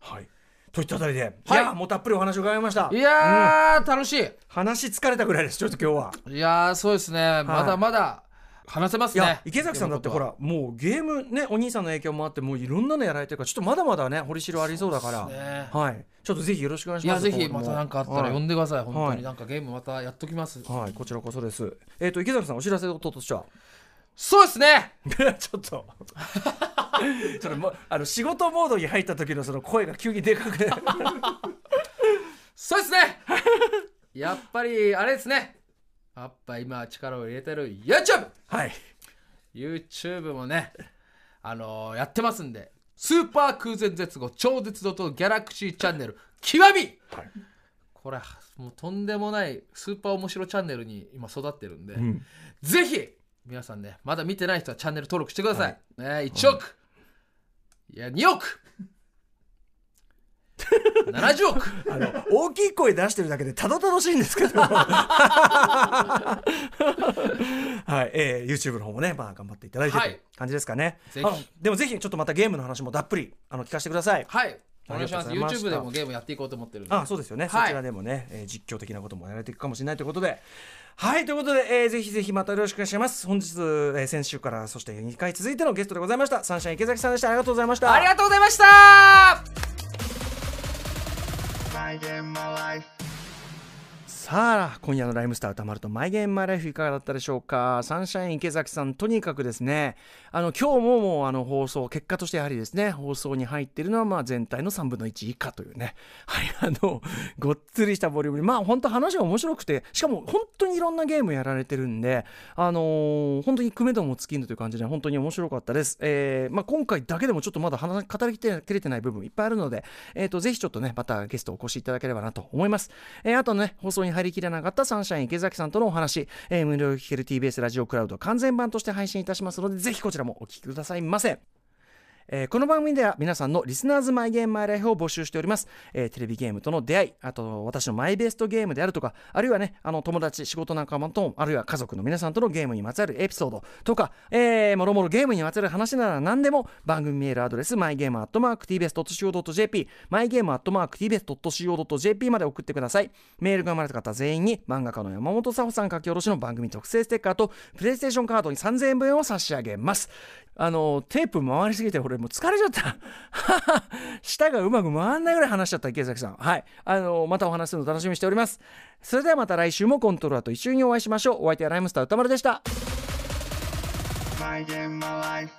[SPEAKER 1] はいといったあたりで、い、
[SPEAKER 5] はい
[SPEAKER 1] やもうたっぷりお話を伺いました
[SPEAKER 5] にいやー、楽しい
[SPEAKER 1] 話疲れたぐらいですちょっと今日は、
[SPEAKER 5] いやーそうですね、まだまだ話せます
[SPEAKER 1] い
[SPEAKER 5] ね
[SPEAKER 1] や池崎さんだってほらもうゲームねお兄さんの影響もあってもういろんなのやられてるからちょっとまだまだね掘りしろありそうだから、
[SPEAKER 5] そうっすね
[SPEAKER 1] はいちょっとぜひよろしくお願い
[SPEAKER 5] い
[SPEAKER 1] しま
[SPEAKER 5] や
[SPEAKER 1] す
[SPEAKER 5] ぜひまた何かあったら呼んでください、本当
[SPEAKER 1] はい
[SPEAKER 5] になんかゲームまたやっときます、
[SPEAKER 1] はい、はいこちらこそですえっ、と池崎さんお知らせ事として
[SPEAKER 5] (laughs)
[SPEAKER 1] は
[SPEAKER 5] そうですね
[SPEAKER 1] ちょっと (laughs) ちょっともうあの仕事モードに入った時のその声が急にでかくて
[SPEAKER 5] (laughs) そうですねやっぱりあれですねやっぱ今力を入れてる YouTube
[SPEAKER 1] はい
[SPEAKER 5] YouTube もね、あのーやってますんで、スーパー空前絶後、超絶怒涛ギャラクシーチャンネル、極み、これ、もうとんでもないスーパー面白チャンネルに今育ってるんで、
[SPEAKER 1] ん
[SPEAKER 5] ぜひ、皆さんね、まだ見てない人はチャンネル登録してください。ね、1億、い、や、2億、70億、
[SPEAKER 1] あの大きい声出してるだけでただ楽しいんですけ
[SPEAKER 5] (laughs)
[SPEAKER 1] どはい、えー、YouTube の方もね、まあ、頑張っていただいてと
[SPEAKER 5] はい
[SPEAKER 1] いう感じですかね、
[SPEAKER 5] ぜひ
[SPEAKER 1] あのでもぜひちょっとまたゲームの話もたっぷりあの聞かせてください
[SPEAKER 5] はい、お願いします。
[SPEAKER 1] ありがとうございました
[SPEAKER 5] YouTube でもゲームやっていこうと思ってるんで。
[SPEAKER 1] あそうですよね、
[SPEAKER 5] はい
[SPEAKER 1] そちらでもね、えー実況的なこともやられていくかもしれないということではいということで、えーぜひぜひまたよろしくお願いします本日、えー先週からそして2回続いてのゲストでございましたサンシャイン池崎さんでしたありがとうございました
[SPEAKER 5] ありがとうございました
[SPEAKER 1] さあ今夜の「ライムスター歌丸と「マイ・ゲーム・マイ・ライフ」いかがだったでしょうかサンシャイン池崎さんとにかくですねあの今日ももうあの放送結果としてやはりですね放送に入っているのはまあ全体の3分の1以下というね (laughs) はいあのごっつりしたボリュームにまあ本当話が面白くてしかも本当にいろんなゲームやられてるんであのー本当に組めども尽きんどという感じで本当に面白かったです、えーまあ、今回だけでもちょっとまだ話語りきれてない部分いっぱいあるので、えー、とぜひちょっとねまたゲストお越しいただければなと思いますえーあとね、放送に入りきらなかったサンシャイン池崎さんとのお話、えー無料で聴ける TBS ラジオクラウド完全版として配信いたしますので、ぜひこちらもお聞きくださいませ。えーこの番組では皆さんのリスナーズマイゲームマイライフを募集しております、えーテレビゲームとの出会いあと私のマイベストゲームであるとかあるいはねあの友達仕事仲間とあるいは家族の皆さんとのゲームにまつわるエピソードとか、えーもろもろゲームにまつわる話なら何でも番組メールアドレス mygame.tbest.co.jp mygame.tbest.co.jp まで送ってくださいメールが生まれた方全員に漫画家の山本沙穂さん書き下ろしの番組特製ステッカーとプレイステーションカードに3000円分を差し上げますあのテープ回りすぎて俺もう疲れちゃった (laughs) 舌がうまく回んないぐらい話しちゃった池崎さんはいあのまたお話するの楽しみにしておりますそれではまた来週もコントローラーと一緒にお会いしましょうお相手はライムスター歌丸でした
[SPEAKER 3] my game, my life.